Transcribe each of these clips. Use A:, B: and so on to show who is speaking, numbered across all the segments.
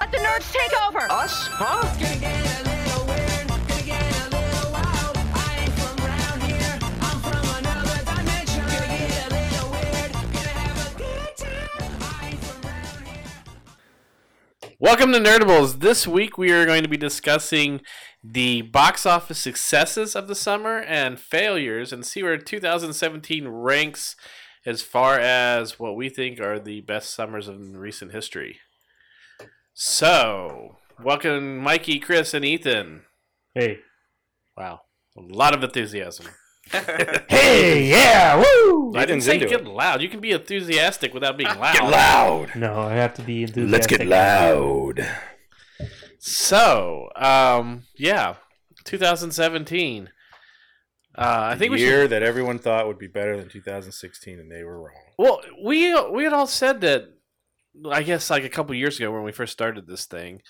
A: let the nerds take over.
B: Us? Huh?
C: Welcome to Nerdables. This week we are going to be discussing the box office successes of the summer and failures and see where 2017 ranks as far as what we think are the best summers in recent history. So, welcome Mikey, Chris, and Ethan.
D: Hey.
C: Wow. A lot of enthusiasm.
D: Hey, yeah, woo!
C: I didn't
B: Ethan's
C: say
B: into
C: get
B: it.
C: loud. You can be enthusiastic without being loud.
B: Loud.
D: No, I have to be enthusiastic.
B: Let's get loud.
C: So, um, yeah, 2017. Uh, I think
E: the
C: we should
E: year that everyone thought would be better than 2016, and they were wrong.
C: Well, we we had all said that I guess like a couple years ago when we first started this thing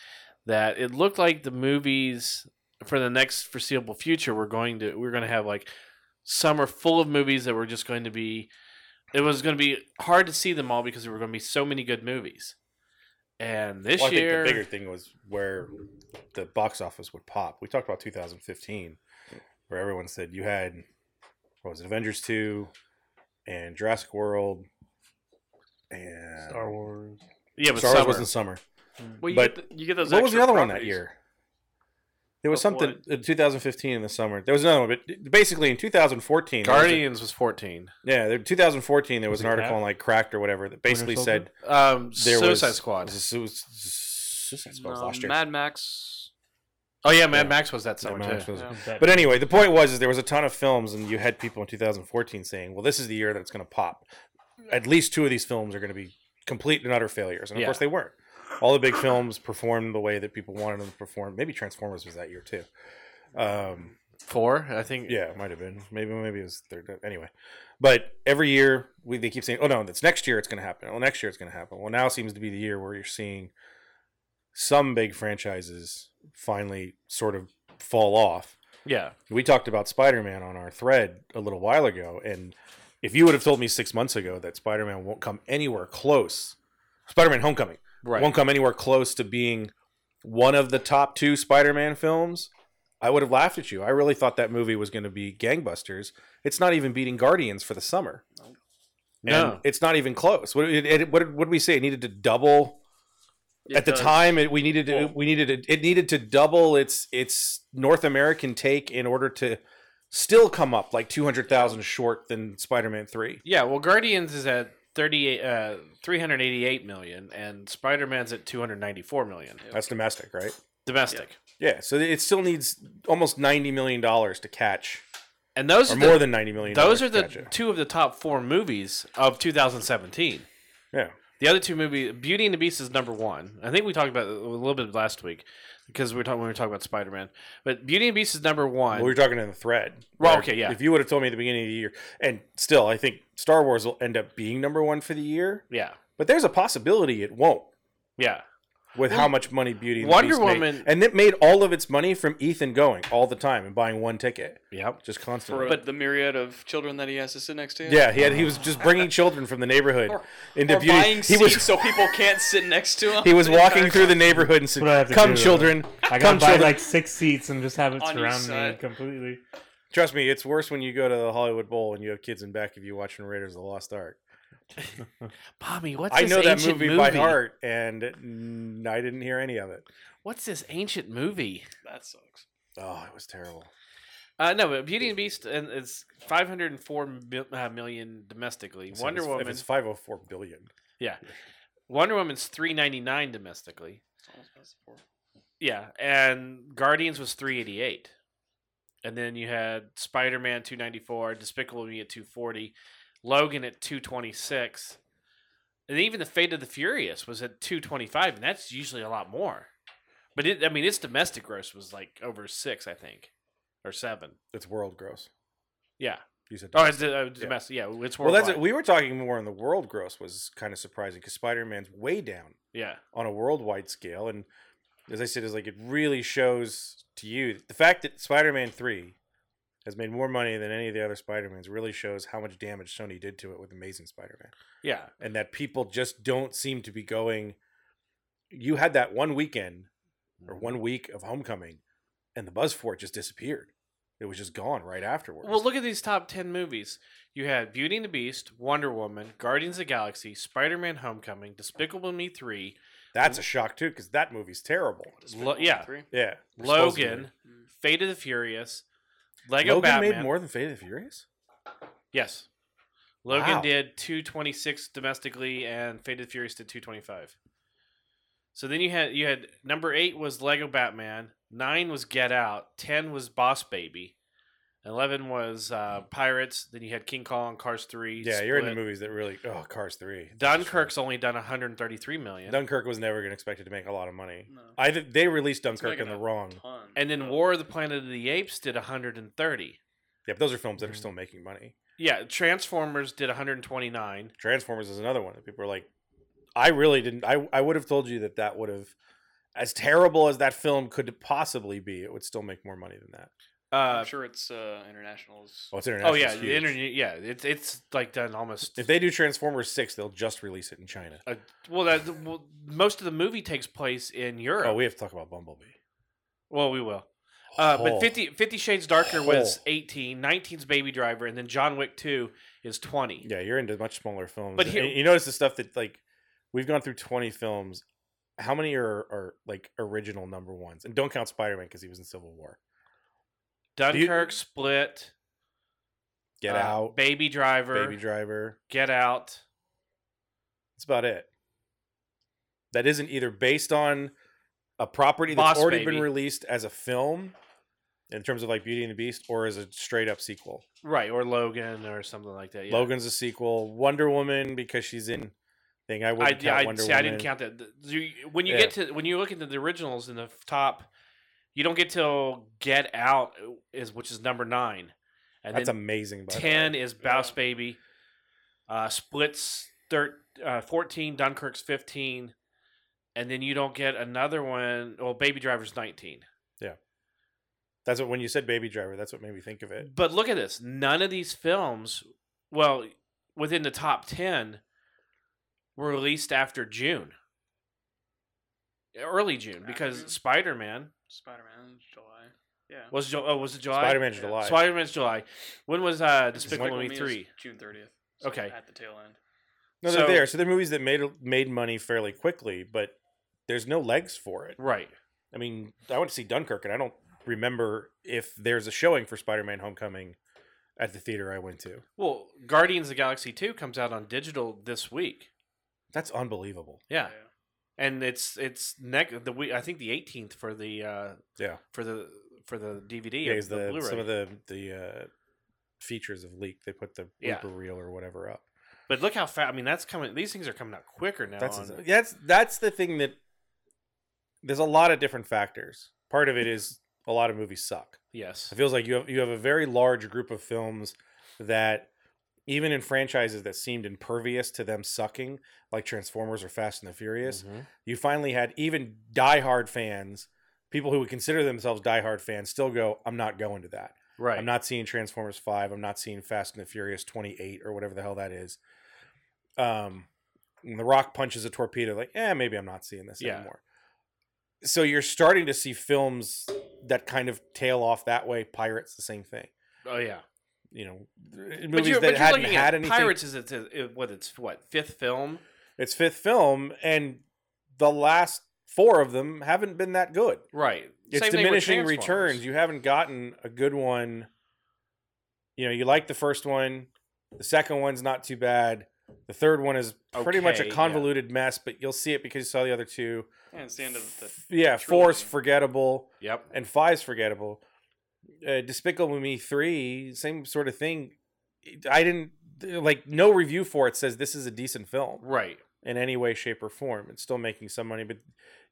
C: that it looked like the movies for the next foreseeable future were going to we were going to have like summer full of movies that were just going to be it was going to be hard to see them all because there were going to be so many good movies. And this
E: Well, I
C: year
E: think the bigger thing was where the box office would pop. We talked about 2015, where everyone said you had what was it, Avengers 2 and Jurassic World and
D: Star Wars.
C: yeah, but
E: Star Wars
C: summer.
E: was in summer.
C: Well, you,
E: but
C: get the- you get those
E: what was the
C: extra
E: other one that
C: properties.
E: year? There was
C: Of
E: something in 2015 in the summer. There was another one, but basically in 2014, there was a-
C: Guardians was 14.
E: yeah, there- 2014 there was,
D: Was
E: an
D: it
E: article
D: that?
E: on like Cracked or whatever that basically
D: Soldier?
E: said
C: Um
E: there
C: Suicide
E: was,
C: Squad.
E: It was a sui- Suicide Squad
C: Um,
E: was
F: No,
E: last year.
F: Mad Max.
C: oh yeah, Mad
E: Yeah.
C: Max was that summer
E: Mad
C: too.
E: Max was-
F: Yeah.
D: That-
E: But anyway, the point was is there was a ton of films, and you had people in 2014 saying, "Well, this is the year that it's going to pop. At least two of these films are going to be complete and utter failures." And of
C: Yeah.
E: course, they weren't. All the big films performed the way that people wanted them to perform. Maybe Transformers was that year too. Um,
C: Four, I think.
E: yeah, it might have been. Maybe maybe it was third. Anyway, but every year we they keep saying, "Oh no, that's next year. It's going to happen. Well, next year it's going to happen." Well, now seems to be the year where you're seeing some big franchises finally sort of fall off.
C: Yeah.
E: We talked about Spider Man on our thread a little while ago, and if you would have told me six months ago that Spider Man won't come anywhere close, Spider Man Homecoming
C: Right.
E: won't come anywhere close to being one of the top two Spider Man films, I would have laughed at you. I really thought that movie was going to be gangbusters. It's not even beating Guardians for the summer.
C: No.
E: And it's not even close. What, it, it, what, did- what did we say? It needed to double
F: It
E: at the
F: does.
E: time it, we needed to
F: Well-
E: we needed to, it needed to double its its North American take in order to still come up like 200,000 short than Spider-Man 3.
C: yeah, well Guardians is at 38 uh 388 million and Spider-Man's at 294 million
E: That's domestic, right?
C: domestic.
E: Yeah, so it still needs almost 90 million dollars to catch
C: And those
E: or
C: are
E: more
C: the,
E: than 90 million.
C: those
E: dollars
C: are
E: to
C: the
E: catch it.
C: two of the top 4 movies of 2017.
E: Yeah.
C: The other two movies, Beauty and the Beast is number 1. I think we talked about it a little bit last week because we were talking when we were talking about Spider-Man. But Beauty and the Beast is number 1.
E: Well, we were talking in the thread.
C: Well,
E: where
C: okay, yeah.
E: If you would have told me at the beginning of the year, and still, I think Star Wars will end up being number one for the year,
C: yeah.
E: but there's a possibility it won't.
C: Yeah.
E: with how much money Beauty and
C: Wonder
E: the Beast made.
C: Woman-
E: and it made all of its money from Ethan going all the time and buying one ticket,
C: Yep.
E: just
F: For
E: constantly.
F: but the myriad of children that he has to sit next to.
E: yeah, he had he was just bringing children from the neighborhood
F: Or-
E: into
F: Or
E: Beauty.
F: buying
E: he
F: seats
E: was
F: so people can't sit next to him.
E: he was
F: the
E: walking
F: entire
E: through the
F: time.
E: neighborhood and
D: what I have
E: said,
D: to
E: "Come,
D: do.
E: children,
D: I gotta
E: come,
D: buy
E: children."
D: like six seats and just have it
F: On your
D: surround me
F: side.
D: completely.
E: Trust me, it's worse when you go to the Hollywood Bowl and you have kids in back of you watching Raiders of the Lost Ark.
C: Mommy, what's
E: I
C: this
E: know that
C: ancient
E: movie, by heart, and mm, I didn't hear any of it.
C: What's this ancient movie?
F: That sucks.
E: Oh, it was terrible.
C: Uh, no, but Beauty and the Beast and it's 504 mil, uh, million domestically.
E: So
C: Wonder
E: if it's-
C: Woman,
E: If it's five hundred four billion.
C: yeah, Wonder Woman's 399 domestically.
F: It's almost past four.
C: Yeah, and Guardians was 388, and then you had Spider Man 294, Despicable Me at 240, Logan at 226, and even the Fate of the Furious was at 225, and that's usually a lot more. But it, I mean, its domestic gross was like over six, I think, or seven.
E: It's world gross.
C: Yeah.
E: You said
C: Oh, it's uh, domestic. Yeah, it's
E: Well,
C: worldwide.
E: that's it. We were talking more on the world gross was kind of surprising because Spider Man's way down
C: yeah.
E: on a worldwide scale, and as I said, is like it really shows to you the fact that Spider Man Three has made more money than any of the other Spider Mans really shows how much damage Sony did to it with Amazing Spider Man,
C: Yeah.
E: and that people just don't seem to be going you had that one weekend or
C: Mm-hmm.
E: one week of Homecoming, and the buzz for it just disappeared. It was just gone right afterwards.
C: Well, look at these top 10 movies. You had Beauty and the Beast, Wonder Woman, Guardians of the Galaxy, Spider Man Homecoming, Despicable Me 3,
E: that's a shock too, because that movie's terrible.
C: Lo- yeah.
F: Three.
E: Yeah, supposedly.
C: Logan, Fate of the Furious, Lego
E: Logan
C: Batman.
E: made more than Fate of the Furious.
C: Yes. Logan
E: Wow.
C: did 226 domestically and Fate of the Furious did 225. So then you had you had number 8 was Lego Batman, 9 was Get Out, 10 was Boss Baby, 11 was uh, Pirates, then you had King Kong, Cars 3.
E: Yeah, you're in the
C: Split.
E: movies that really. Oh, Cars three.
C: Dunkirk's only done 133 million.
E: Dunkirk was never going to expect it to make a lot of money.
F: No. It's
E: I th- they released Dunkirk
F: making
E: in the
F: a
E: wrong.
F: ton.
C: and then War of the Planet of the Apes did 130.
E: Yeah, but those are films
C: Mm-hmm.
E: that are still making money.
C: Yeah, Transformers did 129.
E: Transformers is another one that people are like, I really didn't. I I would have told you that that would have, as terrible as that film could possibly be, it would still make more money than that.
C: Uh,
F: I'm sure it's uh, internationals.
E: Oh, it's international.
C: oh yeah,
E: huge.
C: the internet. Yeah, it's it's like done almost.
E: If they do Transformers six, they'll just release it in China.
C: uh, well, that well, most of the movie takes place in Europe.
E: Oh, we have to talk about Bumblebee.
C: well, we will. Uh,
E: Oh.
C: But 50, 50 Shades Darker was
E: Oh.
C: 18, 19's Baby Driver, and then John Wick 2 is 20.
E: Yeah, you're into much smaller films.
C: But
E: But
C: here-
E: you notice the stuff that like we've gone through 20 films. How many are, are like original number ones? And don't count Spider Man because he was in Civil War. you-
C: Dunkirk, Split,
E: Get
C: uh,
E: Out,
C: Baby Driver,
E: Baby Driver.
C: Get Out.
E: That's about it. That isn't either based on a property
C: Boss
E: that's already
C: Baby.
E: been released as a film in terms of like Beauty and the Beast or as a straight up sequel.
C: Right, or Logan or something like that. Yeah.
E: Logan's a sequel. Wonder Woman because she's in thing. I
C: I,
E: wouldn't
C: yeah,
E: count
C: I,
E: Wonder
C: see,
E: Woman.
C: I didn't count that. The- you- When you
E: Yeah.
C: get to when you look into the originals in the f- top, you don't get till Get Out is which is number nine, and
E: That's
C: then
E: amazing. By the way.
C: ten is Bouse
F: Yeah.
C: Baby, uh, Splits thir- uh, fourteen, Dunkirk's fifteen, and then you don't get another one. Well, Baby Driver's nineteen.
E: That's what when you said Baby Driver, that's what made me think of it.
C: But look at this. None of these films, well, within the top 10, were released after June. Early June, because
F: After?
C: Spider Man
F: Spider Man, July. Yeah.
C: was Ju- oh, was it July?
E: Spider Man's
F: Yeah.
E: July.
C: Spider Man's July. When was uh, Despicable
F: Despicable
C: Me
F: is
C: 3?
F: June 30th.
C: Okay.
F: At the tail end.
E: no, they're
C: so-
E: there. So they're movies that made made money fairly quickly, but there's no legs for it.
C: Right.
E: I mean, I went to see Dunkirk, and I don't remember if there's a showing for Spider-Man: Homecoming at the theater I went to.
C: Well, Guardians of the Galaxy 2 comes out on digital this week.
E: That's unbelievable.
C: Yeah. And it's it's neck the week I think the 18th for the uh
E: Yeah,
C: for the for the DVD
E: yeah.
C: or
E: is
C: the,
E: the,
C: Blu-ray.
E: some of the the uh, features of leak they put the
C: Yeah.
E: blooper reel or whatever up.
C: But look how fast! I mean, that's coming. These things are coming out quicker now.
E: That's
C: on-
E: that's that's the thing that there's a lot of different factors. Part of it is a lot of movies suck.
C: yes,
E: It feels like you have you have a very large group of films that even in franchises that seemed impervious to them sucking, like Transformers or Fast and the Furious,
C: Mhm.
E: you finally had even diehard fans, people who would consider themselves diehard fans, still go, "I'm not going to that.
C: Right.
E: I'm not seeing Transformers Five. I'm not seeing Fast and the Furious 28 or whatever the hell that is." Um, and The Rock punches a torpedo, like, "Eh, maybe I'm not seeing this
C: Yeah.
E: anymore." So you're starting to see films that kind of tail off that way. Pirates, the same thing.
C: oh yeah.
E: You know,
C: But
E: movies
C: you're,
E: that
C: but you're
E: hadn't
C: looking
E: had
C: at
E: anything.
C: Pirates is it's it, what it's what fifth film.
E: It's fifth film, and the last four of them haven't been that good.
C: Right.
E: it's
C: Same thing with
E: diminishing
C: Transformers.
E: returns. You haven't gotten a good one. You know, you like the first one. The second one's not too bad. The third one is pretty much
C: Okay,
E: a
C: yeah.
E: convoluted mess, but you'll see it because you saw the other two.
F: And it's the end of the.
E: F- yeah, four's
F: trilogy.
E: forgettable
C: Yep.
E: and five's forgettable. Uh, Despicable Me three, same sort of thing. I didn't like no review for it says this is a decent film
C: Right.
E: in any way, shape, or form. It's still making some money, but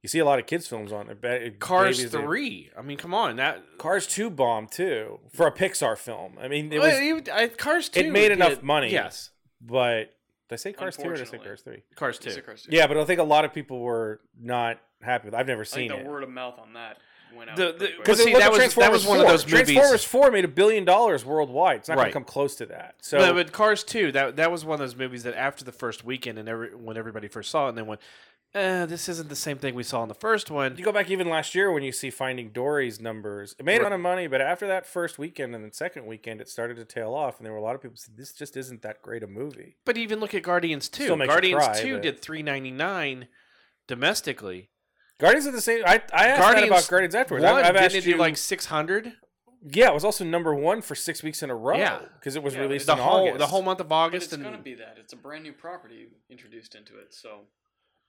E: you see a lot of kids' films on it. Ba-
C: Cars
E: babies, they-
C: three. I mean, come on. That
E: Cars 2 bombed too for a Pixar film. I mean, it was,
C: Well, you- I- Cars two.
E: it made enough
C: did-
E: money.
C: Yes.
E: but did I say Cars 2 or did I say
F: Unfortunately.
E: Cars 3?
C: Cars
F: It's
C: two.
F: a cartoon.
E: Yeah, but I think a lot of people were not happy with it. I've never
F: I think
E: seen
F: the
E: it.
F: word of mouth on that went out.
C: The-
F: pretty
C: the-
F: quick.
C: See,
E: look
C: that
E: at
C: was- that was one of
E: 4.
C: those movies-
E: Transformers 4 made a billion dollars worldwide. It's not
C: Right.
E: going to come close to that. So,
C: No, but Cars two. That that was one of those movies that after the first weekend and every when everybody first saw it and then went, eh, this isn't the same thing we saw in the first one.
E: You go back even last year when you see Finding Dory's numbers. It made a lot of money, but after that first weekend and the second weekend, it started to tail off, and there were a lot of people saying this just isn't that great a movie.
C: But even look at Guardians Two.
E: Still makes you
C: Guardians
E: cry,
C: Two
E: but-
C: did three ninety nine domestically.
E: Guardians of the same. I, I asked that
C: Guardians
E: about Guardians afterwards. I-
C: One,
E: I've asked
C: didn't it do
E: you
C: like six hundred?
E: Yeah, it was also number one for six weeks in a row.
C: Yeah.
E: because it was
F: Yeah,
E: released
C: The
E: in
C: whole
E: August.
C: the whole month of
F: But
C: August
F: it's
C: and
F: gonna be that. It's a brand new property introduced into it, so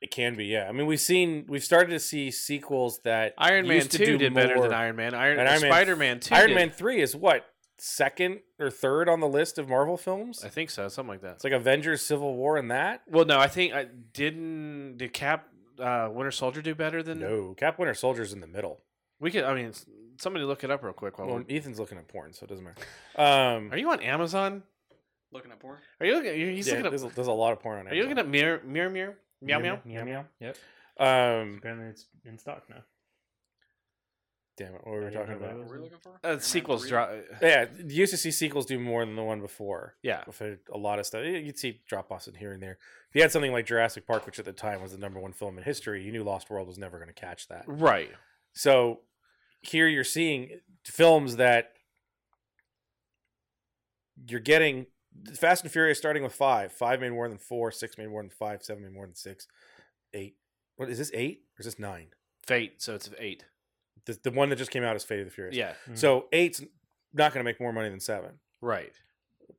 E: It can be, yeah. I mean, we've seen we've started to see sequels that
C: Iron Man
E: used to
C: Two
E: do
C: did better
E: more-
C: than Iron Man. Iron,
E: and Iron Man-
C: Spider Man Two.
E: Iron
C: did.
E: Man three is what second or third on the list of Marvel films.
C: I think so, something like that.
E: It's like Avengers, Civil War, and that.
C: Well, no, I think I didn't. Did Cap uh, Winter Soldier do better than?
E: No, Cap Winter Soldier's in the middle.
C: We could. I mean, s- somebody look it up real quick. While
E: Well,
C: we're-
E: Ethan's looking at porn, so it doesn't matter. Um,
C: are you on Amazon?
F: looking at porn.
C: Are you looking? He's
E: yeah,
C: looking
E: there's,
C: up.
E: a, there's a lot of porn on.
C: Are you looking
E: Amazon.
C: at mirror mirror mirror meow meow?
D: Meow meow. Yep.
E: Um,
D: Apparently it's in stock now.
E: damn it, what were
D: I
E: we
D: didn't
E: talking
D: know
E: about?
D: that.
F: What were we looking for?
C: Uh,
F: Iron Man
C: sequels
F: three?
C: drop.
E: Yeah, you used to see sequels do more than the one before.
C: Yeah,
E: With a a lot of stuff, you- you'd see drop offs in here and there. If you had something like Jurassic Park, which at the time was the number one film in history, you knew Lost World was never going to catch that.
C: right.
E: So here you're seeing films that you're getting Fast and Furious starting with five. Five made more than four, six made more than five, seven made more than six, eight. What is this eight or is this nine?
C: Fate. So it's eight.
E: The, the one that just came out is Fate of the Furious.
C: Yeah, Mm-hmm.
D: Mhm.
E: So eight's not going to make more money than seven.
C: right.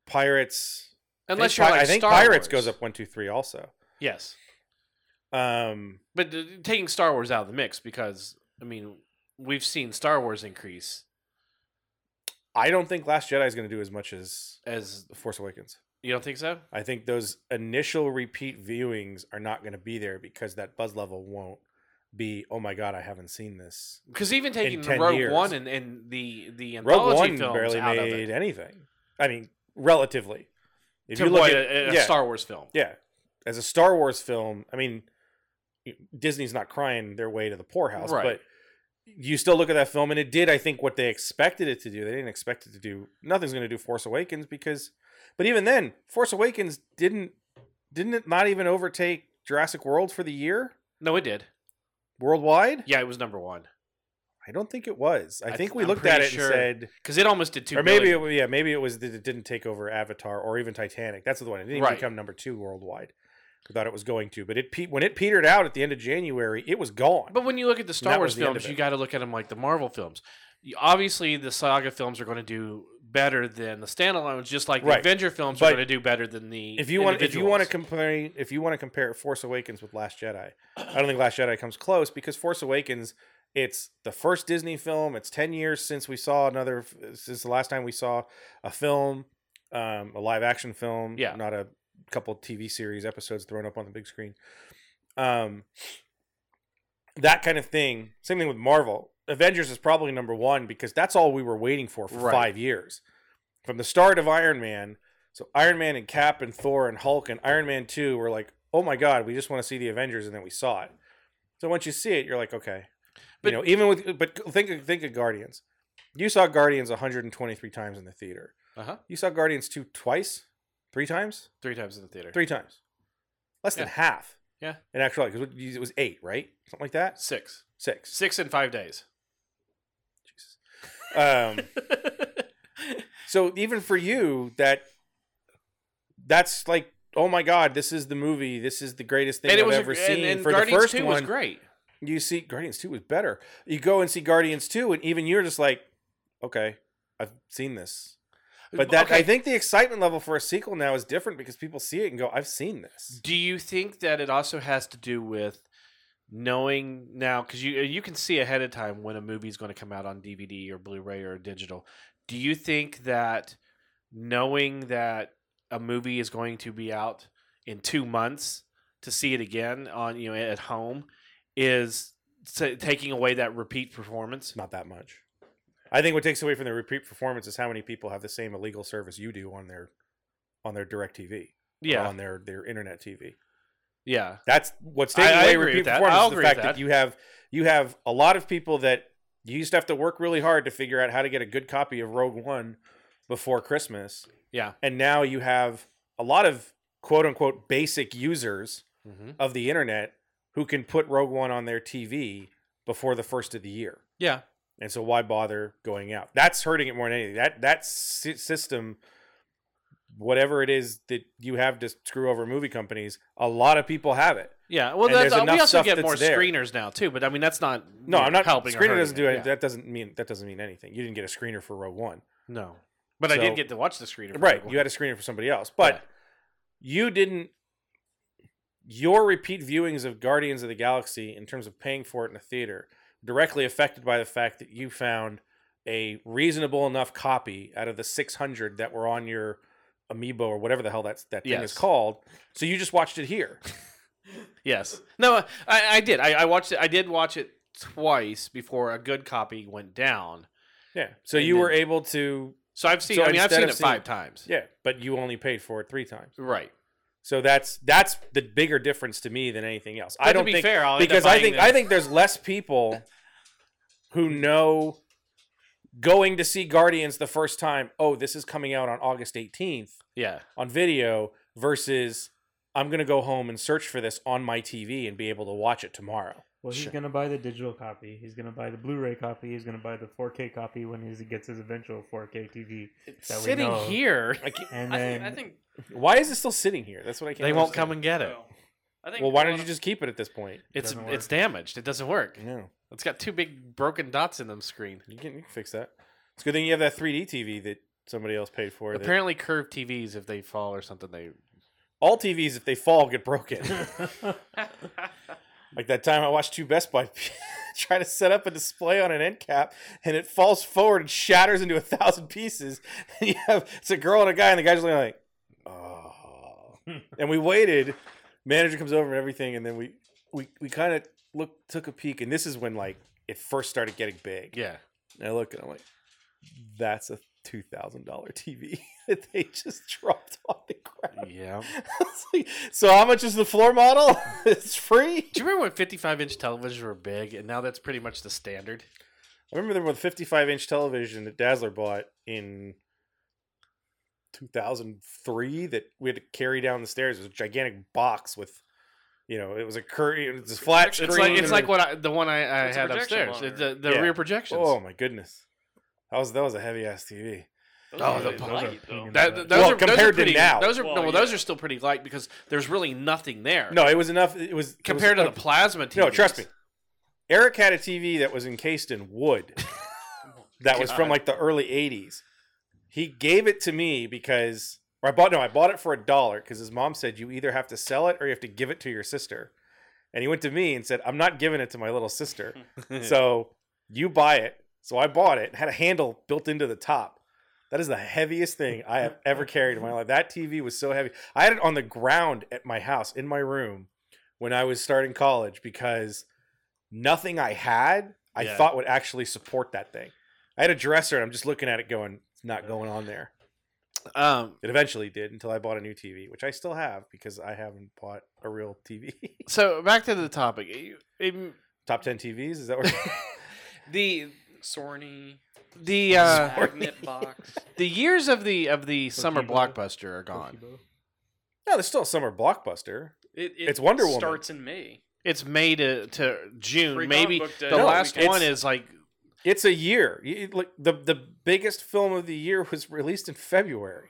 E: Pirates. I
C: Unless
E: think
C: you're
E: Pi-
C: like
E: I think
C: Star
E: Pirates
C: Wars.
E: goes up one, two, three also.
C: Yes,
E: Um,
C: but uh, taking Star Wars out of the mix because I mean we've seen Star Wars increase
E: I don't think Last Jedi is going to do as much as
C: as
E: Force Awakens.
C: you don't think so.
E: I think those initial repeat viewings are not going to be there because that buzz level won't be. Oh my god, I haven't seen this.
C: Because even taking
E: 10
C: Rogue
E: years.
C: One and, and the the
E: Rogue
C: anthology
E: One
C: films
E: barely
C: out of it,
E: made anything. I mean, relatively. If
C: to
E: you look
C: what,
E: at
C: a, a
E: yeah,
C: Star Wars film.
E: yeah, as a Star Wars film, I mean, Disney's not crying their way to the poorhouse,
C: Right.
E: but you still look at that film and it did, I think, what they expected it to do. They didn't expect it to do nothing's going to do Force Awakens because, but even then, Force Awakens didn't didn't it not even overtake Jurassic World for the year
C: No, it did.
E: worldwide?
C: Yeah, it was number one
E: I don't think it was. I,
C: I
E: think
C: th-
E: we
C: I'm
E: looked at
C: pretty
E: it
C: sure
E: and said,
C: because it almost did two.
E: or maybe
C: billion.
E: it, wa- yeah, maybe it was that it didn't take over Avatar or even Titanic. That's the one. It didn't
C: Right.
E: even become number two worldwide. We thought it was going to, but it pe- when it petered out at the end of January, it was gone.
C: But when you look at the Star
E: that
C: Wars
E: was the end of
C: films, you
E: it.
C: got to look at them like the Marvel films. You- Obviously, the saga films are going to do better than the standalones, just like the
E: Right.
C: Avenger films are
E: But
C: going to do better than the.
E: if you want, if you want to
C: individuals.
E: compare, if you want to compare Force Awakens with Last Jedi, I don't think Last Jedi comes close because Force Awakens, it's the first Disney film. It's ten years since we saw another, since the last time we saw a film, um, a live action film,
C: Yeah.
E: not a couple TV series episodes thrown up on the big screen. Um, that kind of thing. Same thing with Marvel. Avengers is probably number one because that's all we were waiting for for
C: Right.
E: five years, from the start of Iron Man. So Iron Man and Cap and Thor and Hulk and Iron Man Two were like, oh my god, we just want to see the Avengers, and then we saw it. So once you see it, you're like, okay,
C: But-
E: you know, even with but think of- think of Guardians. You saw Guardians 123 times in the theater.
C: uh-huh.
E: You saw Guardians Two twice, three times,
C: three times in the theater,
E: three times, less than
C: Yeah.
E: half.
C: Yeah.
E: in actuality, because it was eight, right? Something like that.
C: six,
E: Six.
C: six in five days.
E: Jesus. Um, so even for you, that that's like, oh my god, this is the movie. This is the greatest thing
C: and it
E: I've
C: was a-
E: ever
C: and,
E: seen.
C: and
E: for
C: Guardians
E: the first
C: Two was
E: one,
C: great.
E: you see Guardians Two was better. You go and see Guardians Two, and even you're just like, okay, I've seen this. But that I
C: Okay.
E: think the excitement level for a sequel now is different because people see it and go, I've seen this.
C: Do you think that it also has to do with knowing now because you you can see ahead of time when a movie's going to come out on DVD or Blu-ray or digital? Do you think that knowing that a movie is going to be out in two months to see it again on you know at home is sa taking away that repeat performance?
E: It's not that much. I think what takes away from the repeat performance is how many people have the same illegal service you do on their on their direct TV.
C: Yeah,
E: on their their internet TV.
C: yeah,
E: That's what's
C: I-
E: taking
C: I
E: away
C: agree
E: repeat
C: with that.
E: performance.
C: I'll
E: is the
C: agree with
E: fact that.
C: that.
E: you have you have a lot of people that you used to have to work really hard to figure out how to get a good copy of Rogue One before Christmas,
C: yeah.
E: and now you have a lot of quote unquote basic users
C: Mm-hmm.
E: of the internet who can put Rogue One on their TV before the first of the year.
C: Yeah.
E: And so why bother going out? That's hurting it more than anything. That that sy- system, whatever it is that you have to screw over movie companies, a lot of people have it.
C: Yeah, well,
E: And
C: that's,
E: there's
C: uh, we
E: enough
C: also
E: stuff
C: get
E: that's
C: more
E: there.
C: screeners now too. But I mean, that's not
E: No,
C: you know,
E: I'm not
C: helping. or hurting
E: Screener doesn't do it.
C: Yeah.
E: That doesn't mean that doesn't mean anything. You didn't get a screener for Rogue One,
C: No, but I
E: So-
C: did get to watch the screener. for
E: right?
C: Rogue
E: You had a screener for somebody else, but
C: Yeah.
E: you didn't. Your repeat viewings of Guardians of the Galaxy, in terms of paying for it in a theater, directly affected by the fact that you found a reasonable enough copy out of the 600 that were on your amiibo or whatever the hell that's, that thing is
C: Yes.
E: called. So you just watched it here.
C: Yes. No, I, I did. I, I watched it. I did watch it twice before a good copy went down.
E: Yeah. So
C: And
E: you were
C: then-
E: able to.
C: So I've seen.
E: So
C: I mean, I've
E: instead
C: seen
E: of
C: it five times.
E: Yeah, but you only paid for it three times.
C: Right.
E: So that's that's the bigger difference to me than anything else.
C: But
E: I don't
C: to be
E: think
C: fair, I'll end up
E: because I
C: Oh, buying
E: think
C: the-
E: I think there's less people who know going to see Guardians the first time. Oh, this is coming out on August 18th
C: yeah.
E: on video versus I'm going to go home and search for this on my TV and be able to watch it tomorrow.
D: Well, he's
C: Sure.
D: gonna buy the digital copy. He's gonna buy the Blu-ray copy. He's gonna buy the 4K copy when he gets his eventual 4K TV.
F: It's,
D: That we
C: Sitting
D: know.
C: here,
E: I can't,
D: And
F: I, think,
D: then
F: I think.
E: why is it still sitting here? That's what I can't.
C: they won't
E: understand.
C: come and get it.
F: well, I think
E: Well, why
F: a
E: don't
F: lot
E: you
F: of-
E: just keep it at this point?
C: It's
D: Doesn't
C: it's
D: work.
C: damaged. It doesn't work.
E: No,
C: It's got two big broken dots in them screen.
E: you can, you can fix that. It's a good thing you have that 3D TV that somebody else paid for. that-
C: Apparently, curved TVs, if they fall or something, they
E: all TVs, if they fall, get broken.
F: I
E: like that time I watched two Best Buy try to set up a display on an end cap, and it falls forward and shatters into a thousand pieces. And you have it's a girl and a guy, and the guy's looking like, oh. and we waited. Manager comes over and everything, and then we we we kind of look took a peek, and this is when like it first started getting big.
C: yeah.
E: And I look and I'm like, that's a two thousand dollar TV that they just dropped on the ground.
C: Yeah.
E: It's like, so how much is the floor model? it's free.
C: Do you remember when 55 inch televisions were big and now that's pretty much the standard?
E: I remember there was a 55 inch television that Dazzler bought in 2003 that we had to carry down the stairs. It was a gigantic box with, you know, it was a cur- it was a flat
F: It's
E: screen.
C: It's like it's
E: and-
C: like what I, the one I, I
F: It's a
C: had
F: projection
C: upstairs,
F: monitor.
C: the, the
E: Yeah.
C: rear projections.
E: oh my goodness, that was that was a heavy ass TV.
C: Oh, the
F: those are
C: pol-
D: those
F: really
D: are
F: light, though.
D: pain
C: That- those
D: Well,
C: are, those are
E: compared to
C: pretty,
E: now.
C: those are
F: Well,
C: no, well, those
F: yeah.
C: are still pretty light because there's really nothing there.
E: No, it was enough. It was it
C: compared
E: was,
C: to the plasma TV.
E: No, trust me. Eric had a TV that was encased in wood that was from
C: God.
E: like the early 80s. He gave it to me because or I bought no, I bought it for a dollar because his mom said you either have to sell it or you have to give it to your sister. And he went to me and said, I'm not giving it to my little sister. so you buy it. So I bought it, had a handle built into the top. That is the heaviest thing I have ever carried in my life. That TV was so heavy. I had it on the ground at my house in my room when I was starting college because nothing I had I
C: Yeah.
E: thought would actually support that thing. I had a dresser and I'm just looking at it going, it's not going on there.
C: Um,
E: It eventually did until I bought a new TV, which I still have because I haven't bought a real TV.
C: so back to the topic. You- um,
E: Top 10 TVs? Is that what
C: the
F: Sorny
C: the uh,
F: magnet box.
C: the years of the of the summer
D: Toshiba.
C: blockbuster are gone.
E: No, there's still a summer blockbuster.
F: It, it
E: It's Wonder Woman.
F: starts in May.
C: It's May to, to June.
F: Free comic
C: Maybe
F: book day.
C: the
E: No,
C: last
E: it's-
C: one is like
E: It's a year. You- it- like the the biggest film of the year was released in February,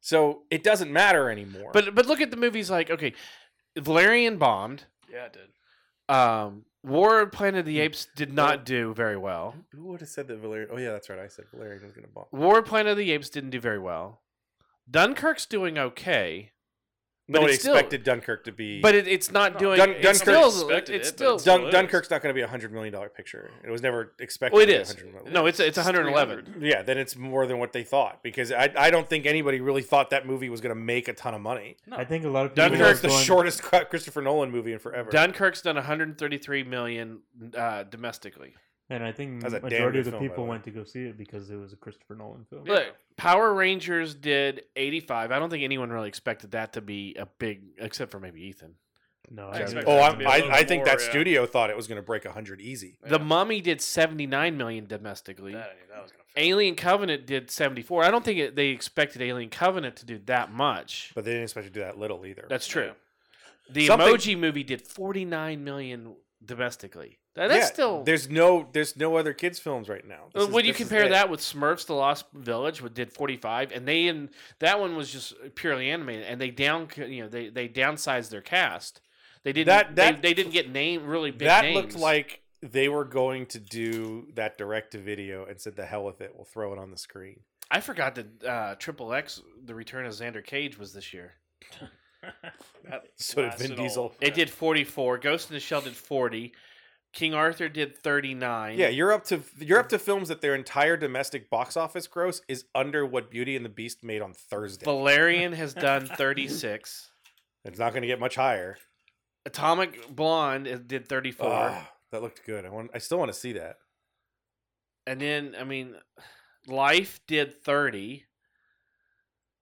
E: so it doesn't matter anymore.
C: But but look at the movies like okay, Valerian bombed.
F: Yeah, it did.
C: Um, War of Planet of the Apes did not do very well.
E: who would have said that Valerian? Oh yeah, that's right. I said Valerian was going to bomb.
C: War of Planet of the Apes didn't do very well. Dunkirk's doing okay,
E: Nobody
C: it's still-
E: expected Dunkirk to be.
C: but it, it's not
F: No,
C: doing.
E: Dun-
C: it's
E: Dunkirk-
C: still,
F: expected
C: it's
F: it, but
C: still.
F: it's-
E: Dun-
F: Well,
E: Dunkirk's not going to be a hundred million dollar picture. It was never expected.
C: Well, oh, it
E: to be a
C: is.
E: $100 million.
C: no, it's it's
F: It's
C: 111.
F: 300.
E: Yeah, then it's more than what they thought because I I don't think anybody really thought that movie was going to make a ton of money.
F: No,
D: I think a lot of people.
E: Even though
C: Dunkirk's
E: it's the shortest Christopher Nolan movie in forever.
C: Dunkirk's done 133 million uh, domestically.
D: and I think
E: That's a damn
D: majority
E: good
D: of the
E: film, by
D: people
E: the way.
D: went to go see it because it was a Christopher Nolan film.
F: Yeah.
C: Look, Power Rangers did 85. I don't think anyone really expected that to be a big, except for maybe Ethan.
D: No,
F: I
D: don't
F: expect
D: know.
E: oh,
F: that to
E: I'm,
F: be a
E: I
F: little
E: I think that
F: more, yeah.
E: studio thought it was going to break a hundred easy.
F: yeah.
C: The Mummy did 79 million domestically.
F: That I knew that was gonna. fail.
C: Alien Covenant did 74. I don't think it, they expected Alien Covenant to do that much.
E: But they didn't expect it to do that little either.
C: That's true. The
E: Something-
C: Emoji Movie did 49 million domestically. That- That's
E: Yeah,
C: still.
E: There's no there's no other kids films right now. This
C: Uh,
E: is-
C: when you
E: this is
C: compare
E: it.
C: that with Smurfs: The Lost Village, what did forty five, and they in that one was just purely animated, and they down you know they they downsized their cast. They didn't
E: That-
C: they-
E: that-
C: they, didn't get name really big.
E: that
C: names.
E: looked like they were going to do that direct to video and said the hell with it, we'll throw it on the screen.
C: I forgot that uh, Triple X: The Return of Xander Cage was this year.
F: That
E: So did
F: lasted
E: Vin
F: all-
E: Diesel.
C: It did forty four. Ghost in the Shell did forty. King Arthur did thirty nine.
E: Yeah, you're up to you're up to films that their entire domestic box office gross is under what Beauty and the Beast made on Thursday.
C: Valerian has done thirty six.
E: it's not going to get much higher.
C: Atomic Blonde is- did thirty four.
E: Ah, that looked good. I want I still want to see that.
C: and then I mean, Life did thirty.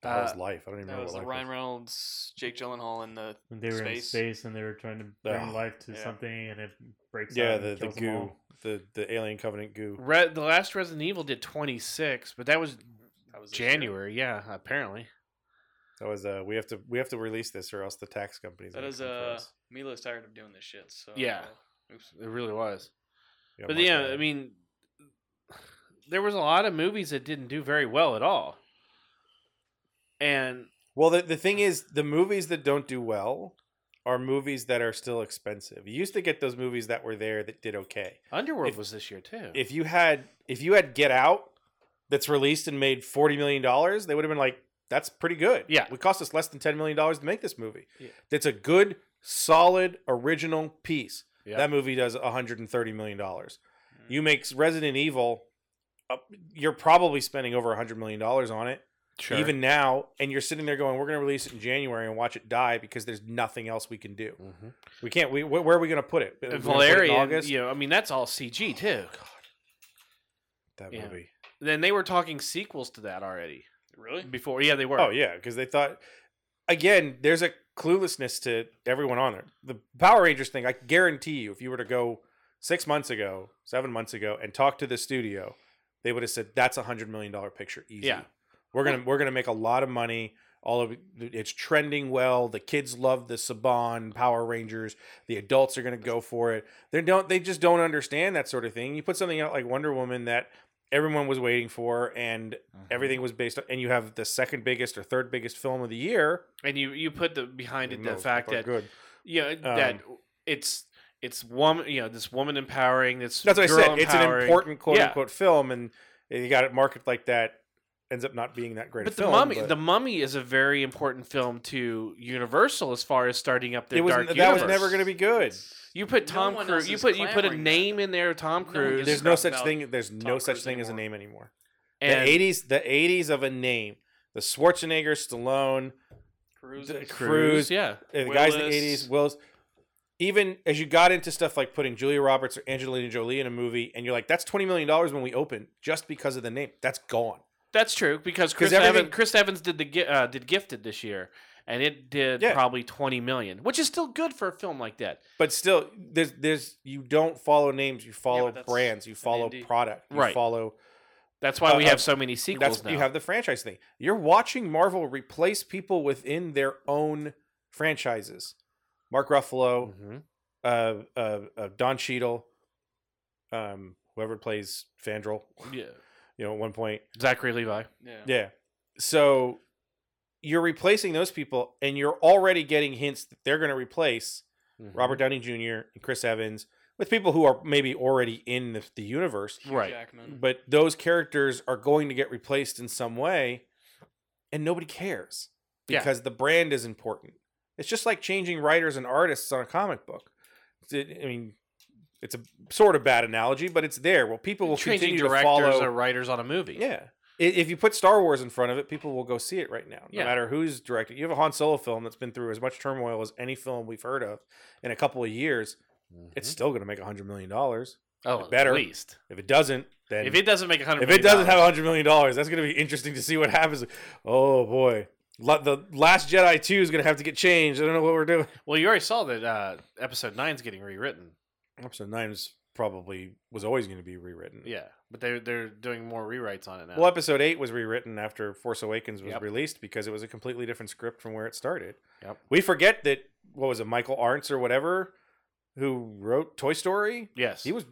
E: That was
C: Uh,
E: life. I don't even
F: That
E: know
F: was
E: what
F: the
E: life
F: Ryan
E: was.
F: Reynolds, Jake Gyllenhaal, and the
D: When they were in
F: Space.
D: space and they were trying to bring
E: Ugh.
D: life to
F: Yeah.
D: something and it breaks
E: Ah, Yeah,
D: out
E: the,
D: and
E: the
D: kills them
E: goo,
D: all.
E: the the Alien Covenant goo.
C: Re- the last Resident Evil did 26, but that was
F: that was this year.
C: January. Yeah, apparently.
E: That was uh, we have to we have to release this or else the tax companies.
F: That is uh, Milo's tired of doing this shit. So
C: Yeah.
F: Oops.
C: It really was. but yeah, I mean, there was a lot of movies that didn't do very well at all. And
E: Well, the, the thing is, the movies that don't do well are movies that are still expensive. You used to get those movies that were there that did okay.
C: Underworld
E: If-
C: was this year too.
E: If you had if you had Get Out that's released and made forty million dollars, they would have been like, "That's pretty good."
C: Yeah.
E: it cost us less than ten million dollars to make this movie.
C: Yeah.
E: That's a good, solid, original piece.
C: Yeah.
E: That movie does hundred and thirty million dollars.
F: Mm.
E: You make Resident Evil, uh, you're probably spending over hundred million dollars on it
C: Sure.
E: even now and you're sitting there going we're going to release it in january and watch it die because there's nothing else we can do
C: Mhm.
E: we can't we wh- where are we going to put Mm-hmm. it We're gonna put it in
C: Uh, Valerian,
E: august Oh,
C: you know, I mean, that's all CG too.
E: that
C: yeah.
E: movie
C: Then they were talking sequels to that already
F: Really?
C: before. Yeah, they were.
E: oh yeah because they thought again there's a cluelessness to everyone on there the power rangers thing i guarantee you if you were to go six months ago seven months ago and talk to the studio they would have said that's a hundred million dollar picture easy
C: Yeah.
E: we're gonna we're gonna make a lot of money all of it's trending well the kids love the saban power rangers the adults are going to go for it they don't they just don't understand that sort of thing you put something out like wonder woman that everyone was waiting for and
C: Mm-hmm.
E: everything was based on and you have the second biggest or third biggest film of the year
C: And you you put the behind it
E: Even
C: the
E: though it's
C: fact
E: not
C: that
E: good Um,
C: you know that it's it's woman you know this woman empowering this
E: that's what i
C: girl
E: said it's an
C: empowering.
E: important quote
C: Yeah.
E: unquote film and you got it marketed like that ends up not being that great a
C: But the
E: film,
C: mummy,
E: but-
C: the mummy is a very important film to Universal as far as starting up their
E: it was
C: dark
E: that
C: universe.
E: was never going to be good
C: You put
F: No
C: Tom
F: one
C: Cruise.
F: else
C: You
F: is
C: put you put a
F: clamoring that.
C: name in there, Tom
F: No one
C: Cruise,
F: gives
E: there's
F: a
E: no
F: crap
E: such
F: about
E: thing there's no such
F: Cruise
E: thing as a name
F: anymore.
E: anymore
C: and
E: the 80s the 80s of a name the schwarzenegger stallone
F: Cruise.
E: the
C: Cruise,
E: Cruise,
C: yeah,
E: uh, the guys in the
F: Willis.
E: 80s wills even as you got into stuff like putting julia roberts or angelina jolie in a movie and you're like that's $20 million when we opened just because of the name that's gone
C: that's true because Chris
E: everything-
C: Evans, Chris Evans did the gi- uh, did Gifted this year, and it did
E: Yeah.
C: probably twenty million, which is still good for a film like that.
E: but still there's there's you don't follow names you follow
F: that's
E: brands you follow
F: indie.
E: product you
C: Right.
E: follow
C: That's why
E: Uh,
C: we
E: uh,
C: have so many sequels
E: that's
C: now.
E: you have the franchise thing you're watching marvel replace people within their own franchises mark ruffalo
C: Mhm.
E: uh, uh, uh, Don Cheadle, um, whoever plays Fandral,
C: yeah.
E: you know, at one point.
C: Zachary Levi.
F: Yeah.
E: Yeah. So you're replacing those people, and you're already getting hints that they're going to replace
C: Mhm.
E: Robert Downey Jr. and Chris Evans with people who are maybe already in the, the universe,
F: Hugh
C: Right.
F: Jackman.
E: but those characters are going to get replaced in some way, and nobody cares
C: Yeah.
E: because the brand is important. It's just like changing writers and artists on a comic book. It's- it- I mean, it's a sort of bad analogy, but it's there. Well, people will
C: Changing
E: continue to
C: directors
E: follow.
C: or writers on a movie.
E: Yeah. I- If you put Star Wars in front of it, people will go see it right now, no
C: Yeah.
E: matter who's directing. You have a Han Solo film that's been through as much turmoil as any film we've heard of in a couple of years.
C: Mm-hmm. Hmm.
E: It's still going to make a $100 million.
C: oh,
E: better.
C: at least.
E: If it doesn't, then
C: If it doesn't make a hundred,
E: if it doesn't have a hundred million dollars, that's going to be interesting to see what happens. Oh boy, La- the Last Jedi two is going to have to get changed. I don't know what we're doing.
C: well, you already saw that uh, episode nine's getting rewritten.
E: Episode nine is probably was always going to be rewritten.
C: Yeah, but they're they're doing more rewrites on it now.
E: Mm. Well, episode eight was rewritten after Force Awakens was
C: Yep.
E: released because it was a completely different script from where it started.
C: Yep.
E: We forget that what was it, Michael Arntz or whatever, who wrote Toy Story?
C: Yes,
E: He was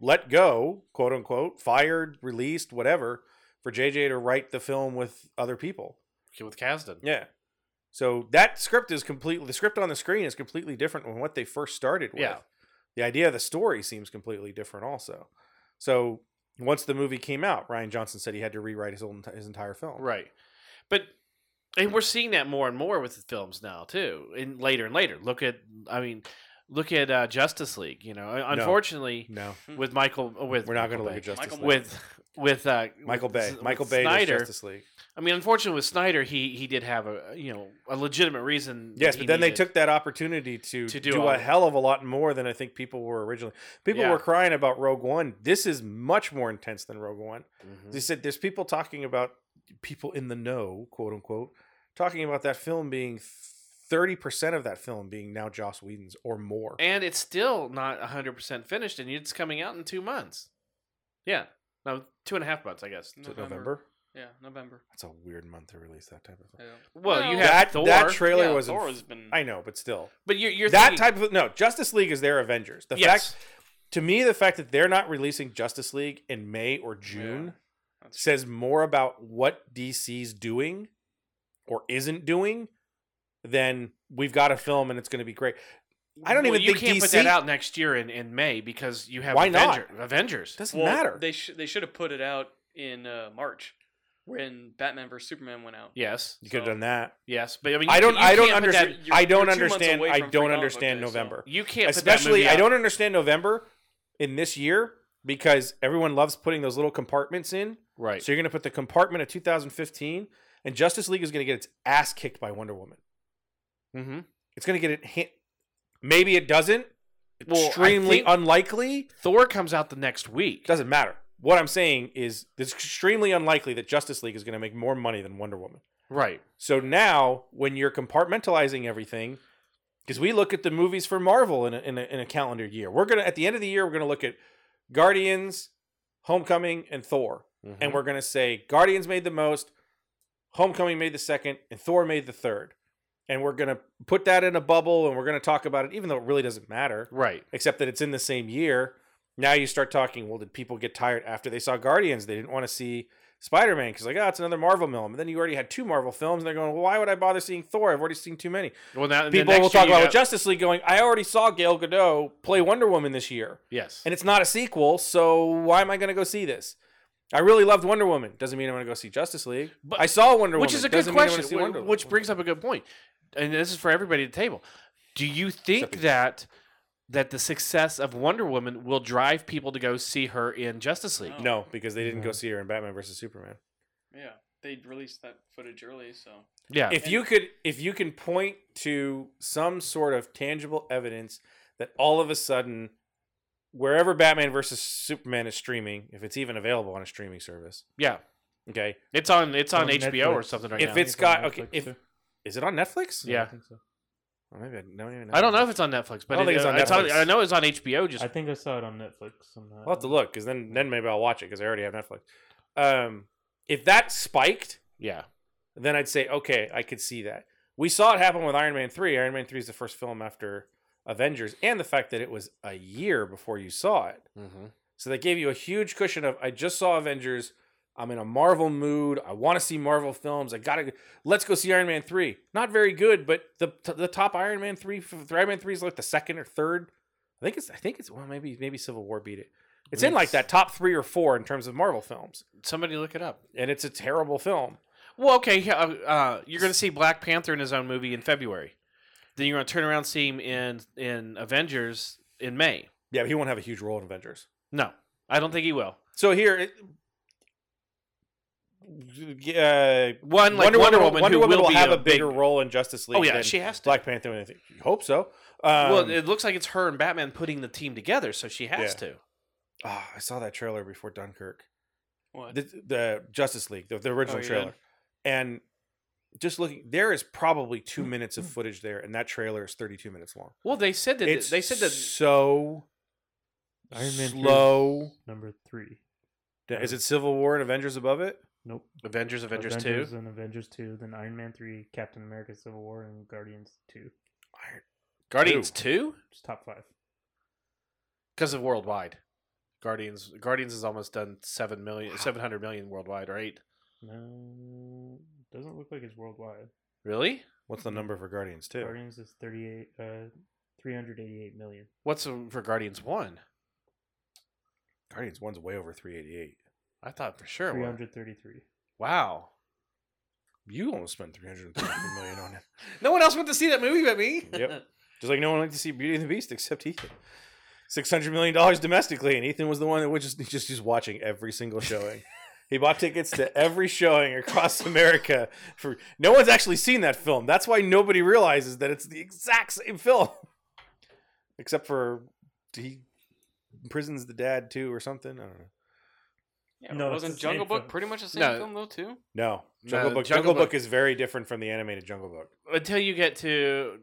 E: let go, quote unquote, fired, released, whatever, for JJ to write the film with other people.
C: with Kasdan.
E: Yeah. So that script is completely the script on the screen is completely different from what they first started with.
C: Yeah.
E: The idea of the story seems completely different also. So once the movie came out, Ryan Johnson said he had to rewrite his whole enti- his entire film.
C: Right. But and we're seeing that more and more with the films now too, and later and later. Look at, I mean, look at uh, Justice League. You know, unfortunately,
E: No.
C: with Michael, uh, with
E: Mm-hmm. We're not going
C: Michael
E: to look at
C: Bay.
E: Justice
F: Michael
E: League.
C: with with uh,
E: Michael
C: with
E: Bay.
C: S- with
E: Michael Bay does
C: Snyder.
E: Justice League.
C: I mean, unfortunately, with Snyder, he he did have a you know a legitimate reason.
E: Yes,
C: he
E: but then they
C: needed-
E: took that opportunity to,
C: To do
E: do,
C: all-
E: a hell of a lot more than I think people were originally. People
C: Yeah.
E: were crying about Rogue One. This is much more intense than Rogue One.
C: Mhm.
E: They said there's people talking about people in the know, quote unquote, talking about that film being 30% of that film being now Joss Whedon's or more.
C: and it's still not 100% finished and it's coming out in two months yeah no two and a half months i guess
E: Is it November.
F: Yeah, November.
E: That's a weird month to release that type of
F: Yeah.
E: thing.
C: well
F: No.
C: you have
E: That,
C: thor
E: that trailer
F: Yeah,
E: was. in-
F: Thor has been.
E: I know, but still.
C: but you're, you're
E: that
C: thinking-
E: type of. No, Justice League is their Avengers. The
C: yes.
E: fact. To me, the fact that they're not releasing Justice League in May or June
F: that's-
E: says more about what DC's doing or isn't doing than we've got a film and it's going to be great. I don't
C: Well,
E: even
C: you
E: think
C: can't put
E: DC
C: that out next year in, in may because you have
E: Why not?
C: Avenger, avengers
E: Doesn't
F: Well,
E: matter.
F: They sh- they should have put it out in uh, March when Batman vs Superman went out.
C: yes
E: you could have
F: so-
E: done that.
C: yes but i mean
E: I
C: you
E: don't.
C: can't-
E: I
C: you
E: don't
C: can't put that-
E: understand.
F: you're-
E: I don't
F: you're two months
E: understand.
F: away
E: I
F: from
E: don't
F: Free Comic Book
E: understand
F: Day, so-
E: November.
C: you can't put that
E: Especially,
C: movie
E: I
C: out.
E: don't understand November in this year because everyone loves putting those little compartments in.
C: right
E: So you're going to put the compartment of 2015, and Justice League is going to get its ass kicked by Wonder Woman.
C: Mhm.
E: It's going to get it hit. Maybe it doesn't.
C: Well, I
E: Extremely
C: think-
E: unlikely.
C: thor comes out the next week
E: Doesn't matter. What I'm saying is it's extremely unlikely that Justice League is going to make more money than Wonder Woman.
C: right
E: So now, when you're compartmentalizing everything, because we look at the movies for Marvel in a, in, a, in a calendar year, we're gonna at the end of the year we're gonna look at Guardians, Homecoming, and Thor,
C: Mm-hmm.
E: and we're gonna say Guardians made the most, Homecoming made the second, and Thor made the third, and we're gonna put that in a bubble and we're gonna talk about it, even though it really doesn't matter,
C: right
E: except that it's in the same year. Now you start talking. Well, did people get tired after they saw Guardians? They didn't want to see Spider Man because like, oh, it's another Marvel film. And then you already had two Marvel films, and they're going, well, why would I bother seeing Thor? I've already seen too many.
C: well now and then
E: People will
C: next
E: talk
C: year you
E: about
C: have-
E: Justice League, going, I already saw Gail Godot play Wonder Woman this year,
C: yes
E: and it's not a sequel, so why am I going to go see this? I really loved Wonder Woman. Doesn't mean I'm going to go see Justice League.
C: But-
E: I saw Wonder
C: which
E: Woman.
C: is a good
E: Doesn't mean I'm gonna
C: question
E: see
C: wh-
E: Wonder
C: which
E: Woman.
C: brings up a good point and this is for everybody at the table do you think
E: Except-
C: that that the success of wonder woman will drive people to go see her in justice league
F: No.
E: No, because they
C: Mm-hmm.
E: didn't go see her in Batman versus Superman.
F: Yeah, they released that footage early, so
C: yeah
E: if you could if you can point to some sort of tangible evidence that all of a sudden wherever batman versus superman is streaming if it's even available on a streaming service
C: yeah
E: okay
C: it's on it's on,
D: On
C: hbo or
D: Netflix.
C: something right
E: If
C: now
E: it's
D: It's on
E: got- okay,
D: Netflix,
E: if-
D: too.
E: is it on netflix
C: Yeah.
D: I think, so.
E: Or maybe I don't even know
C: i don't know if it's on netflix but
E: I don't
C: it-
E: think it's on
C: uh,
E: Netflix.
C: i know it's on hbo just
D: I think I saw it on Netflix. I'm not-
E: i'll have to look because then then maybe i'll watch it because i already have netflix um if that spiked
C: yeah
E: then i'd say okay i could see that we saw it happen with iron man 3 iron man 3 is the first film after avengers and the fact that it was a year before you saw it
C: mm-hmm.
E: So that gave you a huge cushion of I just saw Avengers. I'm in a Marvel mood. I want to see Marvel films. I gotta go- let's go see Iron Man three. Not very good, but the t- the top Iron Man three f- Iron Man three is like the second or third. I think it's I think it's well maybe maybe Civil War beat it. It's in like
C: It's-
E: that top three or four in terms of Marvel films,
C: somebody look it up
E: and it's a terrible film.
C: well okay yeah, uh, uh, you're gonna see black panther in his own movie in february then you're gonna turn around and see him in in avengers in may
E: Yeah, but he won't have a huge role in Avengers.
C: no i don't think he will
E: So here, it, uh,
C: one like wonder, woman
E: Wonder
C: who
E: Woman
C: will,
E: will,
C: be
E: have a
C: big-
E: bigger role in Justice League.
C: Oh yeah,
E: than
C: she has to.
E: Black Panther. and I think- you hope so. Um,
C: well, it looks like it's her and Batman putting the team together, so she has to.
E: Ah, I saw that trailer before Dunkirk,
F: what?
E: the, the Justice League, the, the original
F: you did?
E: trailer, and just looking, there is probably two minutes of footage there, and that trailer is thirty-two minutes long.
C: Well, they said that
E: It's
C: they said that
E: so
D: Iron Man three.
E: slow.
D: number three.
E: Is it Civil War and Avengers above it?
D: Nope.
C: Avengers, Avengers, two.
D: and Avengers two, then Iron Man three, Captain America: Civil War, and Guardians two.
E: Iron-
C: Guardians
E: Ooh.
C: two
D: Just top five.
C: because of worldwide. Guardians Guardians has almost done seven million, seven hundred million worldwide, right?
D: No, doesn't look like it's worldwide.
C: Really?
E: What's the number for Guardians too?
D: Guardians is thirty eight, uh, three hundred eighty eight million.
C: What's um, for Guardians one?
E: Guardians one's way over 388.
C: I thought for sure. it
D: Three
C: was.
D: hundred thirty three.
C: Wow.
E: You almost spent 333 million on it.
C: No one else went to see that movie but me.
E: Yep. Just like no one liked to see Beauty and the Beast except Ethan. Six hundred million dollars domestically, and Ethan was the one that was just just just watching every single showing. he bought tickets to every showing across America. For no one's actually seen that film. That's why nobody realizes that it's the exact same film, except for he imprisons the dad too or something. I don't know.
F: Yeah,
D: No, it's
F: wasn't
D: the same
F: Jungle Book
D: film.
F: pretty much the same
C: No.
F: film though too?
E: No,
C: No,
E: Jungle Book.
C: Jungle
E: Jungle Book
C: Book-
E: is very different from the animated Jungle Book.
C: Until you get to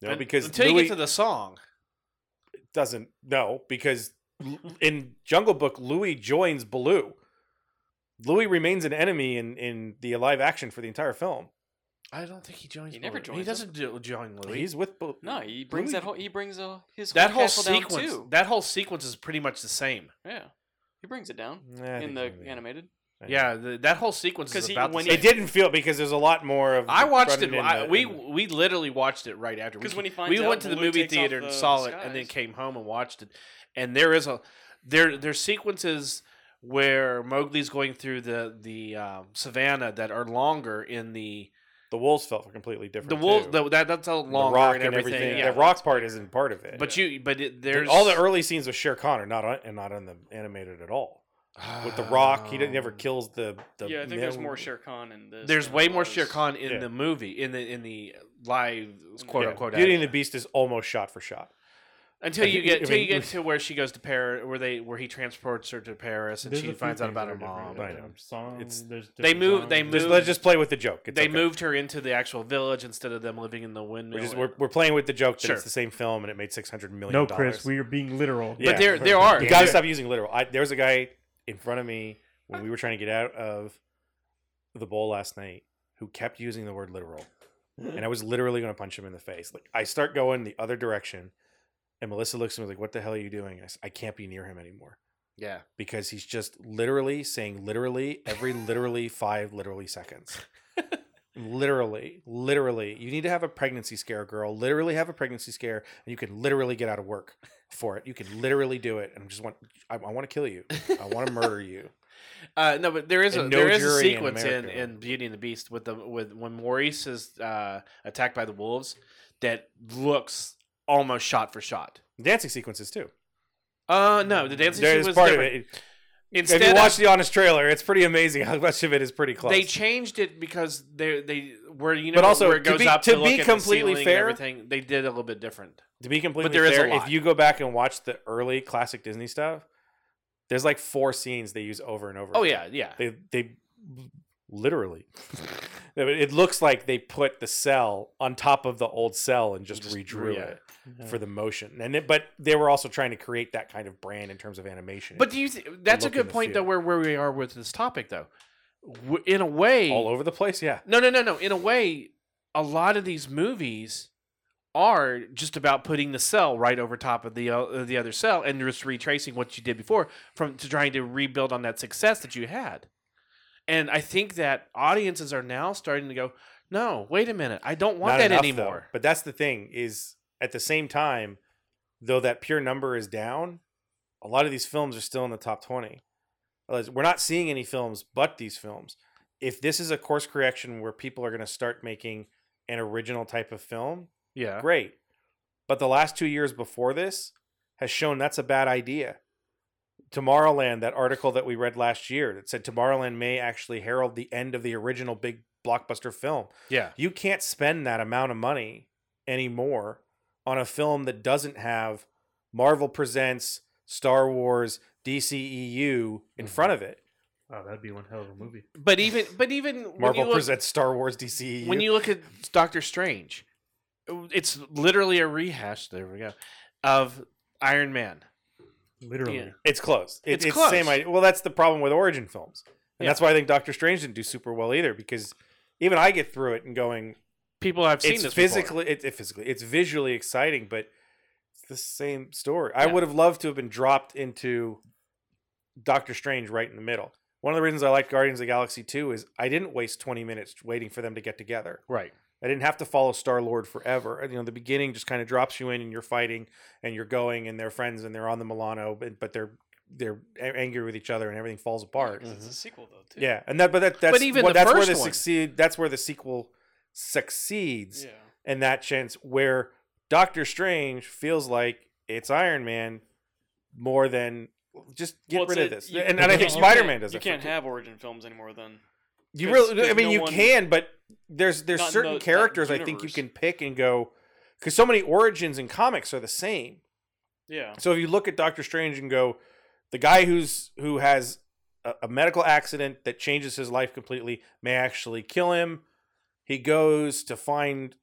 E: No,
C: un-
E: because
C: until you
E: Louis-
C: get to the song.
E: doesn't know because L- in Jungle Book, Louis joins Baloo. Louis remains an enemy in, in the live action for the entire film.
C: I don't think he joins.
F: He never
C: Baloo. He
F: joins
C: doesn't jo- join Louis.
E: He's with Baloo.
F: No, he brings that
E: Louis-
F: whole he brings uh, his
C: that
F: whole
C: whole
F: castle down
C: sequence.
F: too.
C: That whole sequence is pretty much the same.
F: yeah, he brings it down
E: Nah, I
F: in
E: think
F: the
E: maybe.
F: animated.
E: I
C: Yeah, the, that whole sequence is
F: 'Cause he-
C: about
F: when
C: the
F: he-
E: It
C: same.
E: didn't feel because there's a lot more of.
C: I watched
E: running
C: it.
E: in
C: I,
E: the-
C: we
E: in the-
C: we literally watched it right after.
F: 'Cause
C: we
F: when he
C: ca-
F: finds
C: we
F: out
C: went to the
F: Baloo
C: movie
F: takes off
C: theater and
F: the
C: saw it, and then
F: disguise.
C: came home and watched it. And there is a there there's sequences where Mowgli's going through the the um, savannah that are longer in the
E: the wolves felt completely different.
C: the wolf
E: too.
C: the, that that's all
E: The
C: longer
E: rock
C: and everything. Yeah,
E: The rock part isn't part of it.
C: but you but it,
E: But
C: there's
E: all the early scenes with Sher Khan are not on, and not on the animated at all. With the rock, he didn't- never
C: Um,
E: kills the. the
F: yeah, I think there's
E: man-
F: more Shere Khan in this.
C: There's
F: than
C: way
F: there
C: more
F: was.
C: Shere Khan in
E: Yeah.
C: the movie in the in the live quote
E: Yeah,
C: unquote
E: Beauty and the
C: action.
E: Beast is almost shot for shot.
C: until you
E: I
C: get until
E: mean-
C: you get to where she goes to Paris where they where he transports her to Paris and
D: There's a
C: she
D: few
C: finds out
D: things
C: about
D: that
C: her
D: are different.
C: mom.
E: I
D: There's
E: know.
D: Songs,
E: It's-
D: there's
C: They
D: different
C: move- they
D: genres.
E: Just,
C: move-
E: let's just play with the joke. It's
C: they
E: okay.
C: moved her into the actual village instead of them living in the windmill.
E: We're, just, we're, we're playing with the joke that
C: Sure.
E: it's the same film and it made six hundred million.
D: No, Chris, we are being literal.
E: Yeah.
C: But there there are
E: you gotta
C: there-
E: stop using literal. I, there was a guy in front of me when we were trying to get out of the bowl last night who kept using the word literal, and I was literally going to punch him in the face. Like I start going the other direction, and Melissa looks at me like, "What the hell are you doing?" I, s- I can't be near him anymore
C: Yeah.
E: because he's just literally saying literally every literally five literally seconds. literally, literally, you need to have a pregnancy scare, girl. Literally have a pregnancy scare, and you can literally get out of work for it. You can literally do it, and I just want I, I want to kill you. I want to murder you.
C: Uh, no, but there is a
E: And no
C: there is a
E: jury in
C: sequence in, in,
E: America.
C: Beauty and the Beast with the with when Maurice is uh, attacked by the wolves that looks almost shot for shot.
E: Dancing sequences too.
C: Uh no, the dancing
E: There
C: scene
E: is
C: was
E: part
C: different.
E: of it.
C: Instead
E: if you
C: of-
E: watch the honest trailer, it's pretty amazing how much of it is pretty close.
C: They changed it because they they where you know
E: But also,
C: where it
E: to
C: goes
E: be-
C: up
E: to
C: to,
E: be
C: look at the
E: completely
C: ceiling and
E: fair-
C: everything they did a little bit different.
E: to be completely
C: there is a
E: fair,
C: lot.
E: if you go back and watch the early classic Disney stuff, there's like four scenes they use over and over.
C: Oh
E: again.
C: yeah, yeah.
E: they they literally it looks like they put the cell on top of the old cell and just,
C: Just
E: redrew
C: yeah.
E: it
D: Yeah.
E: for the motion and it, but they were also trying to create that kind of brand in terms of animation
C: But do you? Th- that's a
E: look and
C: good
E: the
C: point though.
E: feel.
C: Where where we are with this topic though, W- in a way,
E: all over the place yeah
C: no, no, no, no. In a way, a lot of these movies are just about putting the cell right over top of the o- the other cell and just retracing what you did before from to trying to rebuild on that success that you had. And I think that audiences are now starting to go, no, wait a minute, I don't want
E: Not
C: that
E: enough, though.
C: anymore.
E: but that's the thing is at the same time though that pure number is down a lot of these films are still in the top 20 Otherwise, we're not seeing any films but these films if this is a course correction where people are going to start making an original type of film
C: yeah,
E: great. But the last two years before this has shown that's a bad idea. Tomorrowland, that article that we read last year that said Tomorrowland may actually herald the end of the original big blockbuster film.
C: yeah,
E: You can't spend that amount of money anymore on a film that doesn't have Marvel Presents, Star Wars, DCEU
C: Mm-hmm.
E: in front of it.
D: Wow, Oh, that'd be one hell of a movie.
C: but even but even when you
E: Marvel
C: look,
E: Presents, Star Wars, E DCEU.
C: when you look at Doctor Strange, it's literally a rehash. There we go of Iron Man.
D: literally.
C: Yeah.
E: It's closed. It,
C: It's
E: it's the same
C: closed.
E: idea. Well, that's the problem with origin films, and
C: Yeah.
E: that's why I think Doctor Strange didn't do super well either because even I get through it and going,
C: People I've seen
E: it's
C: this
E: physically, it, it physically, it's visually exciting, but it's the same story. I
C: Yeah.
E: would have loved to have been dropped into Doctor Strange right in the middle. One of the reasons I like Guardians of the Galaxy 2 is I didn't waste 20 minutes waiting for them to get together.
C: before. right.
E: I didn't have to follow Star Lord forever. And, You know, the beginning just kind of drops you in, and you're fighting, and you're going, and they're friends, and they're on the Milano, but, but they're they're a- angry with each other, and everything falls apart.
F: Because It's a sequel though too.
E: Yeah, and that but that that's
C: Mm-hmm. even
E: what,
C: the
E: that's where
C: first
E: the
C: one-
E: succeed. That's where the sequel succeeds
F: Yeah.
E: in that sense, where Doctor Strange feels like it's Iron Man more than just get
F: Well, it's
E: rid of
F: a-
E: this.
F: you-
E: and,
F: you
E: and I think
F: can't- you
E: Spider Man
F: can't-
E: does
F: You
E: it.
F: can't have origin films anymore then.
E: You
F: 'Cause-
E: really, I
F: 'cause
E: mean,
F: no
E: you
F: one-
E: can, but there's there's
F: Not in
E: certain
F: the- that
E: characters I think you
F: universe.
E: can pick and go because so many origins in comics are the same.
F: Yeah.
E: So if you look at Doctor Strange and go, the guy who's who has a, a medical accident that changes his life completely may actually kill him. He goes to find,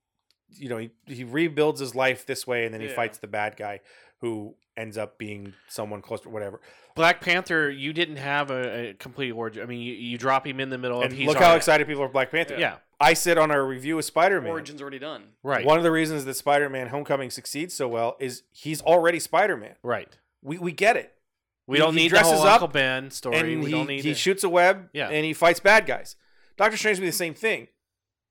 E: you know, he, he rebuilds his life this way, and then he
F: Yeah.
E: fights the bad guy who ends up being someone close to whatever.
C: Black Panther, you didn't have a, a complete origin. I mean, you, you drop him in the middle of
E: and
C: he's
E: look
C: on
E: how
C: it.
E: excited people are for Black Panther.
C: Yeah,
E: I said on our review of Spider Man.
F: Origin's already done.
C: right,
E: One of the reasons that Spider-Man: Homecoming succeeds so well is he's already Spider-Man.
C: right.
E: We we get it,
C: We
E: He-
C: don't
E: he
C: need the whole
E: dresses up
C: Uncle Ben story.
E: and
C: we
E: he,
C: don't need
E: he
C: it.
E: shoots a web,
C: Yeah.
E: and he fights bad guys. Doctor Strange would be the same thing.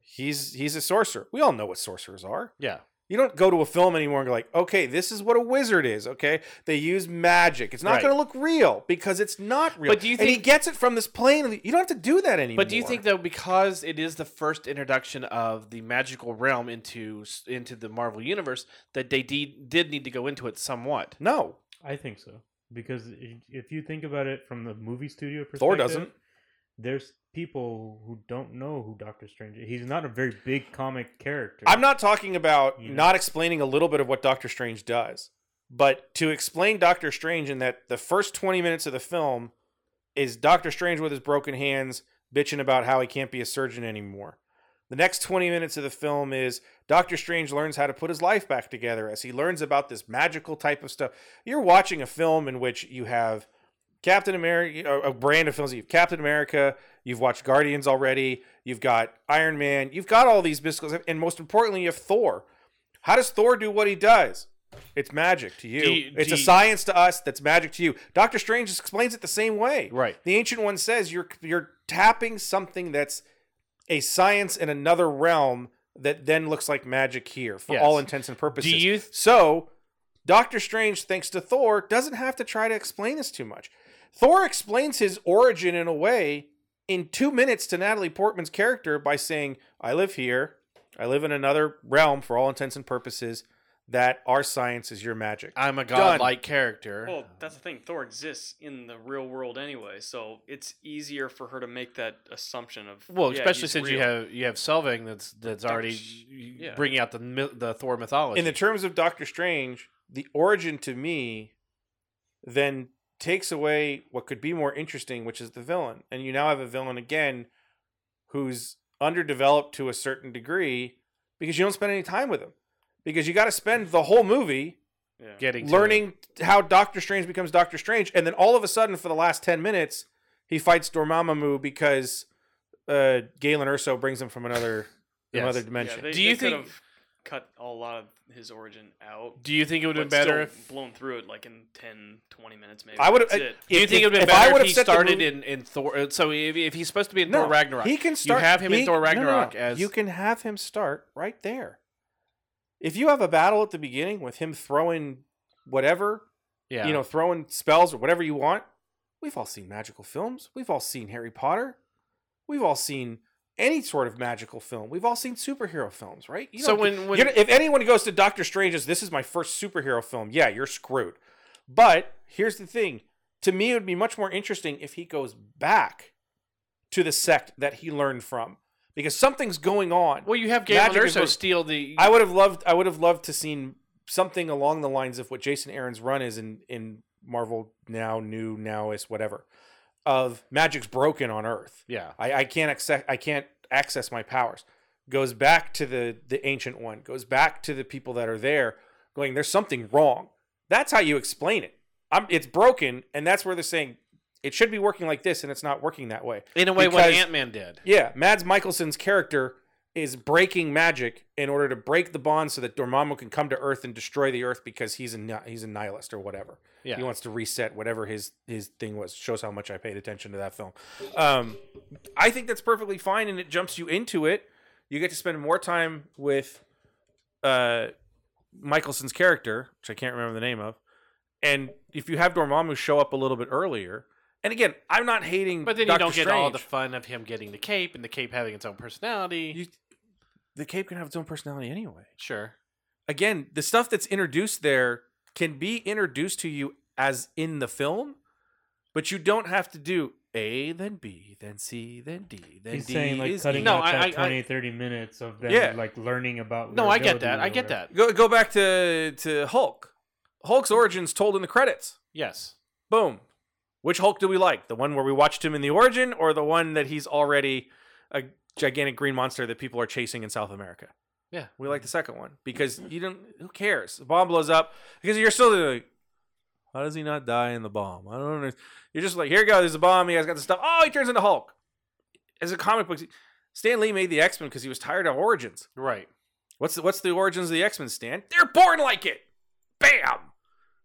E: He's he's a sorcerer. We all know what sorcerers are.
C: Yeah,
E: You don't go to a film anymore and go like, okay, this is what a wizard is. Okay, they use magic. It's not
C: Right.
E: going to look real because it's not real.
C: But do you
E: and he
C: think-
E: gets it from this plane? You don't have to do that anymore.
C: but do you think though, because it is the first introduction of the magical realm into s- into the Marvel universe, that they de- did need to go into it somewhat?
E: No,
D: I think so because i- if you think about it from the movie studio perspective,
E: Thor doesn't.
D: There's people who don't know who Doctor Strange is. He's not a very big comic character.
E: I'm not talking about
D: You know?
E: not explaining a little bit of what Doctor Strange does, but to explain Doctor Strange in that the first 20 minutes of the film is Doctor Strange with his broken hands bitching about how he can't be a surgeon anymore. The next 20 minutes of the film is Doctor Strange learns how to put his life back together as he learns about this magical type of stuff. You're watching a film in which you have Captain America, a a brand of films. You have Captain America, you've watched Guardians already, you've got Iron Man, you've got all these mystical, and most importantly, you have Thor. How does Thor do what he does? It's magic to you.
C: Do you-
E: it's
C: do
E: a
C: you-
E: science to us that's magic to you. Doctor Strange just explains it the same way.
C: Right.
E: The ancient one says you're you're tapping something that's a science in another realm that then looks like magic here for
C: Yes.
E: all intents and purposes.
C: Do you th-
E: so Doctor Strange, thanks to Thor, doesn't have to try to explain this too much. Thor explains his origin in a way in two minutes to Natalie Portman's character by saying, I live here. I live in another realm for all intents and purposes that our science is your magic.
C: I'm a godlike character.
F: Well, that's the thing. Thor exists in the real world anyway, so it's easier for her to make that assumption of.
C: Well,
F: yeah,
C: especially
F: he's
C: since you
F: real.
C: have you have Selving that's that's
F: Doctor
C: already
F: Sh- yeah.
C: bringing out the myth- the Thor mythology.
E: in the terms of Doctor Strange, the origin to me then takes away what could be more interesting, which is the villain. And you now have a villain again who's underdeveloped to a certain degree because you don't spend any time with him. Because you got to spend the whole movie
F: Yeah.
C: getting to it.
E: learning how Doctor Strange becomes Doctor Strange, and then all of a sudden, for the last ten minutes, he fights Dormammu because uh, Galen Urso brings him from another
C: Yes.
E: another
F: Yeah,
E: dimension.
F: they,
C: Do you
F: they
C: think-
F: could've cut a lot of his origin out?
C: Do you think it would have
F: but
C: been better
F: still
C: if?
F: blown through it like in 10, 20 minutes maybe.
E: I uh, would
F: That's
E: have.
F: it.
C: Do you think it would have been better if, he started in, in Thor? uh, So if, if he's supposed to be in Thor Ragnarok,
E: He can start.
C: have him in
E: he-
C: Thor
E: no, no, no.
C: Ragnarok as-
E: you can have him start right there. If you have a battle at the beginning with him throwing whatever,
C: yeah,
E: you know, throwing spells or whatever you want, we've all seen magical films. We've all seen Harry Potter. We've all seen any sort of magical film. We've all seen superhero films, right? You
C: so
E: don't-
C: when when
E: you know, if anyone goes to Doctor Strange as this is my first superhero film, yeah, you're screwed. But here's the thing: to me, it would be much more interesting if he goes back to the sect that he learned from, because something's going on.
C: well, you have Galen
E: Magic is
C: Erso
E: real.
C: steal the.
E: I would have loved. I would have loved to seen something along the lines of what Jason Aaron's run is in in Marvel now, new now is whatever, of magic's broken on Earth.
C: yeah,
E: I, I can't access I can't access my powers. Goes back to the the ancient one. Goes back to the people that are there, going. There's something wrong. That's how you explain it. I'm, it's broken, and that's where they're saying it should be working like this, and it's not working that way.
C: In a way, what
E: Because-
C: Ant Man did.
E: Yeah, Mads Mikkelsen's character is breaking magic in order to break the bond so that Dormammu can come to Earth and destroy the Earth because he's a ni- he's a nihilist or whatever.
C: Yeah.
E: He wants to reset whatever his his thing was. Shows how much I paid attention to that film. Um, I think that's perfectly fine, and it jumps you into it. You get to spend more time with uh, Michaelson's character, which I can't remember the name of, and if you have Dormammu show up a little bit earlier, and again, I'm not hating,
C: But then you
E: Doctor
C: don't get all
E: Strange.
C: the fun of him getting the cape and the cape having its own personality.
E: You, the cape can have its own personality anyway.
C: sure.
E: Again, the stuff that's introduced there can be introduced to you as in the film, but you don't have to do A, then B, then C, then D, then
D: He's
E: D.
D: saying like
E: is
D: cutting
E: E.
C: No,
D: out
C: I-
D: that
C: I- I-
D: 20, 30 minutes of them
E: Yeah.
D: like learning about.
C: No,
D: their
C: I get
D: ability
C: that.
D: or
C: I get
D: whatever.
C: that.
E: Go go back to to Hulk. Hulk's origins told in the credits.
C: Yes.
E: Boom. Which Hulk do we like? The one where we watched him in the origin, or the one that he's already a gigantic green monster that people are chasing in South America?
C: Yeah. Mm-hmm.
E: We like the second one because you don't. Who cares? The bomb blows up because you're still like, how does he not die in the bomb? I don't know. You're just like, here you go. There's a bomb. He has got the stuff. Oh, he turns into Hulk. As a comic book, Stan Lee made the X Men because he was tired of origins.
C: Right.
E: What's the, what's the origins of the X Men, Stan? They're born like it. Bam.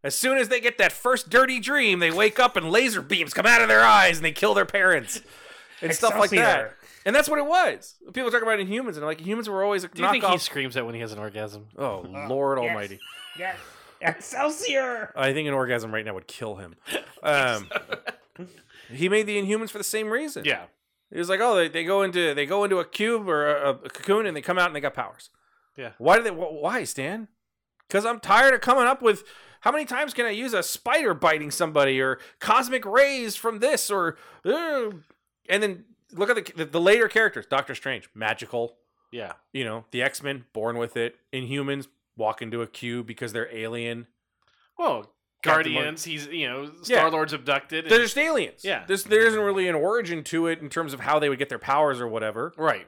E: As soon as they get that first dirty dream, they wake up and laser beams come out of their eyes and they kill their parents and stuff like that.
D: Excelsior.
E: And that's what it was. People talk about Inhumans and like Humans were always a
C: Do you think he
E: knockoff.
C: screams that when he has an orgasm?
E: Oh Lord
D: yes.
E: Almighty!
D: Yes. Excelsior.
E: I think an orgasm right now would kill him. Um, he made the Inhumans for the same reason.
C: Yeah.
E: It was like, oh, they, they go into they go into a cube or a, a cocoon and they come out and they got powers.
C: Yeah.
E: Why do they? Wh- why, Stan? Because I'm tired of coming up with how many times can I use a spider biting somebody or cosmic rays from this or, uh, and then look at the the, the later characters. Doctor Strange, magical.
C: Yeah.
E: You know, the X Men, born with it. Inhumans walk into a cube because they're alien.
C: Well,
E: Captain Mar-
C: Guardians. He's you know
E: Yeah.
C: Star Lord's abducted. and-
E: They're just aliens.
C: Yeah.
E: This there isn't really an origin to it in terms of how they would get their powers or whatever.
C: right.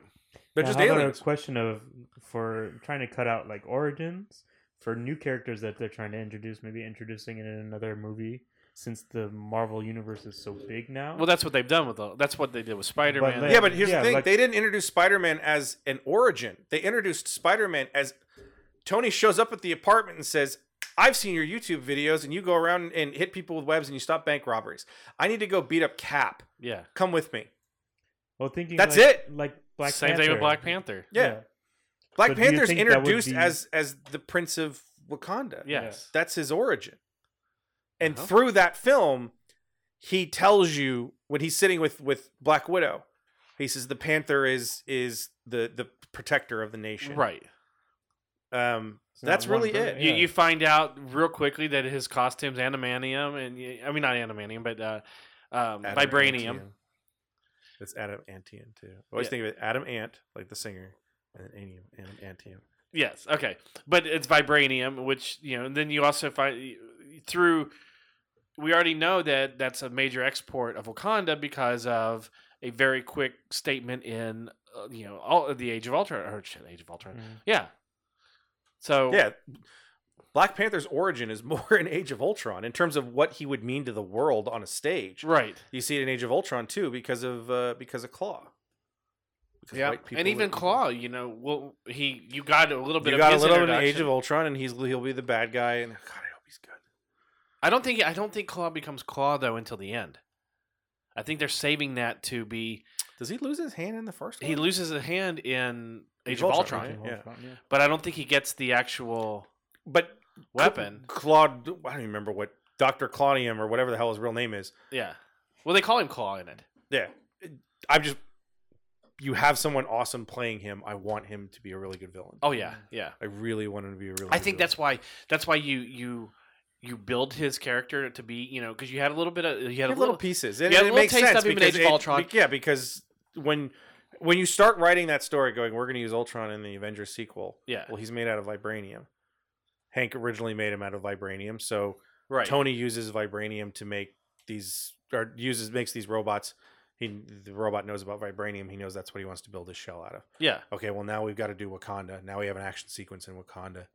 E: They're
D: Now,
E: just
D: how about
E: aliens.
D: A question of for trying to cut out like origins for new characters that they're trying to introduce, maybe introducing it in another movie since the Marvel universe is so big now.
C: Well, that's what they've done with the, that's what they did with Spider Man.
D: like-
E: Yeah, but here's
D: Yeah,
E: the thing:
D: like-
E: they didn't introduce Spider-Man as an origin. They introduced Spider-Man as Tony shows up at the apartment and says, "I've seen your YouTube videos, and you go around and hit people with webs, and you stop bank robberies. I need to go beat up Cap.
C: Yeah.
E: Come with me."
D: well, thinking
E: that's
D: like,
E: it.
D: Like Black
C: Same
D: Panther.
C: thing with Black Panther.
E: Yeah, Black
D: But do you
E: Panther's
D: think that would
E: introduced
D: be-
E: as as the Prince of Wakanda.
C: Yes.
E: That's his origin. And
C: Uh-huh.
E: through that film, he tells you when he's sitting with with Black Widow, he says the Panther is is the the protector of the nation.
C: Right.
E: Um,
D: It's not
E: that's
D: one
E: really
D: per-
E: it.
C: You,
D: Yeah.
C: you find out real quickly that his costume's animanium, and y- I mean not animanium, but uh, um, vibranium.
E: Adamantium. It's adamantium too. I always
C: Yeah.
E: think of it Adam Ant, like the singer, and then anium, adamantium.
C: Yes, okay, but it's vibranium, which you know. And then you also find through. We already know that that's a major export of Wakanda because of a very quick statement in uh, you know all the Age of Ultron or shit, Age of Ultron.
D: Mhm.
C: Yeah. So
E: Yeah. Black Panther's origin is more in Age of Ultron in terms of what he would mean to the world on a stage.
C: right.
E: You see it in Age of Ultron too because of uh, because of Claw. Because
C: Yeah,
E: white people
C: and even
E: would-
C: Claw, you know, well, he you got a little bit
E: You
C: of
E: got a
C: his
E: little bit in Age
C: introduction.
E: of Ultron, and he's he'll be the bad guy. And God, I hope he's good.
C: I don't think I don't think Claw becomes Claw though until the end. I think they're saving that to be
E: Does he lose his hand in the first?
C: he
E: one?
C: loses a hand in Age of
E: Ultron,
C: Ultron,
E: right? Yeah.
D: yeah.
C: but I don't think he gets the actual
E: but
C: weapon.
E: Claude. I don't even remember what Doctor Claudium or whatever the hell his real name is.
C: Yeah. Well, they call him Claw in it.
E: Yeah, I'm just. You have someone awesome playing him. I want him to be a really good villain.
C: Oh yeah, yeah.
E: I really want him to be a really.
C: I think
E: good villain.
C: that's why that's why you you you build his character to be you know because you had a little bit of you had
E: You
C: a
E: have little
C: little
E: pieces. It,
C: yeah,
E: it
C: little
E: makes
C: taste
E: sense
C: of him in
E: because
C: Age of
E: it-
C: Ultron.
E: yeah, because when when you start writing that story, going, we're going to use Ultron in the Avengers sequel.
C: yeah
E: Well, he's made out of vibranium. Hank originally made him out of vibranium, so
C: right
E: Tony uses vibranium to make these or uses makes these robots. He the robot knows about vibranium. He knows that's what he wants to build his shell out of.
C: yeah
E: Okay, well now we've got to do Wakanda. Now we have an action sequence in Wakanda.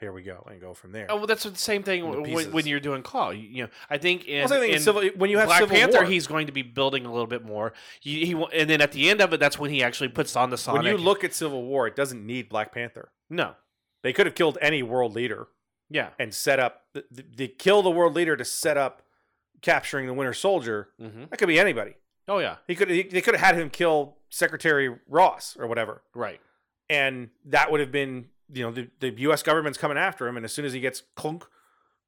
E: here we go, and go from there.
C: Oh well, that's the same thing
E: Into
C: when,
E: pieces.
C: when you're doing Claw. You, you know, I think in,
E: Well, same thing in
C: in
E: Civil- when you have
C: Black
E: Civil
C: Panther,
E: War,
C: he's going to be building a little bit more. He, he wa- and then at the end of it, that's when he actually puts on the Sonic.
E: when you look at Civil War, it doesn't need Black Panther.
C: no,
E: They could have killed any world leader
C: yeah,
E: and set up. th- th- They kill the world leader to set up capturing the Winter Soldier.
C: hmm
E: That could be anybody.
C: oh yeah,
E: He could. He, they could have had him kill Secretary Ross or whatever,
C: right,
E: and that would have been you know the, the U.S. government's coming after him, and as soon as he gets clunk,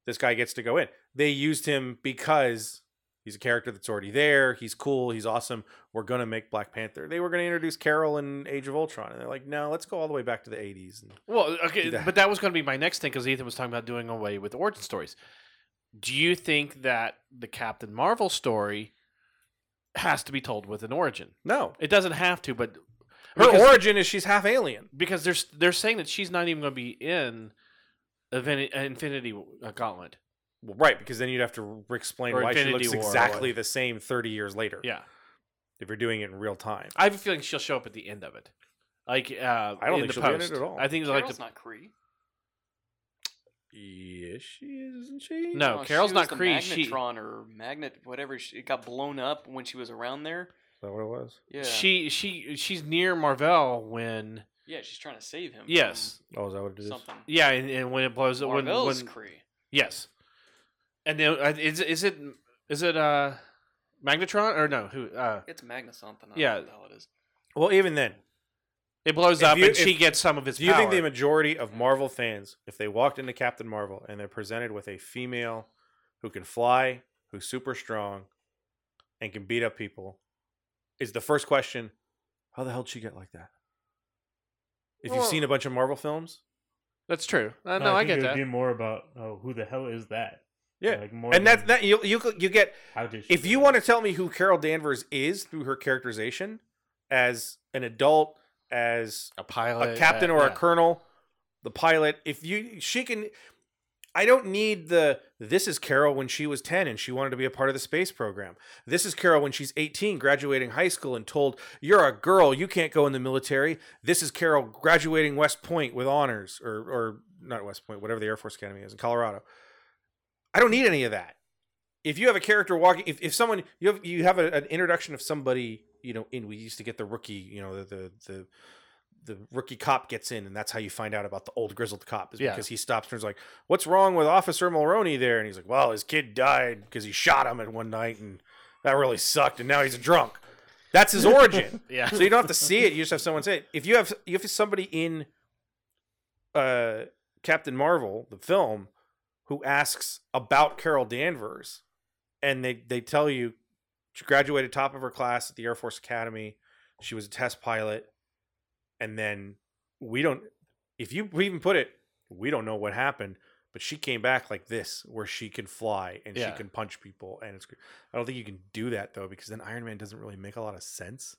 E: this guy gets to go in. They used him because he's a character that's already there. He's cool. He's awesome. We're gonna make Black Panther. They were gonna introduce Carol in Age of Ultron, and they're like, no, let's go all the way back to the '80s. And
C: Well, okay,
E: do that.
C: but that was going to be my next thing because Ethan was talking about doing away with origin stories. Do you think that the Captain Marvel story has to be told with an origin?
E: no,
C: It doesn't have to, but
E: her
C: because,
E: origin is she's half alien.
C: because they're s- they're saying that she's not even going to be in Aven- Infinity uh, Gauntlet.
E: Well, right, because then you'd have to re- explain
C: Or
E: why
C: Infinity
E: she
C: War or
E: looks exactly the same 30 years later.
C: Yeah,
E: if you're doing it in real time.
C: I have a feeling she'll show up at the end of it. Like uh,
E: I
C: in
E: don't think
C: the
E: she'll be in it
C: post.
E: at all.
C: I think it's like
F: Carol's
C: the,
F: not Cree.
E: Yes, she is, isn't she?
C: no,
F: Oh, she
C: Carol's
F: was
C: not
F: the
C: Cree. She
F: Magnetron or magnet, whatever. She, it got blown up when she was around there.
E: Is that what it was?
F: Yeah.
C: she she she's near Marvel when
F: yeah, she's trying to save him. from
C: yes
E: Oh, is that what it is?
F: Something.
C: yeah and, and when it blows up when,
F: Marvel's
C: when
F: Cree.
C: Yes. And then uh, is is it is it uh Magnetron or no? Who uh
F: It's Magna something. I
C: Yeah.
F: Don't know what the hell it is.
E: Well, even then,
C: it blows
E: If
C: up
E: you-
C: and she
E: if-
C: gets some of his
E: do you think the
C: power.
E: majority of Marvel fans, if they walked into Captain Marvel and they're presented with a female who can fly, who's super strong, and can beat up people, is the first question, how the hell did she get like that? If you've
C: Well-
E: seen a bunch of Marvel films,
C: That's true. Uh, no, I,
D: think
C: get
D: it
C: that.
D: would be more about oh, who the hell is that?
E: Yeah.
D: like more.
E: and that's
D: than
E: that you you you get
D: How did she
E: If you want to tell me who Carol Danvers is through her characterization as an adult, as
C: a pilot,
E: a captain
C: uh,
E: or a
C: yeah.
E: colonel, the pilot, if you she can I don't need the this is Carol when she was 10 and she wanted to be a part of the space program. This is Carol when she's 18 graduating high school and told you're a girl, you can't go in the military. This is Carol graduating West Point with honors or or not West Point, whatever the Air Force Academy is in Colorado. I don't need any of that. If you have a character walking, if, if someone you have you have a, an introduction of somebody, you know, in we used to get the rookie, you know, the the the, the rookie cop gets in, and that's how you find out about the old grizzled cop is
C: Yeah.
E: because he stops and is like, "What's wrong with Officer Mulroney there?" And he's like, "Well, his kid died because he shot him at one night, and that really sucked, and now he's a drunk." That's his origin.
C: Yeah.
E: so you don't have to see it; you just have someone say it. If you have you have somebody in uh, Captain Marvel, the film, who asks about Carol Danvers, and they they tell you she graduated top of her class at the Air Force Academy. She was a test pilot, and then we don't. If you even put it, we don't know what happened, but she came back like this, where she can fly and
C: Yeah.
E: she can punch people, and it's. gr- I don't think you can do that though, because then Iron Man doesn't really make a lot of sense.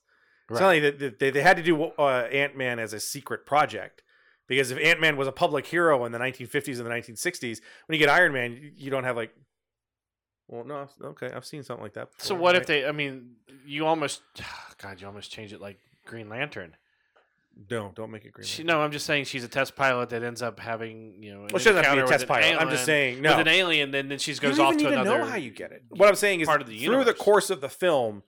E: It's not like that- that they, they had to do uh, Ant Man as a secret project because if Ant Man was a public hero in the 1950s and the 1960s, when you get Iron Man, you- you don't have like, well, no, I've- okay, I've seen something like that.
C: So
E: before,
C: what if
E: right?
C: they? I mean, you almost, God, you almost change it like Green Lantern.
E: No, don't make it green.
C: She,
E: Lantern.
C: no, I'm just saying she's a test pilot that ends up having you know. an
E: well, she doesn't have to
C: encounter
E: be a
C: with
E: test
C: an
E: pilot. I'm
C: alien-
E: just saying,
C: with
E: no,
C: an alien, then then she
E: you
C: goes
E: don't
C: off
E: even
C: to
E: need
C: another.
E: to know how you get it. What I'm saying is
C: part of the
E: through the
C: universe.
E: course of the film,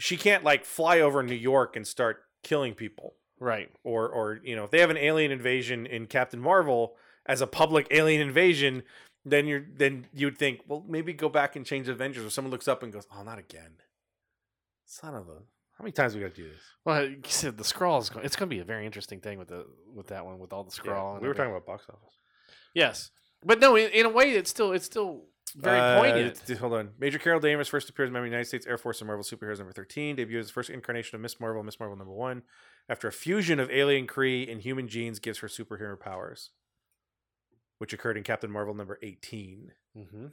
E: she can't like fly over New York and start killing people.
C: Right.
E: or or you know if they have an alien invasion in Captain Marvel as a public alien invasion, then you're then you'd think well maybe go back and change Avengers or someone looks up and goes oh not again, son of a how many times we got to do this?
C: Well, you said the scrawl is going. It's going to be a very interesting thing with the with that one with all the scrawl. and
E: we were
C: everything.
E: talking about box office.
C: Yes, but no, in, in a way, it's still it's still very
E: Uh,
C: poignant.
E: it's- hold on. Major Carol Danvers first appears in the United States Air Force and Marvel Superheroes number 13, debuted as the first incarnation of Miss Marvel, Miss Marvel number 1, after a fusion of alien Kree and human genes gives her superhero powers, which occurred in Captain Marvel number 18.
C: Mhm.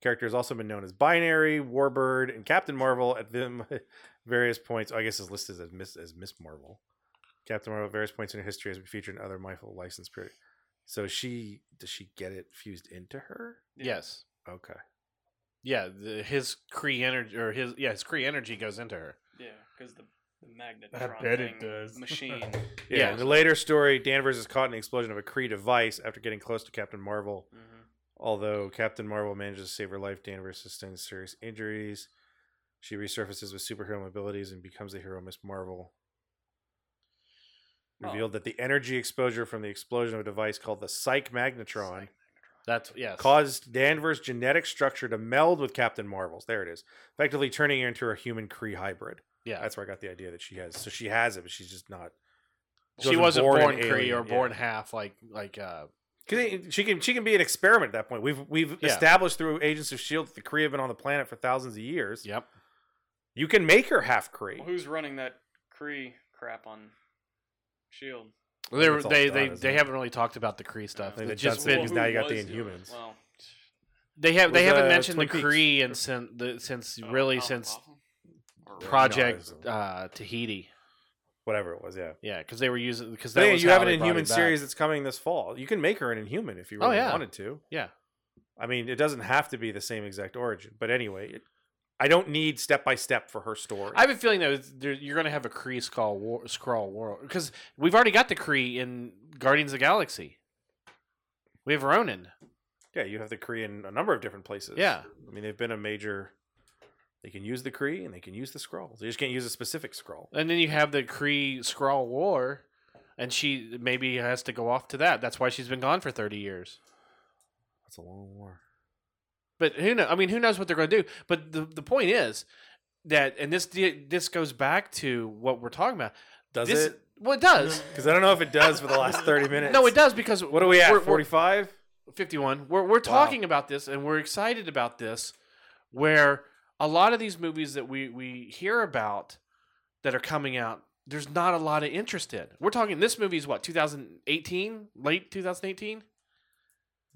E: Character has also been known as Binary, Warbird, and Captain Marvel at them various points. Oh, I guess is listed as Miss as Miss Marvel. Captain Marvel at various points in her history has been featured in other Marvel licensed period. So she does she get it fused into her?
C: Yes,
E: Okay.
C: yeah. The, his Cree energy or his yeah his Cree energy goes into her.
F: Yeah, because the the magnetron
D: I bet it
F: thing
D: does.
F: machine.
E: Yeah,
C: Yeah.
E: In the later story, Danvers is caught in the explosion of a Kree device after getting close to Captain Marvel.
F: Mhm.
E: Although Captain Marvel manages to save her life, Danvers sustains serious injuries. She resurfaces with superhero abilities and becomes the hero Miss Marvel.
F: Oh.
E: Revealed that the energy exposure from the explosion of a device called the Psych Magnetron
F: Psych
C: That's yes.
E: caused Danvers' genetic structure to meld with Captain Marvel's. There it is. Effectively turning her into a human Kree hybrid.
C: yeah.
E: That's where I got the idea that she has. So she has it, but she's just not.
C: she wasn't born,
E: an
C: Cree
E: alien,
C: or
E: yeah.
C: born half like like uh
E: 'Cause it- she can she can be an experiment at that point. We've we've
C: Yeah.
E: established through Agents of Shield E that the Kree have been on the planet for thousands of years.
C: yep.
E: You can make her half
F: Well,
E: Kree.
F: who's running that Cree crap on Shield?
C: They
E: that's all
C: they
E: it's
C: they,
E: done, isn't
C: they
E: it?
C: haven't really talked about the Cree stuff.
F: Like
C: They've
E: the
C: just
E: Johnson-
C: been
E: Well, now you
F: who
E: got the
F: was doing it?
E: Inhumans.
F: Well,
C: They have they
E: With,
C: haven't
E: uh,
C: mentioned the
E: Twin Peaks.
C: Cree and since the, since
F: oh,
C: really
F: Colin
C: since
F: Powell? Or
E: oh.
F: Red-
C: Project
E: No,
C: uh, Tahiti.
E: Whatever it was, yeah.
C: Yeah, because they were using because
E: But
C: that
E: anyway,
C: was
E: you
C: how
E: have an
C: they brought
E: Inhuman
C: it back.
E: series that's coming this fall. You can make her an Inhuman if you
C: Oh,
E: really
C: yeah.
E: wanted to.
C: Yeah.
E: I mean, it doesn't have to be the same exact origin. But anyway, it, I don't need step by step for her story.
C: I have a feeling though it's- there- you're going to have a Kree Skull war, Skrull world because we've already got the Kree in Guardians of the Galaxy. We have Ronan.
E: yeah, you have the Kree in a number of different places.
C: Yeah.
E: I mean, they've been a major. They can use the Kree and they can use the Skrulls. They just can't use a specific Skrull.
C: And then you have the Kree Skrull War, and she maybe has to go off to that. That's why she's been gone for thirty years.
E: That's a long war.
C: But who know? I mean, who knows what they're going to do? But the the point is that, and this this goes back to what we're talking about.
E: Does
C: this,
E: it?
C: Well, it does.
E: Because I don't know if it does for the last thirty minutes.
C: no, it does because
E: What are we at?
C: We're- we're-
E: Forty five.
C: 51 we're, we're talking about this and we're excited about this where a lot of these movies that we, we hear about that are coming out there's not a lot of interest in we're talking this movie is what 2018 late 2018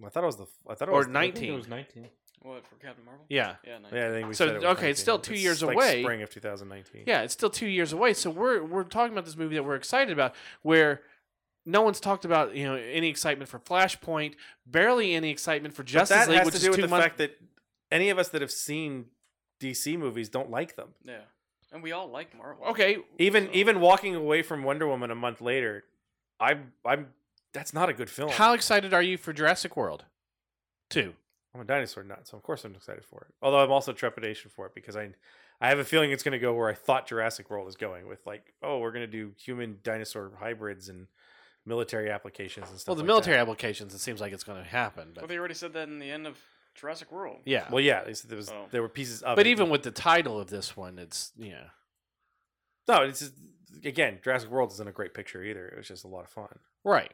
E: I thought it was the. I thought it
C: Or
E: was the-
D: I think it
C: 19.
D: was 19.
F: What for Captain Marvel?
C: yeah
F: Yeah, nice.
E: Yeah, I think we
C: So,
E: said it was
C: okay, it's
E: 19.
C: still two years
E: like
C: away.
E: Spring of 2019.
C: yeah it's still two years away so we're we're talking about this movie that we're excited about where no one's talked about you know any excitement for flashpoint barely any excitement for
E: But
C: justice
E: that
C: league
E: has
C: which
E: to
C: is
E: do with
C: two
E: the
C: months
E: fact that any of us that have seen DC movies don't like them.
F: Yeah, and we all like Marvel.
C: okay
E: Even
F: So-
E: even walking away from Wonder Woman a month later, I'm I'm that's not a good film.
C: how excited are you for jurassic world two
E: I'm a dinosaur nut, so of course I'm excited for it. Although I'm also trepidation for it because I I have a feeling it's going to go where I thought Jurassic World is going with like, oh, we're going to do human dinosaur hybrids and military applications and stuff.
C: Well, the
E: like that.
C: military applications, it seems like it's going to happen. But
F: Well, they already said that in the end of Jurassic World.
C: yeah,
E: Well, yeah, they said there was
F: Oh.
E: there were pieces of.
C: but
E: it.
C: even with the title of this one, it's yeah,
E: no, it's just, again, Jurassic World isn't a great picture either. It was just a lot of fun.
C: right.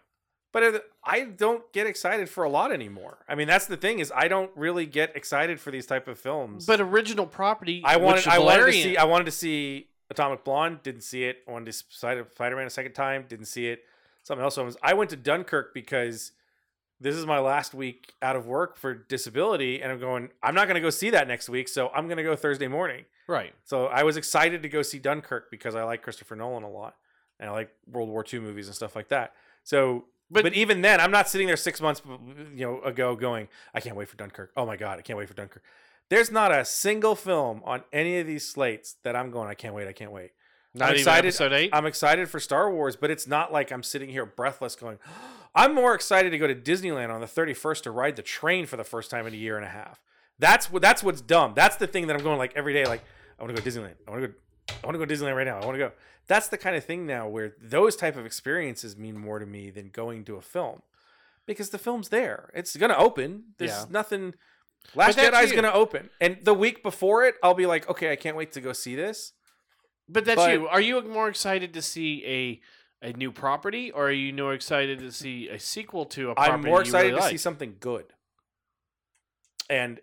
E: But it- I don't get excited for a lot anymore. I mean, that's the thing is I don't really get excited for these type of films.
C: But original property.
E: Hmm. I wanted
C: which
E: I wanted to
C: Valerian-
E: see I wanted to see Atomic Blonde, didn't see it. I wanted to see Spider Man a second time, didn't see it. Something else. happens. I went to Dunkirk because this is my last week out of work for disability, and I'm going. I'm not going to go see that next week, so I'm going to go Thursday morning.
C: right.
E: So I was excited to go see Dunkirk because I like Christopher Nolan a lot, and I like World War II movies and stuff like that. So. But,
C: But-
E: but even then, I'm not sitting there six months, you know, ago going, I can't wait for Dunkirk. Oh my god, I can't wait for Dunkirk. There's not a single film on any of these slates that I'm going, I can't wait, I can't wait.
C: Not even
E: excited-
C: episode eight.
E: I'm excited for Star Wars, but it's not like I'm sitting here breathless going, I'm more excited to go to Disneyland on the 31st to ride the train for the first time in a year and a half. That's what that's what's dumb. That's the thing that I'm going like every day like I want to go to Disneyland. I want to go I want to go to Disneyland right now. I want to go. That's the kind of thing now where those type of experiences mean more to me than going to a film. Because the film's there. It's going to open. There's
C: Yeah.
E: nothing Last
C: that's
E: Jedi's
C: you.
E: going to open. And the week before it, I'll be like, "Okay, I can't wait to go see this."
C: but that's
E: but-
C: you. Are you more excited to see a a new property, or are you more excited to see a sequel to a property?
E: I'm more
C: you really
E: excited to see
C: like?
E: something good. And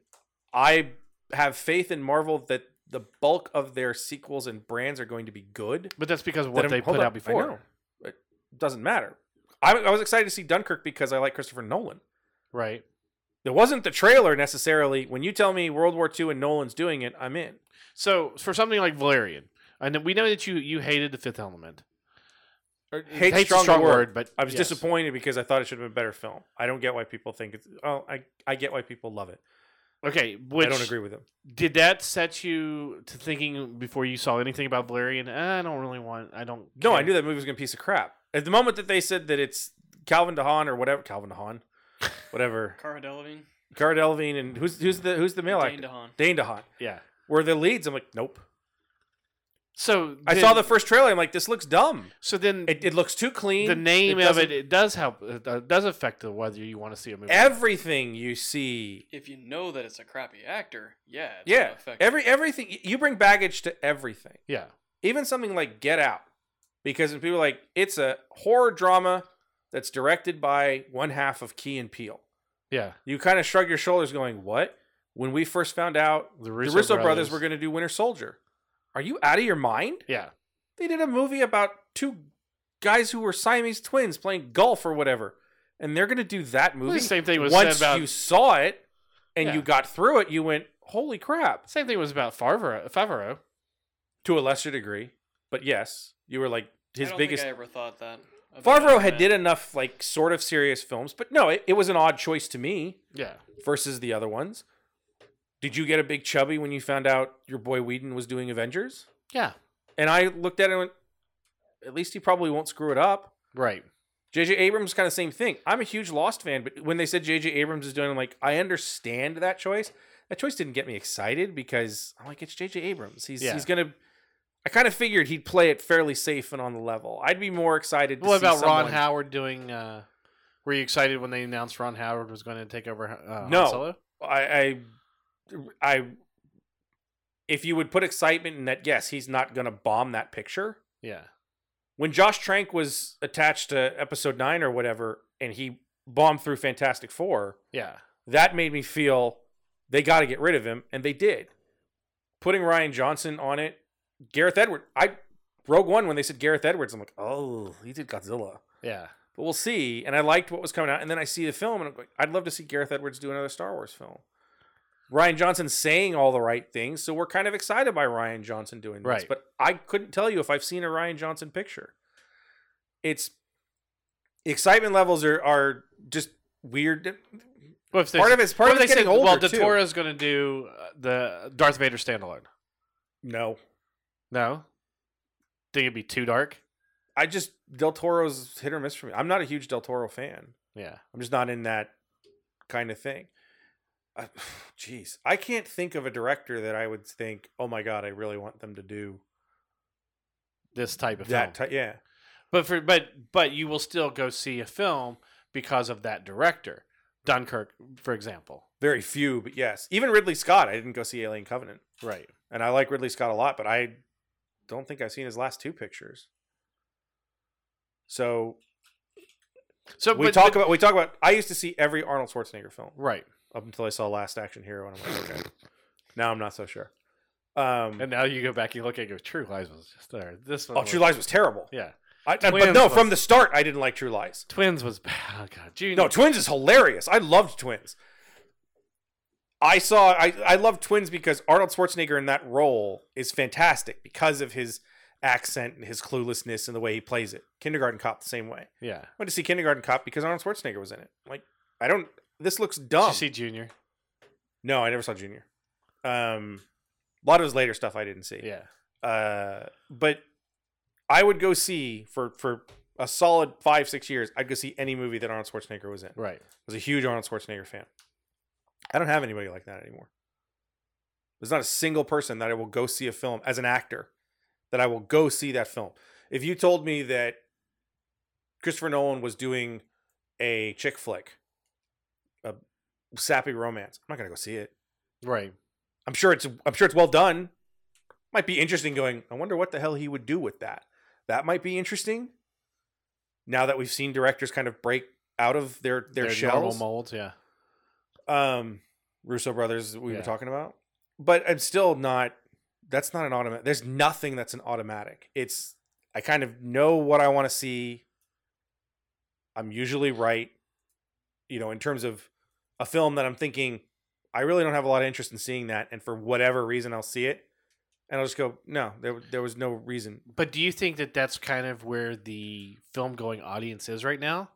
E: I have faith in Marvel that the bulk of their sequels and brands are going to be good.
C: But that's because of
E: That
C: what
E: I'm-
C: they
E: hold
C: put
E: up,
C: out
E: I
C: before,
E: know. It doesn't matter. I, I was excited to see Dunkirk because I like Christopher Nolan.
C: right?
E: There wasn't the trailer necessarily. When you tell me World War II and Nolan's doing it, I'm in.
C: So for something like Valerian, and we know that you you hated the Fifth Element. Or,
E: Hate's
C: hate's a
E: strong
C: strong
E: word.
C: word, but
E: I was
C: yes.
E: disappointed because I thought it should have been a better film. I don't get why people think it's. Oh, I, I get why people love it.
C: Okay, which
E: I don't agree with him.
C: Did that set you to thinking before you saw anything about Valerian? "Eh, I don't really want. I don't.
E: No, I
C: care."
E: knew that movie was gonna be a piece of crap. At the moment that they said that it's Calvin DeHaan or whatever Calvin DeHaan, whatever
F: Cara Delevingne,
E: Cara Delevingne and who's who's the who's the male
F: Dane
E: actor
F: DeHaan.
E: Dane DeHaan
C: Yeah.
E: were the leads. I'm like, nope.
C: So
E: I
C: then-
E: saw the first trailer. I'm like, this looks dumb.
C: So then
E: It, it looks too clean.
C: the name
E: It
C: of
E: doesn't-
C: it it does help. It uh, does affect the whether you want to see a movie.
E: Everything you see,
F: If you know that it's a crappy actor, yeah, it's gonna
E: yeah,
F: affect you.
E: every everything y- you bring baggage to everything.
C: yeah.
E: Even something like Get Out, because when people are like it's a horror drama that's directed by one half of Key and Peele.
C: Yeah.
E: You kind of shrug your shoulders, going, "What?" When we first found out
C: The
E: the
C: Russo,
E: Russo brothers, were going to do Winter Soldier. Are you out of your mind?
C: Yeah.
E: They did a movie about two guys who were Siamese twins playing golf or whatever, and they're going to do that
C: Well,
E: movie.
C: the same thing was
E: Once
C: said about.
E: you saw it and
C: Yeah.
E: you got through it, you went, "Holy crap!"
C: Same thing was about Favreau. Favreau.
E: To a lesser degree, but yes, you were like
F: I
E: his
F: don't
E: biggest.
F: Think I ever thought that. about
E: Favreau
F: Aquaman.
E: had did enough like sort of serious films, but no, it, it was an odd choice to me
C: Yeah.
E: versus the other ones. Did you get a big chubby when you found out your boy Whedon was doing Avengers?
C: Yeah.
E: And I looked at it and went, at least he probably won't screw it up.
C: Right.
E: J.J. Abrams kind of same thing. I'm a huge Lost fan, but when they said J.J. Abrams is doing, it, I'm like, I understand that choice. That choice didn't get me excited because I'm like, it's J.J. Abrams. He's
C: Yeah.
E: he's gonna. I kind of figured he'd play it fairly safe and on the level. I'd be more excited. To
C: What
E: see
C: about Ron
E: someone-
C: Howard doing? Uh, were you excited when they announced Ron Howard was going to take over? Uh, Han
E: No.
C: Solo?
E: I, I, I. If you would put excitement in that, yes, he's not gonna bomb that picture.
C: Yeah.
E: when Josh Trank was attached to episode nine or whatever, and he bombed through Fantastic Four,
C: Yeah.
E: that made me feel they got to get rid of him, and they did. Putting Ryan Johnson on it, Gareth Edwards. I Rogue One when they said Gareth Edwards, I'm like, oh, he did Godzilla,
C: Yeah.
E: but we'll see. And I liked what was coming out, and then I see the film, and I'm like, I'd love to see Gareth Edwards do another Star Wars film. Ryan Johnson saying all the right things, so we're kind of excited by Ryan Johnson doing this.
C: Right.
E: But I couldn't tell you if I've seen a Ryan Johnson picture. It's excitement levels are are just weird.
C: Well, if they-
E: Part of it's part
C: well,
E: of it's
C: they
E: getting
C: said,
E: older
C: well,
E: too.
C: Detora's going to do uh, the Darth Vader standalone.
E: No,
C: No, think it'd be too dark.
E: I just Del Toro's hit or miss for me. I'm not a huge Del Toro fan.
C: Yeah,
E: I'm just not in that kind of thing. I- Jeez, I can't think of a director that I would think, oh my god, I really want them to do
C: this type of
E: that.
C: film.
E: Ty- yeah,
C: But for but but you will still go see a film because of that director, Dunkirk, for example.
E: very few, but yes, even Ridley Scott. I didn't go see Alien Covenant,
C: Right.
E: and I like Ridley Scott a lot, but I don't think I've seen his last two pictures. So
C: So
E: we
C: but,
E: talk
C: but-
E: about we talk about. I used to see every Arnold Schwarzenegger film.
C: right,
E: up until I saw Last Action Hero, and I'm like, okay, now I'm not so sure. Um,
C: and now you go back, you look at it, you go, True Lies was just there. This one,
E: oh,
C: was-
E: True Lies was terrible.
C: Yeah,
E: I, I- but
C: Twins
E: no,
C: was-
E: from the start, I didn't like True Lies.
C: Twins was bad. Oh God, Junior.
E: No, Twins is hilarious. I loved Twins. I saw I I love Twins because Arnold Schwarzenegger in that role is fantastic because of his accent and his cluelessness and the way he plays it. Kindergarten Cop the same way.
C: yeah.
E: I went to see Kindergarten Cop because Arnold Schwarzenegger was in it. Like I don't. This looks
C: Did
E: dumb.
C: you see Junior?
E: no, I never saw Junior. Um, a lot of his later stuff I didn't see.
C: Yeah,
E: Uh, but I would go see for for a solid five six years. I'd go see any movie that Arnold Schwarzenegger was in. I
C: right.
E: was a huge Arnold Schwarzenegger fan. I don't have anybody like that anymore. There's not a single person that I will go see a film as an actor that I will go see that film. If you told me that Christopher Nolan was doing a chick flick, a sappy romance, I'm not gonna go see it.
C: Right.
E: I'm sure it's I'm sure it's well done. Might be interesting going, I wonder what the hell he would do with that. That might be interesting. Now that we've seen directors kind of break out of their their,
C: normal
E: shells.
C: molds. Yeah.
E: Um Russo brothers we
C: Yeah.
E: were talking about. But I'm still not that's not an automatic. There's nothing that's an automatic. It's I kind of know what I want to see. I'm usually right, you know, in terms of a film that I'm thinking I really don't have a lot of interest in seeing that, and for whatever reason I'll see it, and I'll just go, no, there there was no reason.
C: But do you think that that's kind of where the film going audience is right now?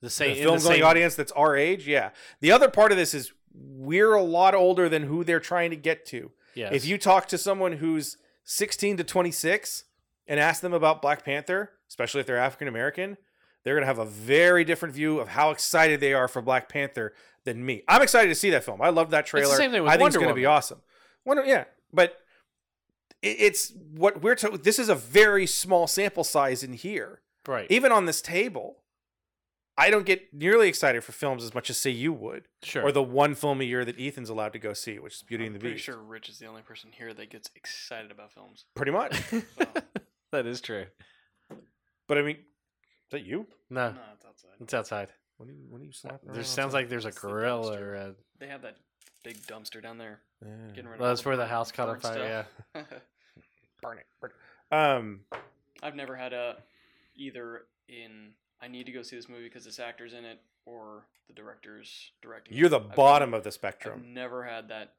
C: The same
E: the film going
C: same,
E: audience that's our age, yeah. The other part of this is we're a lot older than who they're trying to get to.
C: Yes.
E: If you talk to someone who's 16 to 26 and ask them about Black Panther, especially if they're African American, they're going to have a very different view of how excited they are for Black Panther than me. I'm excited to see that film. I love that trailer.
C: same thing with
E: I think it's
C: Wonder
E: going to be
C: Woman.
E: awesome. Wonder, yeah, but it- it's what we're. To, this is a very small sample size in here
C: right,
E: even on this table, I don't get nearly excited for films as much as say you would,
C: sure.
E: or the one film a year that Ethan's allowed to go see, which is Beauty
F: I'm
E: and the
F: pretty
E: Beast.
F: sure Rich is the only person here that gets excited about films.
E: Pretty much.
C: that is true.
E: but I mean, is that you?
C: No,
F: No, it's outside.
C: it's outside.
E: What do you? What do you slap?
C: There sounds like there's a
F: It's the
C: gorilla.
F: dumpster.
C: Or a,
F: They have that big dumpster down there. Getting rid
C: well,
F: of
C: that's where the house caught on
F: Burn
C: fire. Yeah.
F: Yeah.
E: burn it. Burn it. Um,
F: I've never had a either in I need to go see this movie because this actor's in it or the director's directing.
E: you're the
F: it. I've
E: bottom of the
F: never- I've
E: spectrum.
F: never had that.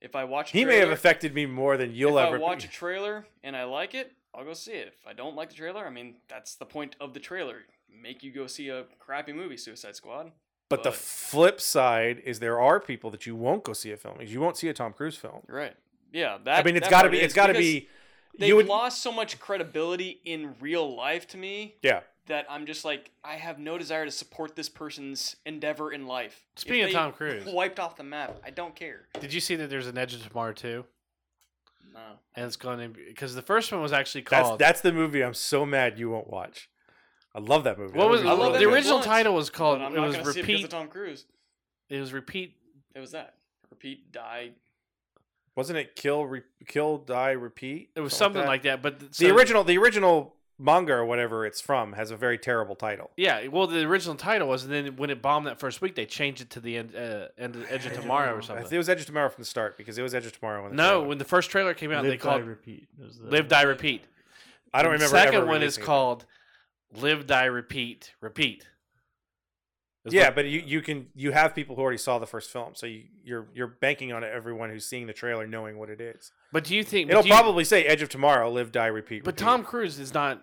F: If I watch, a
E: He may have
F: trailer-
E: affected me more than you'll
F: if
E: ever.
F: I watch a trailer and I like it, I'll go see it. If I don't like the trailer, I mean that's the point of the trailer. Make you go see a crappy movie, Suicide Squad.
E: but the
F: but-
E: flip side is there are people that you won't go see a film. You won't see a Tom Cruise film.
F: You're right. Yeah, that.
E: I mean, it's
F: that
E: got to
F: part
E: be.
F: is
E: It's got to
F: because
E: be.
F: They
E: You would.
F: lost so much credibility in real life to me
E: yeah.
F: that I'm just like, I have no desire to support this person's endeavor in life. If
C: Speaking of
F: they
C: Tom Cruise.
F: wiped off the map. I don't care.
C: Did you see that there's an Edge of Tomorrow too?
F: No,
C: And it's going to be because the first one was actually
E: That's
C: called.
E: that's the movie I'm so mad you won't watch. I love that movie.
C: what was
E: That
F: I love
C: the
E: movie
F: it
E: really
F: when
C: original
F: once,
C: title was
F: but
C: called?
F: I'm
C: It
F: not
C: was
F: gonna see it because of
C: repeat.
F: Tom Cruise.
C: It was repeat.
F: It was that. Repeat, die.
E: Wasn't it kill, re- kill, die, repeat?
C: It was something like that. But th-
E: the
C: so-
E: original. The original manga or whatever it's from has a very terrible title.
C: Yeah, well, the original title was, and then when it bombed that first week, they changed it to the end, uh, end Edge of Tomorrow or
E: I
C: something.
E: think it was Edge of Tomorrow from the start because it was Edge of Tomorrow. When the
C: no,
E: trailer-
C: when the first trailer came out,
D: Live,
C: they called
D: die, repeat. was the-
C: "Live, Die, Repeat."
E: I don't
C: And
E: remember.
C: The
E: ever
C: second one is
E: releasing it.
C: called "Live, Die, Repeat, Repeat." Is
E: Yeah,
C: what-
E: but you, you can you have people who already saw the first film, so you, you're you're banking on everyone who's seeing the trailer knowing what it is.
C: but do you think?
E: It'll
C: but do you-
E: probably say Edge of Tomorrow, Live, Die, Repeat.
C: But
E: repeat.
C: Tom Cruise is not,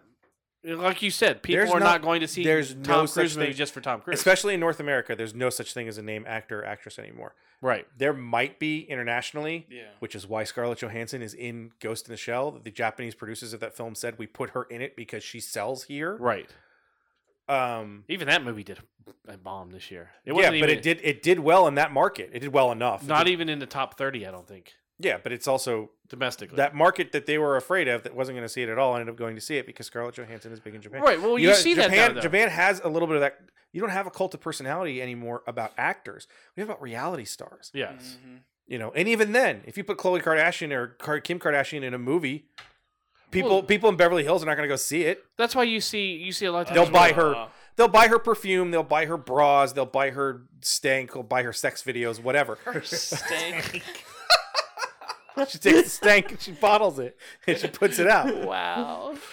C: like you said, people
E: There's
C: are
E: not-
C: not, going to see
E: there's
C: Tom
E: no
C: Cruise
E: such
C: movie
E: thing.
C: just for Tom Cruise,
E: especially in North America, there's no such thing as a name actor or actress anymore.
C: right?
E: There might be internationally,
F: Yeah.
E: which is why Scarlett Johansson is in Ghost in the Shell. The Japanese producers of that film said we put her in it because she sells here.
C: Right.
E: Um,
C: Even that movie did a bomb this year. It
E: yeah,
C: wasn't
E: but
C: even,
E: it did it did well in that market. It did well enough. It
C: not e-,
E: did-
C: even in the top thirty. I don't think
E: yeah, but it's also
C: domestically.
E: that market that they were afraid of that wasn't going to see it at all ended up going to see it because Scarlett Johansson is big in Japan.
C: right. Well, you,
E: have-
C: see
E: Japan,
C: that now, though.
E: Japan has a little bit of that. You don't have a cult of personality anymore about actors. We have about reality stars.
D: Mm-hmm.
C: Yes.
F: Mhm.
E: you know and even then if you put chloe kardashian or Kar- kim kardashian in a movie people
C: Well-
E: people in beverly hills are not going to go see it
C: That's why you see you see a lot of times
E: They'll
C: where-
E: buy her-
F: Uh,
E: they'll buy her perfume they'll buy her bras they'll buy her stank they'll buy her sex videos whatever
F: her stank.
E: she takes the stank and she bottles it and she puts it out
C: Wow.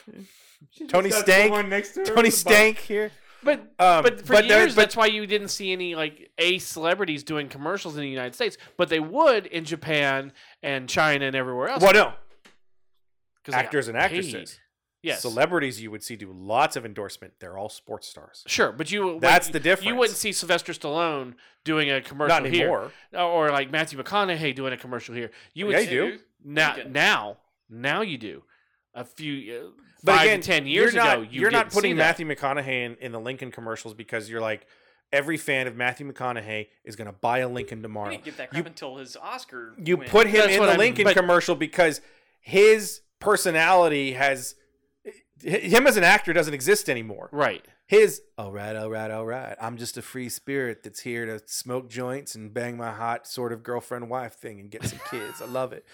D: She just
E: Tony
D: got
E: Stank-
D: someone next to her
E: tony
D: with a box.
E: stank here
C: But
E: um
C: but for
E: there-
C: years that's why you didn't see any like A celebrities doing commercials in the United States, but they would in Japan and China and everywhere else.
E: well no
C: 'cause they got
E: actors and
C: paid.
E: actresses
C: Yes.
E: celebrities you would see do lots of endorsement they're all sports stars
C: Sure, but you
E: That's
C: like,
E: the difference.
C: You wouldn't see Sylvester Stallone doing a commercial
E: not anymore
C: here, or like Matthew McConaughey doing a commercial here. You would
E: Yeah,
C: see,
E: you do.
C: now
F: Lincoln.
C: now now you do. A few uh,
E: But
C: five
E: again,
C: to ten years
E: you're not,
C: ago, you
E: are not
C: didn't
E: putting
C: see that.
E: Matthew McConaughey in, in the Lincoln commercials because you're like every fan of Matthew McConaughey is going to buy a Lincoln
F: we
E: tomorrow.
F: didn't get that
E: You-
F: crap until his Oscar.
E: You
F: win.
E: put him
C: That's
E: in
C: what
E: the
C: I mean,
E: Lincoln
C: but-
E: commercial because his personality has h- him as an actor doesn't exist anymore.
C: Right.
E: His all right, all right, all right. I'm just a free spirit that's here to smoke joints and bang my hot sort of girlfriend wife thing and get some kids. I love it.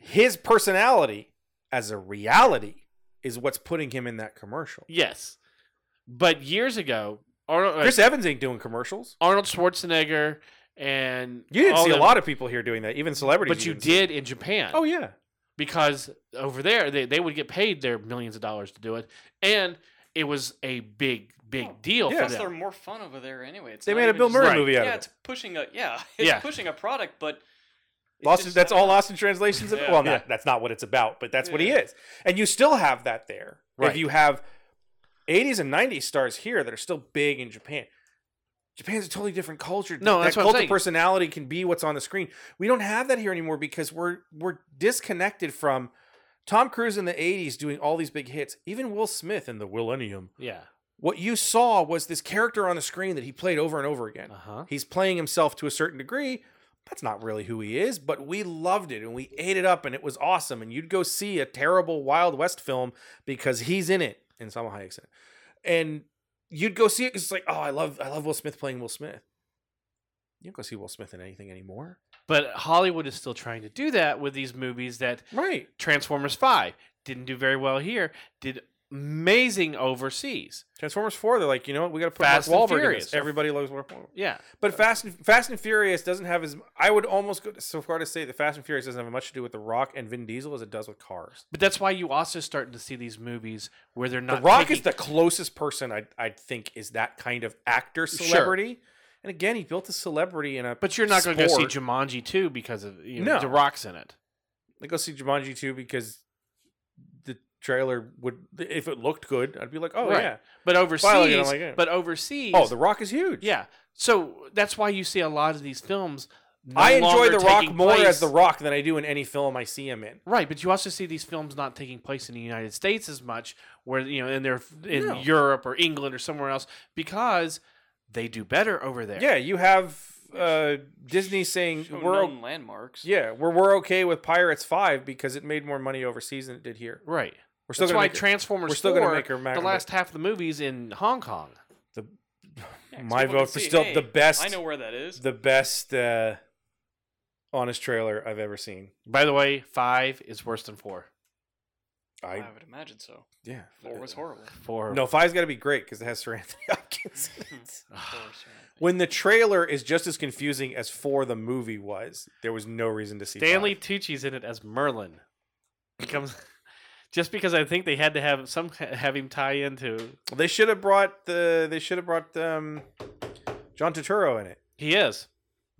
E: His personality as a reality is what's putting him in that commercial.
C: Yes. But years ago, Arnold, like,
E: Chris Evans ain't doing commercials.
C: Arnold Schwarzenegger and
E: You didn't
C: all
E: see a
C: them-
E: lot of people here doing that, even celebrities.
C: but you
E: didn't see it.
C: did in Japan.
E: Oh yeah,
C: because over there they, they would get paid their millions of dollars to do it, and it was a big big
F: Oh,
C: deal
E: yeah.
C: for
F: Plus, they're
C: them.
F: more fun over there anyway. It's
E: they
F: not
E: made a
F: even
E: Bill
F: just
E: Murray
C: Right.
E: movie out
F: yeah,
E: of
F: it's
E: it.
F: pushing a yeah, it's
C: Yeah.
F: pushing a product, but it's
E: Lost,
F: just-
E: that's all Lost in Translations.
F: Yeah.
E: Well, not,
C: Yeah.
E: that's not what it's about, but that's what he
F: Yeah.
E: is. And you still have that there.
C: Right.
E: If you have 80s and 90s stars here that are still big in Japan, Japan's a totally different culture.
C: No,
E: that
C: that's what I'm
E: cult
C: saying.
E: of personality can be what's on the screen. We don't have that here anymore because we're we're disconnected from Tom Cruise in the '80s doing all these big hits. Even Will Smith in the Millennium.
C: Yeah.
E: What you saw was this character on the screen that he played over and over again.
C: Uh huh.
E: He's playing himself to a certain degree. That's not really who he is, but we loved it and we ate it up and it was awesome. And you'd go see a terrible Wild West film because he's in it and Salma Hayek's in it. And you'd go see it 'cause it's like, oh, I love, I love Will Smith playing Will Smith. You don't go see Will Smith in anything anymore,
C: But Hollywood is still trying to do that with these movies that
E: right?
C: Transformers 5 didn't do very well here, did amazing overseas.
E: Transformers Four, they're like, you know what, we got to put
C: Fast
E: Mark
C: and
E: Wahlberg in
C: Furious.
E: this. Everybody loves Mark Wahlberg.
C: Yeah.
E: But Fast and Fast and Furious doesn't have as I would almost go so far to say that Fast and Furious doesn't have much to do with The Rock and Vin Diesel as it does with Cars.
C: But that's why you also starting to see these movies where they're not
E: the Rock is
C: taking-
E: the closest person I I think is that kind of actor celebrity. And again, he built a celebrity in a.
C: But you're not going to go see
E: sport.
C: Jumanji 2 because of you know,
E: No.
C: The Rock's in it.
E: I go see Jumanji too because the trailer would if it looked good, I'd be like, oh
C: Right.
E: yeah.
C: But
E: Finally, I'm
C: overseas,
E: like, yeah.
C: but overseas,
E: Oh, The Rock is huge.
C: yeah. So that's why you see a lot of these films. no
E: I enjoy
C: longer
E: The Rock
C: taking
E: more
C: place-
E: as The Rock than I do in any film I see him in.
C: Right, but you also see these films not taking place in the United States as much, where you know, and they're in
E: No.
C: Europe or England or somewhere else because they do better over there.
E: Yeah, you have uh, Disney saying
F: Show
E: we're o-
F: known landmarks.
E: yeah we're we're okay with Pirates Five because it made more money overseas than it did here.
C: right.
E: We're still
C: That's
E: gonna
C: why
E: make it-
C: Transformers
E: we're still
C: 4,
E: gonna make her ma-
C: the last half of the movies in Hong Kong.
F: Yeah, 'cause
E: My
F: people can
E: vote for
F: see,
E: still
F: hey,
E: the best.
F: I know where that is.
E: the best uh, honest trailer I've ever seen.
C: By the way, five is worse than four.
F: I,
E: I
F: would imagine so.
E: yeah. Uh,
F: Four was horrible.
C: Four.
E: No, five's got to be great because it has Sir Anthony Hopkins. in it.
F: Of course, yeah.
E: when the trailer is just as confusing as four the movie was, there was no reason to see.
C: Stanley
E: five.
C: Tucci's in it as Merlin. Becomes just because I think they had to have some have him tie into.
E: Well, they should have brought the. They should have brought um, John Turturro in it.
C: He is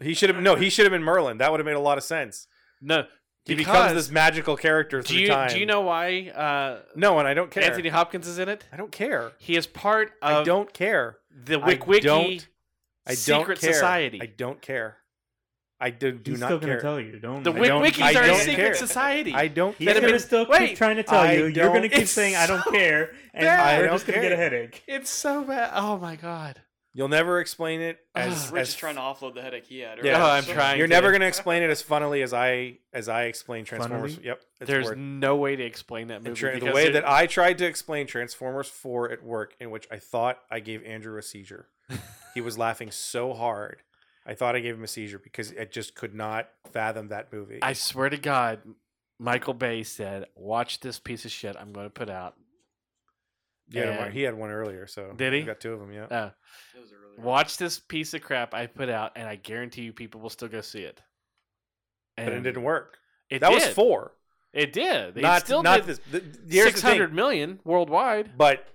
E: He should have no. He should have been Merlin. That would have made a lot of sense.
C: no.
E: He
C: because-
E: becomes this magical character through
C: Do you
E: time.
C: do you know why uh,
E: No, and I don't care.
C: Anthony Hopkins is in it?
E: I don't care.
C: He is part
E: I
C: of
E: don't care.
C: the
E: I
C: Wick Wiki
E: don't- I don't
C: secret
E: care.
C: society.
E: I don't care. I do, do
D: He's
E: not
D: still gonna
E: care.
D: tell you. Don't.
C: the
E: I
C: Wick
E: don't-
C: Wikis
E: I
C: are a
E: don't
C: secret
E: care.
C: society.
E: I don't
D: He's
E: care.
D: gonna
C: been-
D: still
C: Wait,
D: keep trying to tell
E: I
D: you. You're gonna
E: don't-
D: keep
E: it's
D: saying I don't
E: so
D: care, and
E: bad. I
D: we're
E: don't
D: just gonna get a
E: care.
D: headache.
C: it's so bad. Oh my god.
E: You'll never explain it as,
F: Rich
E: as
F: is trying to offload the headache he had.
E: Yeah.
F: earlier,
E: Oh,
C: I'm
F: so-
C: trying.
E: You're
C: to-
E: never gonna explain it as funnily as I as I explain Transformers.
D: Funnily?
E: Yep. it's
C: There's
E: worth-
C: no way to explain that movie.
E: and tra- the
C: because
E: way
C: it-
E: that I tried to explain Transformers 4 at work, in which I thought I gave Andrew a seizure. he was laughing so hard. I thought I gave him a seizure because I just could not fathom that movie.
C: I swear to God, Michael Bay said, "Watch this piece of shit I'm going to put out."
E: yeah,
C: and-
E: he had one earlier, so
C: Did he?
E: I've Got two of them. Yeah.
C: Uh,
F: That was a really-
C: watch this piece of crap I put out, and I guarantee you, people will still go see it. And
E: but it didn't work.
C: It
E: that was
C: did.
E: four.
C: It did. They
E: not
C: still
E: not
C: did
E: this. th- th- here's the
C: six hundred
E: thing,
C: million worldwide.
E: But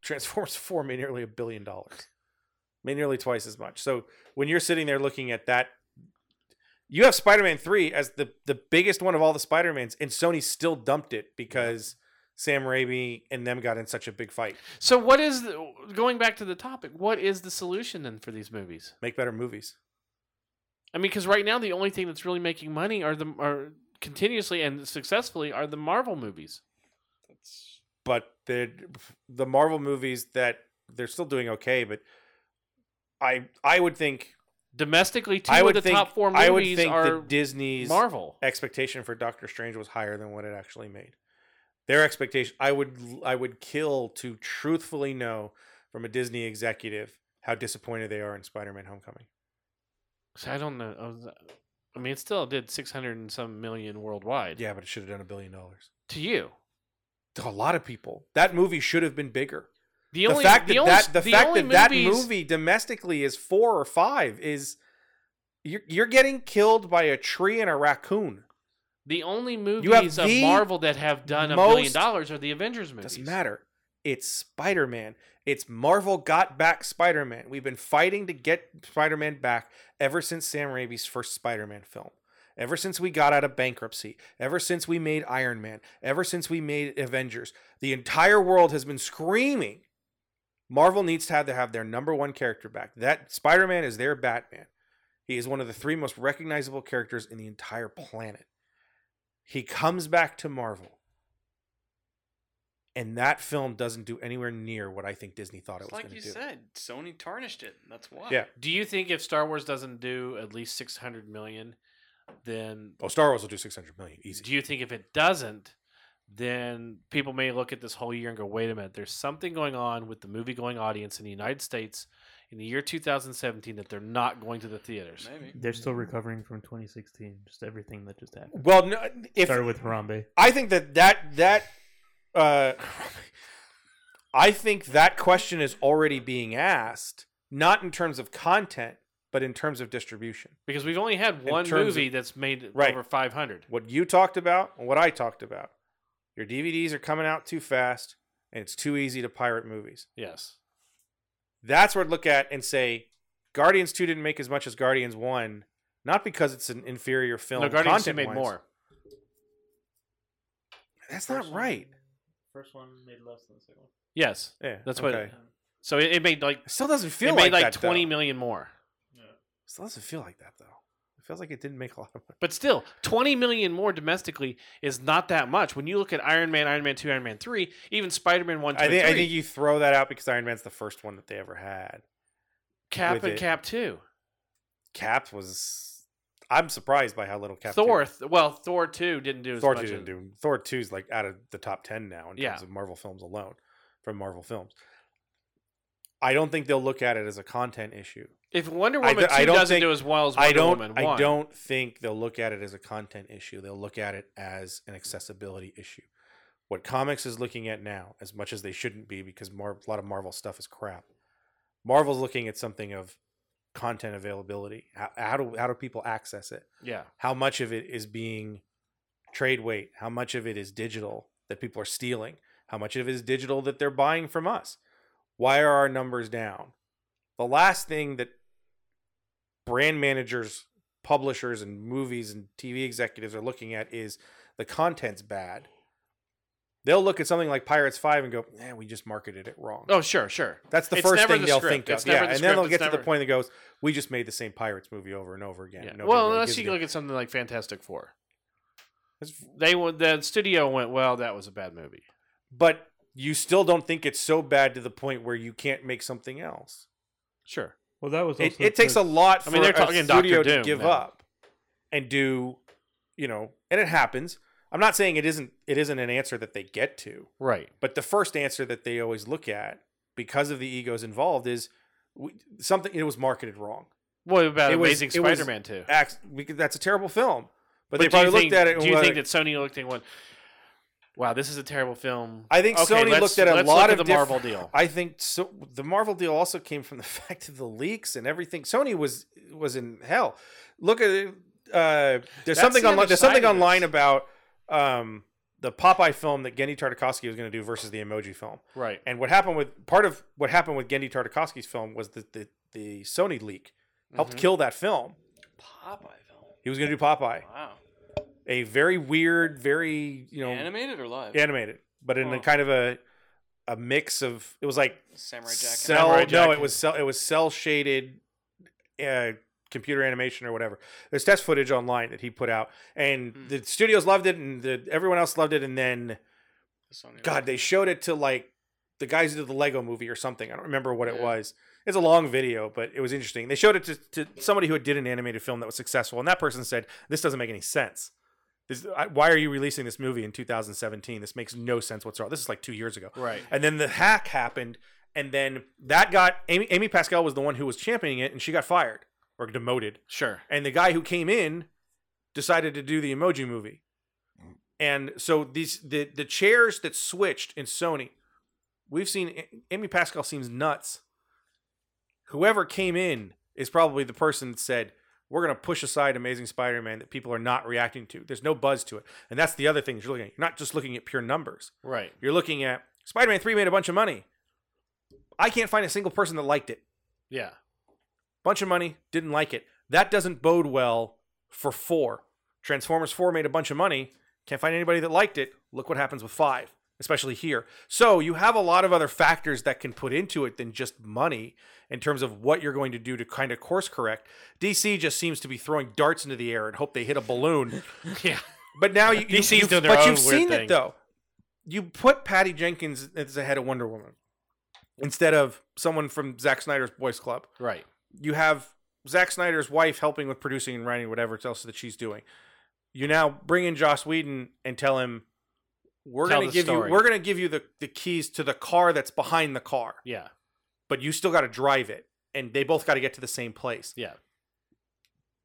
E: Transformers Four made nearly a billion dollars, made nearly twice as much. So when you're sitting there looking at that, you have Spider-Man Three as the the biggest one of all the Spider-Mans, and Sony still dumped it because Sam Raimi and them got in such a big fight.
C: So what is the, going back to the topic? What is the solution then for these movies?
E: Make better movies.
C: I mean, because right now the only thing that's really making money are the are continuously and successfully are the Marvel movies.
F: That's-
E: but the the Marvel movies that they're still doing okay, but I I would think
C: Domestically, two
E: I
C: of
E: would
C: the
E: think
C: top four movies
E: I would think
C: are
E: that Disney's
C: Marvel.
E: expectation for Doctor Strange was higher than what it actually made. Their expectation I would I would kill to truthfully know from a Disney executive how disappointed they are in Spider-Man Homecoming.
C: So I don't know. I was- I mean, it still did six hundred and some million worldwide.
E: Yeah, but it should have done a billion dollars.
C: To you,
E: To a lot of people. That movie should have been bigger.
C: the
E: the
C: only
E: fact that
C: the only,
E: that the,
C: the
E: fact
C: only
E: that that
C: movies-
E: movie domestically is four or five is you're you're getting killed by a tree and a raccoon.
C: the only movies
E: You have
C: of
E: the
C: Marvel that have done a billion
E: most-
C: dollars are the Avengers movies.
E: Doesn't matter. It's Spider Man. It's Marvel got back Spider Man. We've been fighting to get Spider Man back ever since Sam Raimi's first Spider Man film. Ever since we got out of bankruptcy, ever since we made Iron Man, ever since we made Avengers, the entire world has been screaming Marvel needs to have to have their number one character back. That Spider Man is their Batman. He is one of the three most recognizable characters in the entire planet. He comes back to Marvel. And that film doesn't do anywhere near what I think Disney thought it
F: It's
E: was
F: like
E: going
F: you
E: to do.
F: said, Sony tarnished it. That's why.
E: Yeah.
C: Do you think if Star Wars doesn't do at least 600 million, then
E: Oh, Star Wars will do 600 million easy.
C: do you think if it doesn't, then people may look at this whole year and go, wait a minute, there's something going on with the movie going audience in the United States in the year 2017 that they're not going to the theaters?
F: Maybe.
D: They're still recovering from 2016. Just everything that just happened.
E: Well, no, if
D: Started with Harambe.
E: I think that that that uh, I think that question is already being asked, not in terms of content, but in terms of distribution.
C: Because we've only had one
E: terms of-
C: movie that's made
E: Right.
C: over 500.
E: What you talked about and what I talked about. Your DVDs are coming out too fast, and it's too easy to pirate movies.
C: Yes.
E: That's where I'd look at and say, Guardians Two didn't make as much as Guardians One, not because it's an inferior film.
C: no, Guardians two made
E: content-wise.
C: more.
E: That's not right.
D: First one made less than the second one.
C: Yes.
E: Yeah,
C: That's what-
E: okay.
C: So it, it made like
E: It still doesn't feel
C: it made
E: like,
C: like,
E: that, though.
C: twenty million more.
E: Still doesn't feel like that though. It feels like it didn't make a lot of money.
C: But still, 20 million more domestically is not that much. When you look at Iron Man, Iron Man 2, Iron Man 3, even Spider Man 1, 2,
E: I think
C: and
E: I
C: 3,
E: think you throw that out because Iron Man's the first one that they ever had.
C: Cap
E: with
C: and
E: it-
C: Cap 2.
E: Cap was. I'm surprised by how little Cap. did.
C: Thor, th- well, Thor 2 didn't do as
E: Thor
C: much.
E: two
C: as-
E: didn't do. Thor two's like out of the top ten now in
C: Yeah.
E: terms of Marvel films alone from Marvel films. I don't think they'll look at it as a content issue.
C: If Wonder
E: I
C: Woman
E: d- I
C: 2
E: don't
C: doesn't
E: think-
C: do as well as Wonder
E: I don't.
C: Woman 1,
E: I don't think they'll look at it as a content issue. They'll look at it as an accessibility issue. What comics is looking at now, as much as they shouldn't be, because Mar- a lot of Marvel stuff is crap. Marvel's looking at something of content availability. How, how do how do people access it?
C: Yeah.
E: How much of it is being trade weight? How much of it is digital that people are stealing? How much of it is digital that they're buying from us? Why are our numbers down? The last thing that brand managers, publishers, and movies and TV executives are looking at is the content's bad. They'll look at something like Pirates 5 and go, man, we just marketed it wrong.
C: Oh, sure, sure.
E: That's the
C: It's
E: first
C: never
E: thing
C: the
E: they'll
C: script.
E: think of.
C: It's
E: yeah,
C: never the
E: and
C: script.
E: then they'll
C: It's
E: get to
C: never-
E: the point that goes, we just made the same Pirates movie over and over again.
C: Yeah.
E: Nobody
C: Well,
E: really
C: unless
E: gives
C: you
E: a
C: look at something like Fantastic Four.
E: That's-
C: They went, the studio went, well, that was a bad movie.
E: but you still don't think it's so bad to the point where you can't make something else.
C: Sure.
D: Well, that was
E: It,
D: also
E: it takes a lot for
C: I mean, they're talking
E: a
C: Dr.
E: studio to
C: Doom
E: give
C: now.
E: up and do, you know, and it happens. I'm not saying it isn't it isn't an answer that they get to,
C: Right.
E: but the first answer that they always look at because of the egos involved is we, something it was marketed wrong.
C: What about
E: It was-
C: Amazing
E: it was-
C: Spider Man 2?
E: Acts, because that's a terrible film.
C: But
E: But, they
C: do you
E: probably looked
C: think-
E: at it. and
C: Do you
E: were
C: think
E: like-
C: that Sony looked at one? Wow, this is a terrible film.
E: I think
C: Okay,
E: Sony
C: let's-
E: looked at a
C: let's look
E: lot of
C: at the
E: diff-
C: Marvel deal.
E: I think so. The Marvel deal also came from the fact of the leaks and everything. Sony was was in hell. Look at it. Uh, there's
C: That's
E: something
C: the
E: online.
C: other
E: There's
C: side
E: something
C: of
E: online
C: this.
E: about um, the Popeye film that Gendy Tartakovsky was going to do versus the Emoji film.
C: right.
E: And what happened with part of what happened with Gendy Tartakovsky's film was that the the Sony leak helped
C: Mm-hmm.
E: kill that film.
F: Popeye film.
E: He was going to do Popeye,
F: Wow.
E: a very weird, very you know
F: Animated or live?
E: animated, but in a
F: Huh.
E: kind of a a mix of it was like
F: Samurai Jack.
E: cell
C: Samurai
E: no
C: Jack.
E: it was cell it was cell shaded uh, computer animation or whatever there's test footage online that he put out and
F: Hmm.
E: the studios loved it and the, everyone else loved it and then god they showed it to like the guys who did the lego movie or something i don't remember what it
F: Yeah.
E: was it's a long video but it was interesting they showed it to, to somebody who had did an animated film that was successful and that person said this doesn't make any sense this, I, why are you releasing this movie in 2017 this makes no sense whatsoever this is like two years ago
C: Right.
E: and then the hack happened, and then that got Amy, Amy Pascal was the one who was championing it, and she got fired or demoted.
C: Sure.
E: And the guy who came in decided to do the emoji movie. And so these the the chairs that switched in Sony, we've seen A- Amy Pascal seems nuts. Whoever came in is probably the person that said, We're gonna push aside Amazing Spider-Man that people are not reacting to. There's no buzz to it. And that's the other thing that you're looking at. You're not just looking at pure numbers
C: Right.
E: you're looking at Spider-Man 3 made a bunch of money. I can't find a single person that liked it.
C: Yeah.
E: Bunch of money, didn't like it. That doesn't bode well for 4. Transformers 4 made a bunch of money, can't find anybody that liked it. Look what happens with 5. especially here. So you have a lot of other factors that can put into it than just money in terms of what you're going to do to kind of course correct. DC just seems to be throwing darts into the air and hope they hit a balloon.
C: Yeah.
E: But now you, you
C: DC's
E: you've-
C: doing their
E: but
C: own
E: you've
C: weird
E: seen
C: thing.
E: it though. You put Patty Jenkins as the head of Wonder Woman instead of someone from Zack Snyder's Boys Club
C: Right.
E: you have Zack Snyder's wife helping with producing and writing whatever else that she's doing. You now bring in Joss Whedon and tell him we're
C: Tell
E: gonna
C: the
E: give
C: story."
E: you we're gonna give you the, the keys to the car that's behind the car,
C: Yeah.
E: but you still gotta drive it. And they both gotta get to the same place.
C: Yeah.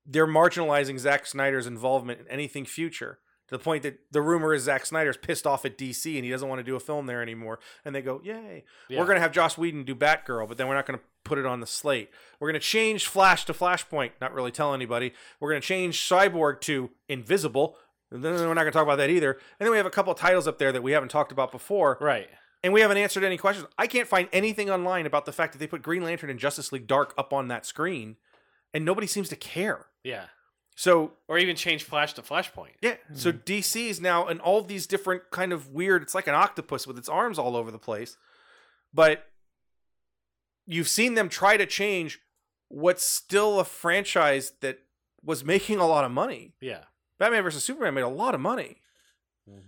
E: They're marginalizing Zack Snyder's involvement in anything future to the point that the rumor is Zack Snyder's pissed off at DC and he doesn't want to do a film there anymore. And they go, Yay.
C: yeah.
E: We're going to have Joss Whedon do Batgirl, but then we're not going to put it on the slate. We're going to change Flash to Flashpoint, not really tell anybody. We're going to change Cyborg to Invisible. And then we're not going to talk about that either. And then we have a couple of titles up there that we haven't talked about before,
C: Right.
E: and we haven't answered any questions. I can't find anything online about the fact that they put Green Lantern and Justice League Dark up on that screen, and nobody seems to care.
C: Yeah.
E: So
C: Or even change Flash to Flashpoint.
E: yeah. So DC is now in all these different kind of weird. It's like an octopus with its arms all over the place. But you've seen them try to change what's still a franchise that was making a lot of money.
C: Yeah.
E: Batman versus Superman made a lot of money.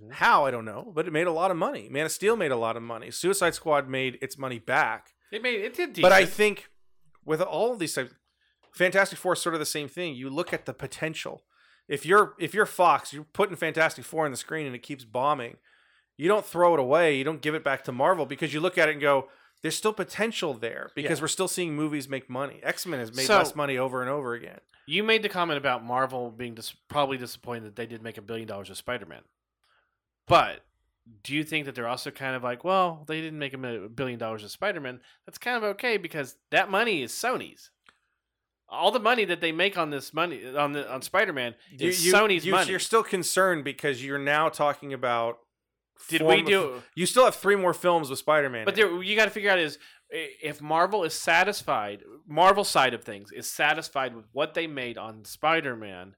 E: How I don't know, but it made a lot of money. Man of Steel made a lot of money. Suicide Squad made its money back.
C: It made it did.
E: But I
C: decent.
E: think with all of these types, Fantastic Four is sort of the same thing. You look at the potential. If you're if you're Fox, you're putting Fantastic Four on the screen and it keeps bombing. You don't throw it away. You don't give it back to Marvel because you look at it and go, "There's still potential there because
C: Yeah.
E: we're still seeing movies make money." X Men has made
C: So-
E: less money over and over again.
C: you made the comment about Marvel being dis- probably disappointed that they did make a billion dollars with Spider Man. But do you think that they're also kind of like, well, they didn't make a mi- billion dollars with Spider Man? That's kind of okay because that money is Sony's. All the money that they make on this money on the on Spider Man is Sony's
E: you,
C: money.
E: You're still concerned because you're now talking about.
C: Did
E: form
C: we
E: of-
C: do?
E: You still have three more films with Spider Man.
C: But there, you got to figure out is i- if Marvel is satisfied, Marvel side of things is satisfied with what they made on Spider Man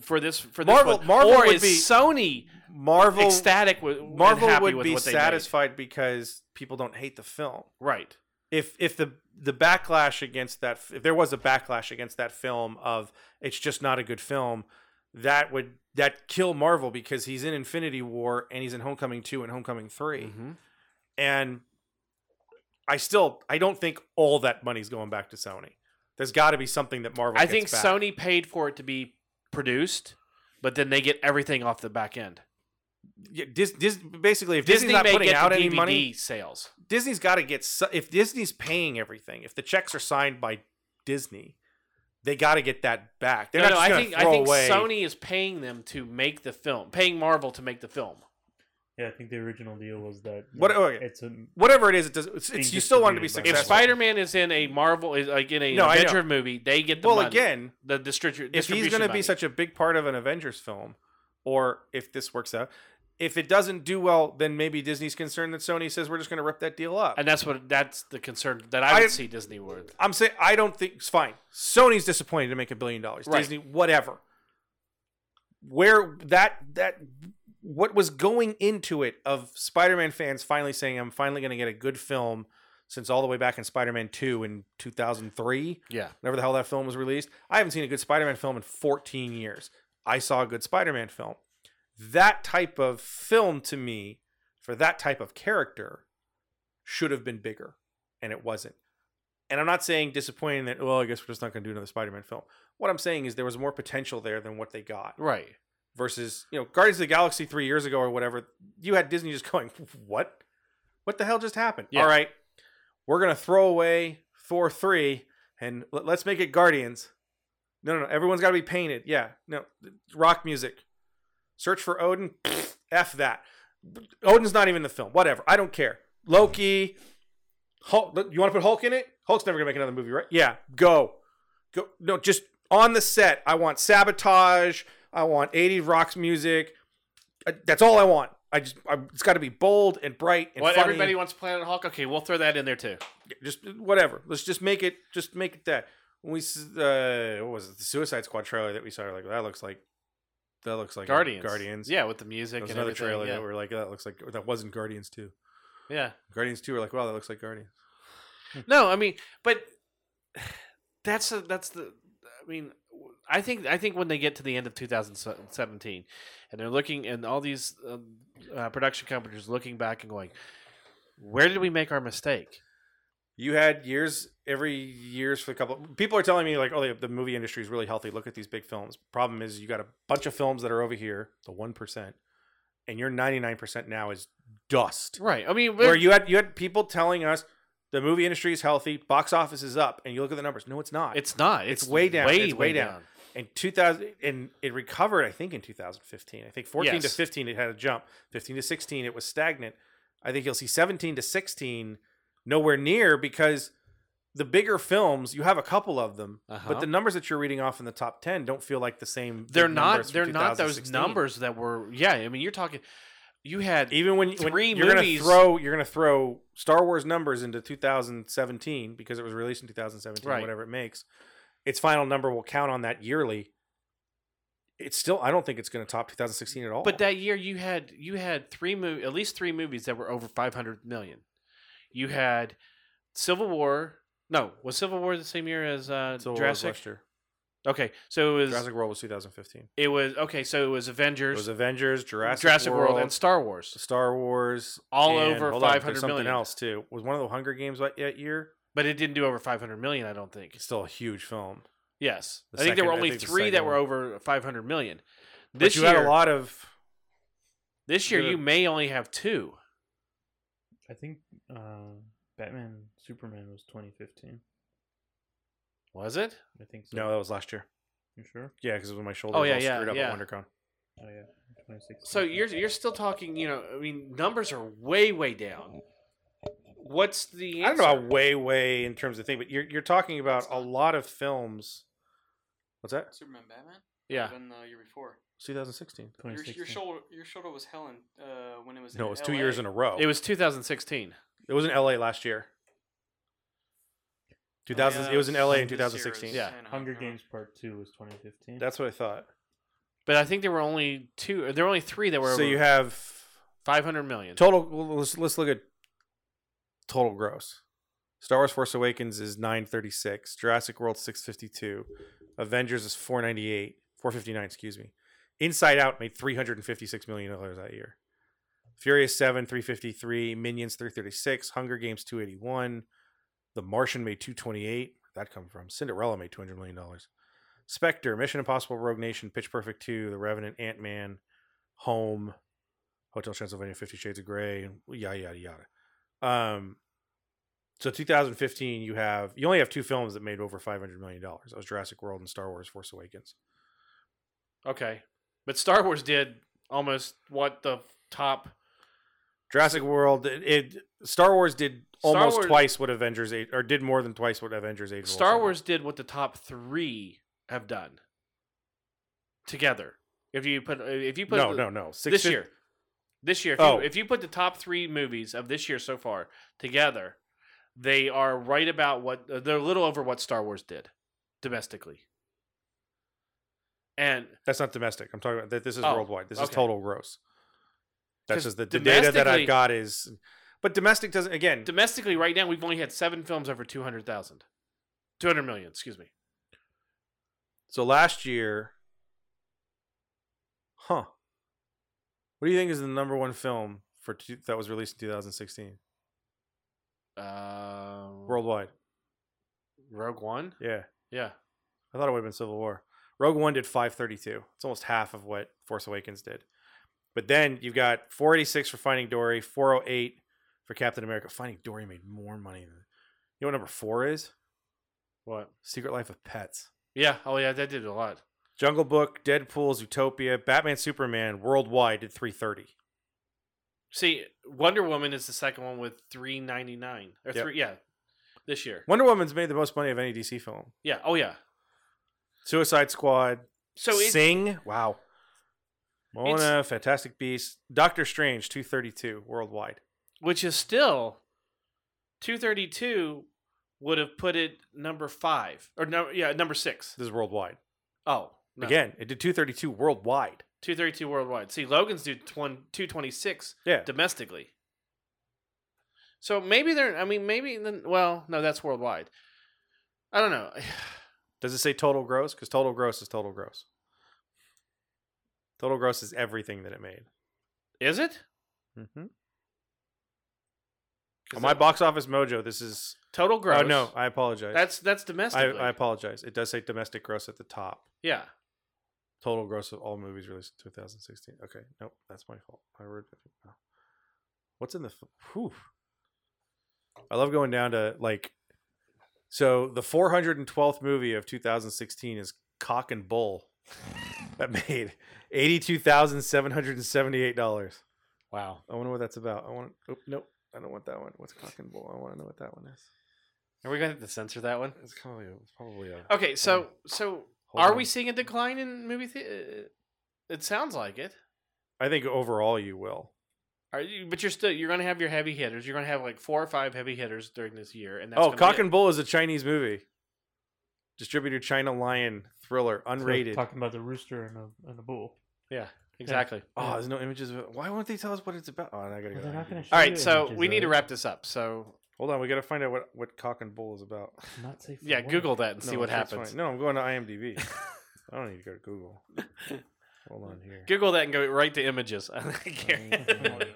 C: for this for this
E: Marvel-
C: one,
E: Marvel
C: or
E: would
C: is
E: be-
C: Sony
E: Marvel
C: ecstatic with
E: Marvel
C: happy
E: would
C: with
E: be
C: what they made.
E: satisfied because people don't hate the film.
C: right?
E: If if the the backlash against that if there was a backlash against that film of it's just not a good film, that would that kill Marvel because he's in Infinity War and he's in Homecoming 2 and Homecoming 3
C: Mm-hmm.
E: and I still I don't think all that money's going back to Sony. There's got to be something that Marvel
C: I
E: gets
C: think
E: back.
C: Sony paid for it to be produced, but then they get everything off the back end.
E: Yeah, Dis, Dis, basically if
C: Disney
E: Disney's not
C: may
E: putting
C: get
E: out
C: the
E: any
C: DVD
E: money,
C: sales.
E: Disney's got to get so- if Disney's paying everything, if the checks are signed by Disney, they got to get that back. They're
C: no,
E: not
C: no,
E: just
C: I
E: gonna
C: think I
E: throw
C: think
E: away.
C: Sony is paying them to make the film, paying Marvel to make the film.
D: Yeah, I think the original deal was that.
E: What- oh,
D: like,
E: okay.
D: It's a
E: whatever it is. It does. It's, it's,
D: Being
E: you still want it to be
D: distributed
E: successful.
D: by
C: If Spider Man is in a Marvel is like in a
E: No, I know.
C: Avenger movie, they get the
E: well,
C: money.
E: again,
C: the distribu-
E: if he's
C: going to
E: be such a big part of an Avengers film, or if this works out, if it doesn't do well, then maybe Disney's concerned that Sony says we're just going to rip that deal up.
C: and that's what that's the concern that I would
E: I-
C: see Disney with.
E: I'm saying I don't think it's fine. Sony's disappointed to make a billion dollars.
C: Right.
E: Disney, whatever. Where that that what was going into it of Spider-Man fans finally saying I'm finally going to get a good film since all the way back in Spider-Man 2 in 2003,
C: Yeah,
E: whenever the hell that film was released. I haven't seen a good Spider-Man film in 14 years. I saw a good Spider-Man film. That type of film to me for that type of character should have been bigger and it wasn't. And I'm not saying disappointing that, well, I guess we're just not going to do another Spider Man film. What I'm saying is there was more potential there than what they got.
C: right.
E: Versus, you know, Guardians of the Galaxy three years ago or whatever, you had Disney just going, what? What the hell just happened?
C: Yeah.
E: All right, we're going to throw away Thor 3 and let- let's make it Guardians. No, no, no. Everyone's got to be painted. Yeah. No, rock music. Search for Odin. Pfft, F that. Odin's not even in the film. Whatever. I don't care. Loki. Hulk. You want to put Hulk in it? Hulk's never gonna make another movie, right? Yeah. Go. Go. No, just on the set. I want sabotage. I want 80 rocks music. Uh, That's all I want. I just. I, it's got to be bold and bright and
C: What
E: funny.
C: everybody wants Planet Hulk? Okay, we'll throw that in there too.
E: Just whatever. Let's just make it. Just make it that. When we s- uh, what was it? The Suicide Squad trailer that we saw. Like that looks like that looks like
C: Guardians.
E: Guardians.
C: Yeah, with the music
E: There's
C: and
E: another
C: everything,
E: trailer
C: Yeah.
E: that were like, "Oh, that looks like that wasn't Guardians two.
C: yeah.
E: Guardians two were like, wow, that looks like Guardians.
C: No, I mean, but that's the that's the. I mean, I think I think when they get to the end of 2017, and they're looking, and all these um, uh, production companies looking back and going, "Where did we make our mistake?"
E: You had years every years for a couple. People are telling me like, oh, the, the movie industry is really healthy. Look at these big films. Problem is, you got a bunch of films that are over here, the one percent, and your ninety nine percent now is dust.
C: Right. I mean,
E: Where you had you had people telling us the movie industry is healthy, box office is up, and you look at the numbers. No, it's not.
C: it's not. It's,
E: It's way down.
C: Way,
E: It's way down. in 2000 and it recovered i think in 2015 i think 14 to
C: Yes.
E: 15 it had a jump 15 to 16 it was stagnant i think you'll see 17 to 16 nowhere near because the bigger films you have a couple of them
C: Uh-huh.
E: but the numbers that you're reading off in the top 10 don't feel like the same
C: They're
E: big numbers
C: not.
E: from
C: They're not those
E: 2016.
C: numbers that were. Yeah. I mean, you're talking. You had
E: even when, when
C: Three
E: you're going to
C: movies-
E: throw you're going to throw Star Wars numbers into 2017 because it was released in 2017
C: Right.
E: whatever it makes its final number will count on that yearly it's still I don't think it's going to top 2016 at all
C: But that year you had you had three mov- at least three movies that were over 500 million. You had Civil War. No, was Civil War the same year as uh,
E: Civil War was
C: Jurassic?
E: last year.
C: Okay, so it was
E: Jurassic World was 2015
C: it was okay. So it was
E: it
C: Avengers,
E: was Avengers Jurassic,
C: Jurassic, World, and Star Wars.
E: Star Wars
C: All
E: and-
C: over
E: hold on, there's
C: 500
E: something
C: million.
E: else too was one of the Hunger Games that that year
C: But it didn't do over 500 million, I don't think.
E: it's still a huge film
C: Yes,
E: The
C: I think there were
E: second- I
C: only
E: think the
C: three that
E: second
C: were
E: one.
C: over 500 million.
E: but
C: This
E: you
C: year,
E: had a lot of
C: this year
E: good-
C: you may only have two.
D: I think uh, Batman Superman was 2015.
C: Was it?
D: I think so.
E: no that was last year
D: You sure?
E: yeah because when my shoulder
C: Oh,
E: was
C: yeah,
E: all
C: yeah,
E: screwed up
C: yeah.
E: at WonderCon
D: Oh yeah, 2016.
C: So
E: Mm-hmm.
C: you're you're still talking, you know, I mean, numbers are way way down. What's the
E: I
C: answer?
E: don't know about way, way in terms of thing, but you're you're talking about a lot of films. What's that?
F: Superman, Batman.
C: Yeah.
F: Than the year before.
E: 2016.
F: Your, your
D: 2016.
F: shoulder, your shoulder was Helen uh, when it was.
E: No,
F: in
E: it was two years in a row.
C: It was 2016.
E: It was in L.A. last year. 2000. it was in L.A. in 2016.
C: Yeah.
D: Hunger Games Part Two was 2015.
E: that's what I thought.
C: But I think there were only two there were only three that were
E: So
C: over
E: you have
C: 500 million.
E: total. well, Let's let's look at total gross. Star Wars: Force Awakens is 936. Jurassic World 652. Avengers is 498. 459. Excuse me. Inside Out made 356 million dollars that year. Furious 7 353, Minions 336, Hunger Games 281, The Martian made 228. Where'd that come from? Cinderella made 200 million dollars. Spectre, Mission Impossible, Rogue Nation, Pitch Perfect 2, The Revenant, Ant Man, Home, Hotel Transylvania, Fifty Shades of Grey, and yada yada yada. Um, so 2015, you have you only have two films that made over 500 million dollars. That was Jurassic World and Star Wars: Force Awakens.
C: Okay. But Star Wars did almost what the top
E: Jurassic World, it, it Star Wars did
C: Star
E: almost
C: Wars-
E: twice what Avengers eight or did more than twice what Avengers eight.
C: Star Wars did what the top 3 have done together. If you put if you put
E: no,
C: the-
E: no, no. Six
C: this year. This year if,
E: Oh.
C: you, if you put the top 3 movies of this year so far together, they are right about what uh, they're a little over what Star Wars did domestically. And
E: That's not domestic. I'm talking about that. This is
C: Oh,
E: worldwide. This is
C: okay.
E: total gross. That's
C: 'Cause
E: just the, the data that
C: domestically-
E: I've got is, but domestic doesn't again.
C: domestically right now we've only had seven films over 200,000. 200 million, excuse me.
E: so last year, huh? What do you think is the number one film for two, that was released in 2016
C: Um,
E: worldwide?
C: Rogue One?
E: Yeah,
C: Yeah.
E: I thought it would have been Civil War. Rogue One did 532. It's almost half of what Force Awakens did. But then you've got 486 for Finding Dory, 408 for Captain America. Finding Dory made more money than. You know what number four is?
C: What?
E: Secret Life of Pets.
C: Yeah. Oh, yeah, that did a lot.
E: Jungle Book, Deadpool, Zootopia, Batman, Superman, worldwide did 330.
C: See, Wonder Woman is the second one with 399 or
E: Yep.
C: three yeah. This year.
E: Wonder Woman's made the most money of any DC film.
C: Yeah. Oh, yeah.
E: Suicide Squad,
C: So it,
E: Sing, wow. Mona, Fantastic Beast, Doctor Strange, 232 worldwide.
C: which is still 232 would have put it number 5 or no yeah, number 6.
E: This is worldwide.
C: Oh. No.
E: Again, it did 232 worldwide.
C: 232 worldwide. See, Logan's do twen- 226
E: Yeah.
C: domestically. So maybe they're, I mean, maybe, then, well, no, that's worldwide. I don't know.
E: Does it say total gross? Because total gross is total gross. Total gross is everything that it made.
C: Is it?
E: Mm-hmm.
C: 'Cause
E: On my
C: that-
E: box office mojo, this is.
C: total gross.
E: Oh, no. I apologize.
C: That's, that's
E: I,
C: domestically.
E: I apologize. It does say domestic gross at the top.
C: yeah.
E: Total gross of all movies released in 2016. Okay, nope, that's my fault. I wrote it down. What's in the? f- Whew. I love going down to like. So the 412th movie of 2016 is Cock and Bull. that made eighty-two thousand seven hundred and seventy-eight dollars.
C: Wow.
E: I wonder what that's about. I want. Oh, nope, I don't want that one. What's Cock and Bull? I want to know what that one is.
C: Are we going to have to censor that one?
E: It's probably it's probably a.
C: Okay, so, so
E: Hold
C: are
E: on.
C: we seeing a decline in movie the- It sounds like it.
E: I think overall you will.
C: Are you, but you're still you're going to have your heavy hitters. You're going to have like four or five heavy hitters during this year, and that's
E: oh,
C: gonna be
E: Cock
C: it.
E: and Bull is a Chinese movie. Distributor China Lion thriller,
D: So,
E: unrated.
D: talking about the rooster and a, and a bull.
C: yeah, exactly.
E: oh, there's no images of it. Why won't they tell us what it's about? Oh, and I gotta go.
D: Well, they're
E: down
D: not
E: here.
D: gonna show
C: All
D: you
C: right, so
D: images
C: we
D: of
C: need to
D: it.
C: wrap this up. So
E: Hold on, we gotta find out what, what Cock and Bull is about.
D: Not safe for
C: yeah,
D: work.
C: Google that and see
E: No,
C: what
E: that's
C: happens.
E: fine. No, I'm going to IMDb. I don't need to go to Google. Hold on here.
C: Google that and go right to images. I don't
F: I'll
C: care.
F: do that.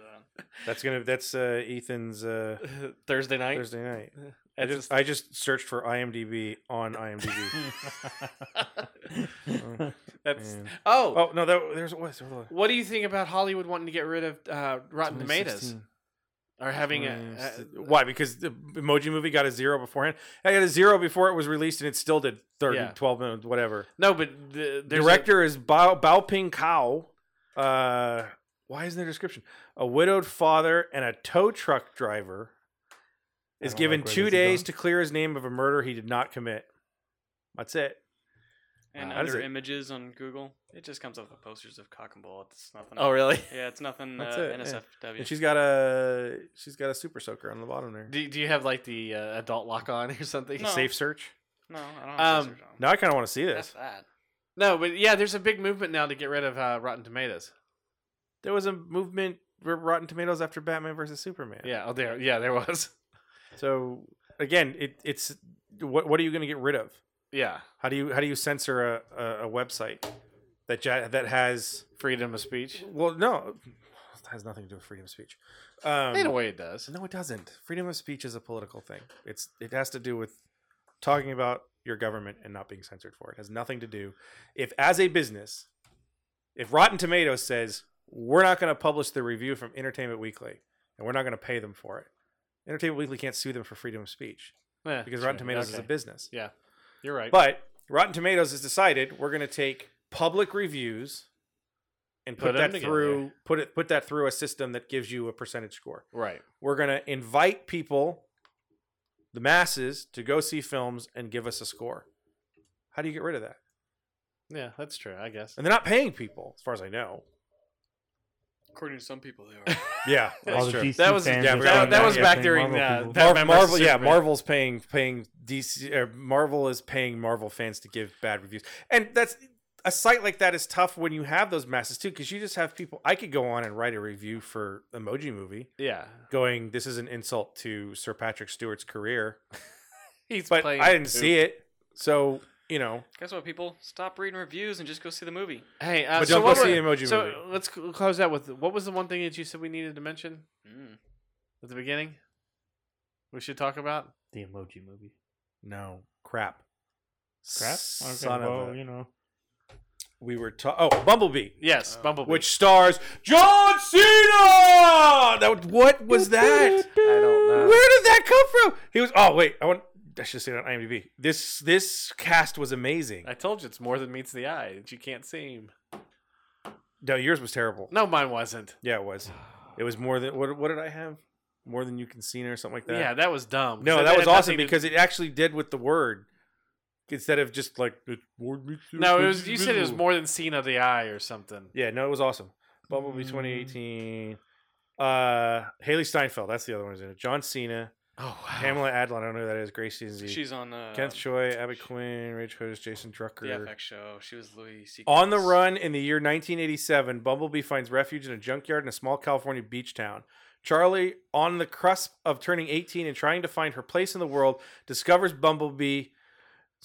E: That's gonna that's uh, Ethan's uh,
C: Thursday night.
E: Thursday night. I
C: That's
E: just I just searched for IMDb on IMDb.
D: IMDb.
C: that's-
E: And-
C: oh,
E: oh no, that there's what? Hold on.
C: what do you think about Hollywood wanting to get rid of uh, Rotten Tomatoes
E: 2016.
C: or having a, uh,
E: Minus
C: a-
E: the- why? Because the Emoji Movie got a zero beforehand. I got a zero before it was released, and it still did 30,
C: Yeah.
E: 12 minutes, whatever.
C: no? But the, there's a-
E: Director is Bao, Bao Ping Kao. Uh, why isn't there a description? A widowed father and a tow truck driver
D: I
E: is
D: don't
E: given
D: like where
E: two
D: this is
E: days
D: going.
E: to clear his name of a murder he did not commit. That's it.
F: And
E: Wow. How does
F: under
E: it-
F: images on Google, it just comes up with posters of cock and bull. It's nothing.
C: oh, really?
F: Yeah, it's nothing.
E: That's
F: uh,
E: it, yeah.
F: NSFW.
E: And she's got a she's got a super soaker on the bottom there.
C: Do, do you have like the uh, adult lock on or something?
F: No.
E: Safe search.
F: no, I don't have
C: Um,
F: um, on.
E: Now I kind of want to see
F: that's
E: this.
F: that.
C: No, but yeah, there's a big movement now to get rid of uh, Rotten Tomatoes.
E: There was a movement for Rotten Tomatoes after Batman versus Superman.
C: Yeah, oh, there, yeah, there was.
E: So again, it, it's what what are you going to get rid of?
C: Yeah,
E: How do you how do you censor a, a, a website that ja- that has
C: freedom of speech.
E: well no it has nothing to do with freedom of speech. Um,
C: In a way, it does.
E: no, it doesn't. Freedom of speech is a political thing. It's it has to do with talking about your government and not being censored for it. It has nothing to do if as a business, if Rotten Tomatoes says we're not going to publish the review from Entertainment Weekly and we're not going to pay them for it, Entertainment Weekly can't sue them for freedom of speech
C: Eh,
E: because Rotten
C: sure,
E: Tomatoes is a
C: okay.
E: business.
C: Yeah, you're right.
E: But Rotten Tomatoes has decided we're going to take public reviews and put,
C: Put 'em
E: that
C: together.
E: through put it put that through a system that gives you a percentage score.
C: right.
E: We're going to invite people the masses to go see films and give us a score. How do you get rid of that?
C: Yeah, that's true. I guess.
E: And they're not paying people as far as I know.
F: According to some people, they are.
E: Yeah.
D: All
E: that's
D: the
E: true.
D: DC
C: That was-
D: fans
E: yeah,
D: are
E: that-
D: throwing
E: that was
D: out
E: back
D: saying
C: during,
D: Marvel
C: uh,
D: people.
C: that-
E: Mar-
C: Batman versus
E: Marvel, yeah,
C: Superman.
E: Marvel's paying paying DC. Or Marvel is paying Marvel fans to give bad reviews, and that's a site like that is tough when you have those masses too, because you just have people. I could go on and write a review for Emoji Movie,
C: Yeah,
E: going, "This is an insult to Sir Patrick Stewart's career,"
C: he's
E: but I didn't see it, so you know.
F: Guess what, people? Stop reading reviews and just go see the movie.
C: Hey, uh,
E: But
C: so
E: don't
C: what
E: go see
C: were-
E: Emoji
C: So
E: Movie.
C: let's cl- close out with what was the one thing that you said we needed to mention
F: Mm.
C: at the beginning? We should talk about.
D: the emoji movie.
E: No crap.
D: Crap. Okay,
E: Son of
D: well,
E: a-
D: you know.
E: We were talking. Oh, Bumblebee.
C: Yes, Bumblebee.
E: Which stars John Cena. That what was that?
C: I don't know.
E: Where did that come from? He was. Oh wait, I want. I should say it on IMDb. This this cast was amazing.
C: I told you it's more than meets the eye. That you can't see him.
E: No, yours was terrible.
C: No, mine wasn't.
E: Yeah, it was. It was more than what? What did I have? More than you can see or something like that.
C: yeah, that was dumb.
E: No,
C: So
E: that
C: had
E: was awesome
C: nothing to-
E: because it actually did with the word instead of just like it's more than meets the
C: no,
E: eye,
C: it was. You said it was more than seen of the eye or something.
E: Yeah, no, it was awesome. Bumblebee
D: Mm.
E: 2018. Uh, Haley Steinfeld. That's the other one. who's in it. John Cena.
C: Oh wow.
E: Pamela Adlon, I don't know who that is. Grace Zee.
F: She's on uh,
E: Kenneth Choi, Abby Quinn, Rage Host, Jason
F: the
E: Drucker.
F: FX show. She was Louis. C.
E: On the
F: Case.
E: run in the year 1987, Bumblebee finds refuge in a junkyard in a small California beach town. Charlie, on the cusp of turning 18 and trying to find her place in the world, discovers Bumblebee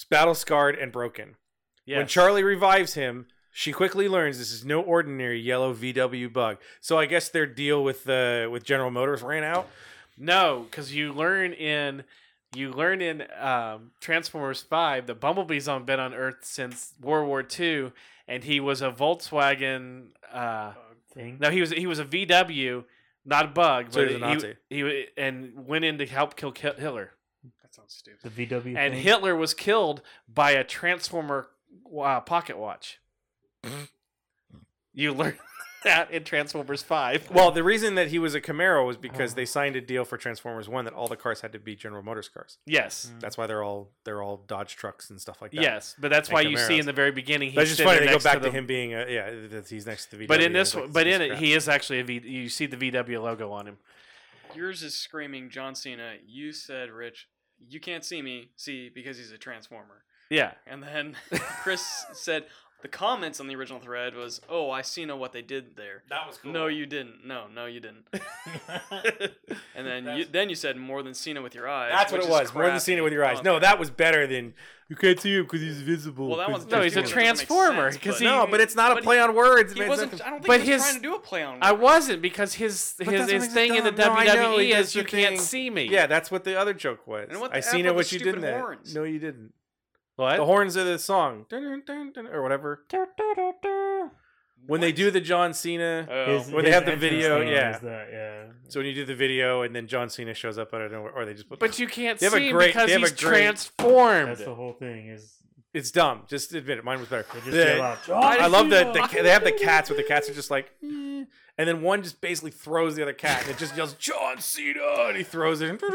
E: battle scarred and broken. When
C: Yes.
E: Charlie revives him, she quickly learns this is no ordinary yellow VW bug. So I guess their deal with uh, with General Motors ran out.
C: No, because you learn in you learn in um, Transformers Five that Bumblebee's on been on Earth since World War II, and he was a Volkswagen. Uh,
D: Thing.
C: no, he was he was a VW, not a bug.
E: So
C: but
E: he was a Nazi.
C: He, wa- and went in to help kill Ki- Hitler,
F: That sounds
D: The
F: stupid.
D: VW.
C: and
D: thing.
C: Hitler was killed by a Transformer uh, pocket watch. you learn that in Transformers Five.
E: Well, the reason that he was a Camaro was
F: Oh.
E: because they signed a deal for Transformers One that all the cars had to be General Motors cars.
C: yes.
F: Mm.
E: That's why they're all they're all Dodge trucks and stuff like that.
C: Yes, but that's
E: And
C: why you see
E: Camaros.
C: in the very beginning he's
E: that's just
C: sitting
E: funny. They go
C: next
E: back to,
C: the-
E: him being a, yeah, that he's next to the VW.
C: But in
E: and it's
C: this, one,
E: E, like,
C: but
E: this
C: in
E: is
C: it,
E: crap.
C: he is actually a V. You see the VW logo on him.
F: Yours is screaming John Cena. You said Rich. You can't see me. See because he's a transformer.
C: Yeah,
E: Mm.
F: And then Chris said the comments on the original thread was, "Oh, I see know what they did there."
E: that was cool.
F: No, you didn't. No, no, you didn't. And then you then you said more than Cena with your eyes.
E: That's what
F: uh, which
E: it
F: is
E: was. More than
F: crappy. Oh,
E: seeing it with your eyes. No, that was better than you can't see him because he's visible.
F: Well, that
E: 'cause
F: one's
E: it's
C: no, he's a
E: transformer."
F: Doesn't make
C: transformer
F: sense,
C: because
F: but-
C: he.
E: No, but it's not a
F: but
E: play on words.
F: He
E: man.
F: wasn't. I don't think
C: But
F: he was
C: his-
F: trying to do a play on.
C: I
F: words.
C: wasn't because his
E: But
C: his,
E: that's what
C: his
E: makes it
C: thing in the
E: dumb. No, I know,
C: WWE
E: he does
C: is
E: the
C: you can't
E: thing-
C: see me.
E: Yeah, that's what the other joke was.
F: And what the
E: I
F: F
E: seen
F: are
E: it
F: the
E: what you did
F: stupid
E: in that.
F: horns?
E: No, you didn't.
C: What?
E: The horns of the song, Dun, dun, dun, or whatever. When they do the John Cena,
F: Oh.
D: His-
E: Well, they
D: his
E: have the
D: entrance
E: video,
D: thing
E: yeah.
D: is the- yeah.
E: so when you do the video and then John Cena shows up out of nowhere, or they just put.
C: but you can't
E: They have a
C: see him
E: great-
C: because
E: they have a
C: he's
E: great-
C: transformed.
D: That's the whole thing. Is
E: it's dumb. Just admit it. Mine was better.
D: they just
E: The-
D: yell out, "John
E: I
D: Cena!"
E: love that the, ca- they have the cats, but the cats are just like, eh. and then one just basically throws the other cat, and it just yells John Cena, and he throws it. And or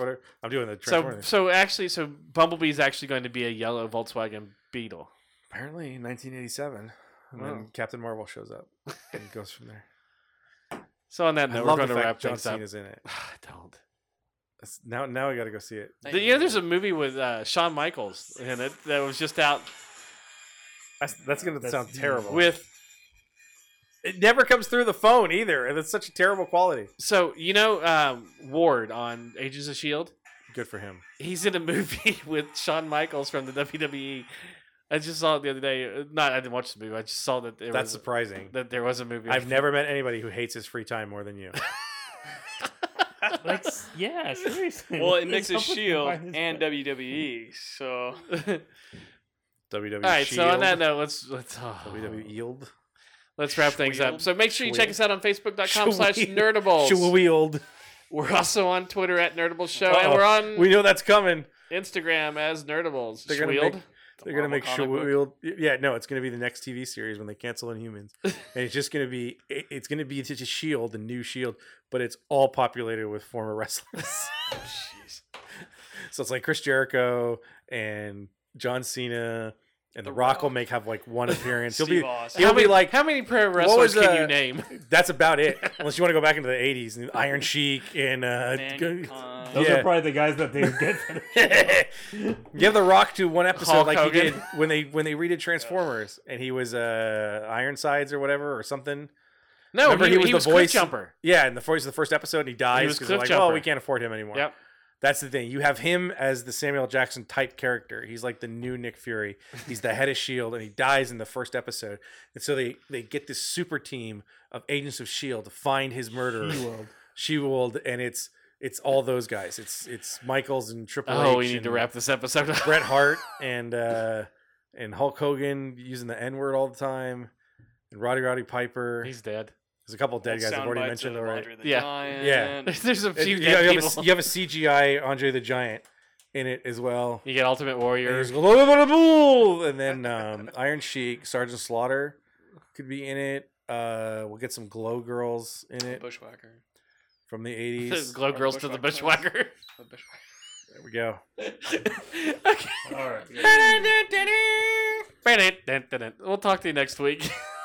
E: whatever. I'm doing the
C: so
E: transforming.
C: so actually, so Bumblebee is actually going to be a yellow Volkswagen Beetle.
E: Apparently, in 1987, and then
C: Wow.
E: Captain Marvel shows up and goes from there.
C: So on that
E: I
C: note, we're
E: love
C: going
E: the
C: to
E: fact
C: wrap
E: John
C: things up.
E: Cena's in it.
C: Don't.
E: That's- now, now I got to go see it.
F: Thank
C: you know, there's a movie with uh, Shawn Michaels in it that was just out
E: That's, that's gonna
D: That's-
E: sound terrible.
C: with
E: it never comes through the phone either, and it's such a terrible quality.
C: So you know um, Ward on Agents of Shield,
E: Good for him.
C: E he's in a movie with Shawn Michaels from the WWE. I just saw it the other day. Uh, Not I didn't watch the movie. I just saw that there
E: That's
C: was
E: surprising.
C: that there was a movie.
E: I've never met anybody who hates his free time more than you.
D: Like, s- yeah, seriously.
F: Well,
D: what
F: it
D: is
F: mixes
D: up with you
F: Shield
D: by this
F: and
D: guy?
F: WWE, so
E: WWE.
C: All right, so on
E: E Shield.
C: that note, let's let's oh,
E: WWE yield.
C: let's wrap things up.
F: Shield.
C: So make sure you check us out on Facebook.com
E: Shield.
C: slash Nerdables.
E: Shield.
C: We're also on Twitter at Nerdables Show, and
E: Uh-oh.
C: we're on
E: We know that's coming.
C: Instagram as Nerdables.
E: They're gonna
C: Shield.
E: make- They're gonna make sure we'll. Yeah, no, it's gonna be the next TV series when they cancel Inhumans, and it's just gonna be it- it's gonna be just a Shield, E the new Shield, but it's all populated with former wrestlers.
F: jeez.
E: so it's like Chris Jericho and John Cena and The,
F: The
E: Rock will
F: Rock.
E: make have like one appearance. He'll
F: Steve
E: be
F: Austin.
E: he'll
C: how
E: be
C: many,
E: like
C: how many pro
E: what was
C: wrestlers can you
E: the-
C: name?
E: that's about it. Unless you want to go back into the '80s and Iron Sheik and uh,
F: Mankind.
D: Those
E: Yeah.
D: are probably the guys that they would get. for
E: Give The Rock to one episode
C: Hulk
E: like he
C: Hogan.
E: did when they when they redid Transformers and he was uh Ironsides or whatever or something.
C: No,
E: Remember
C: he,
E: he was
C: he
E: the
C: was Cliff
E: voice-
C: Jumper.
E: Yeah, and the voice of the first episode and he dies
C: was
E: because they're
C: Cliff
E: like, oh,
C: Jumper.
E: we can't afford him anymore.
C: Yep.
E: That's the thing. You have him as the Samuel Jackson type character. He's like the new Nick Fury. He's the head of Shield, E and he dies in the first episode. And so they they get this super team of agents of Shield E to find his murderer,
D: She-World.
E: She-World, and it's it's all those guys. It's it's Michaels and Triple H.
C: Oh, we need to
E: and-
C: wrap this episode up.
E: Bret Hart and uh, and Hulk Hogan using the N word all the time, and Roddy Roddy Piper.
C: He's dead.
E: There's a couple dead guys I've
F: Sound
E: already
F: bites of
E: mentioned already.
F: Andre the
C: Yeah.
F: Giant.
E: Yeah.
C: There's a
E: And
C: few
E: you,
C: dead
E: you have a,
C: people.
E: you have a CGI Andre the Giant in it as well.
C: You get Ultimate
E: And,
C: Warrior.
E: there's- and then um, Iron Sheik, Sergeant Slaughter could be in it. Uh, we'll get some Glow Girls in it
F: Bushwhacker.
E: from the 80s.
C: Glow Girls to the Bushwhacker.
F: The Bushwhacker.
E: There we go.
C: okay.
D: All right.
C: We'll talk to you next week.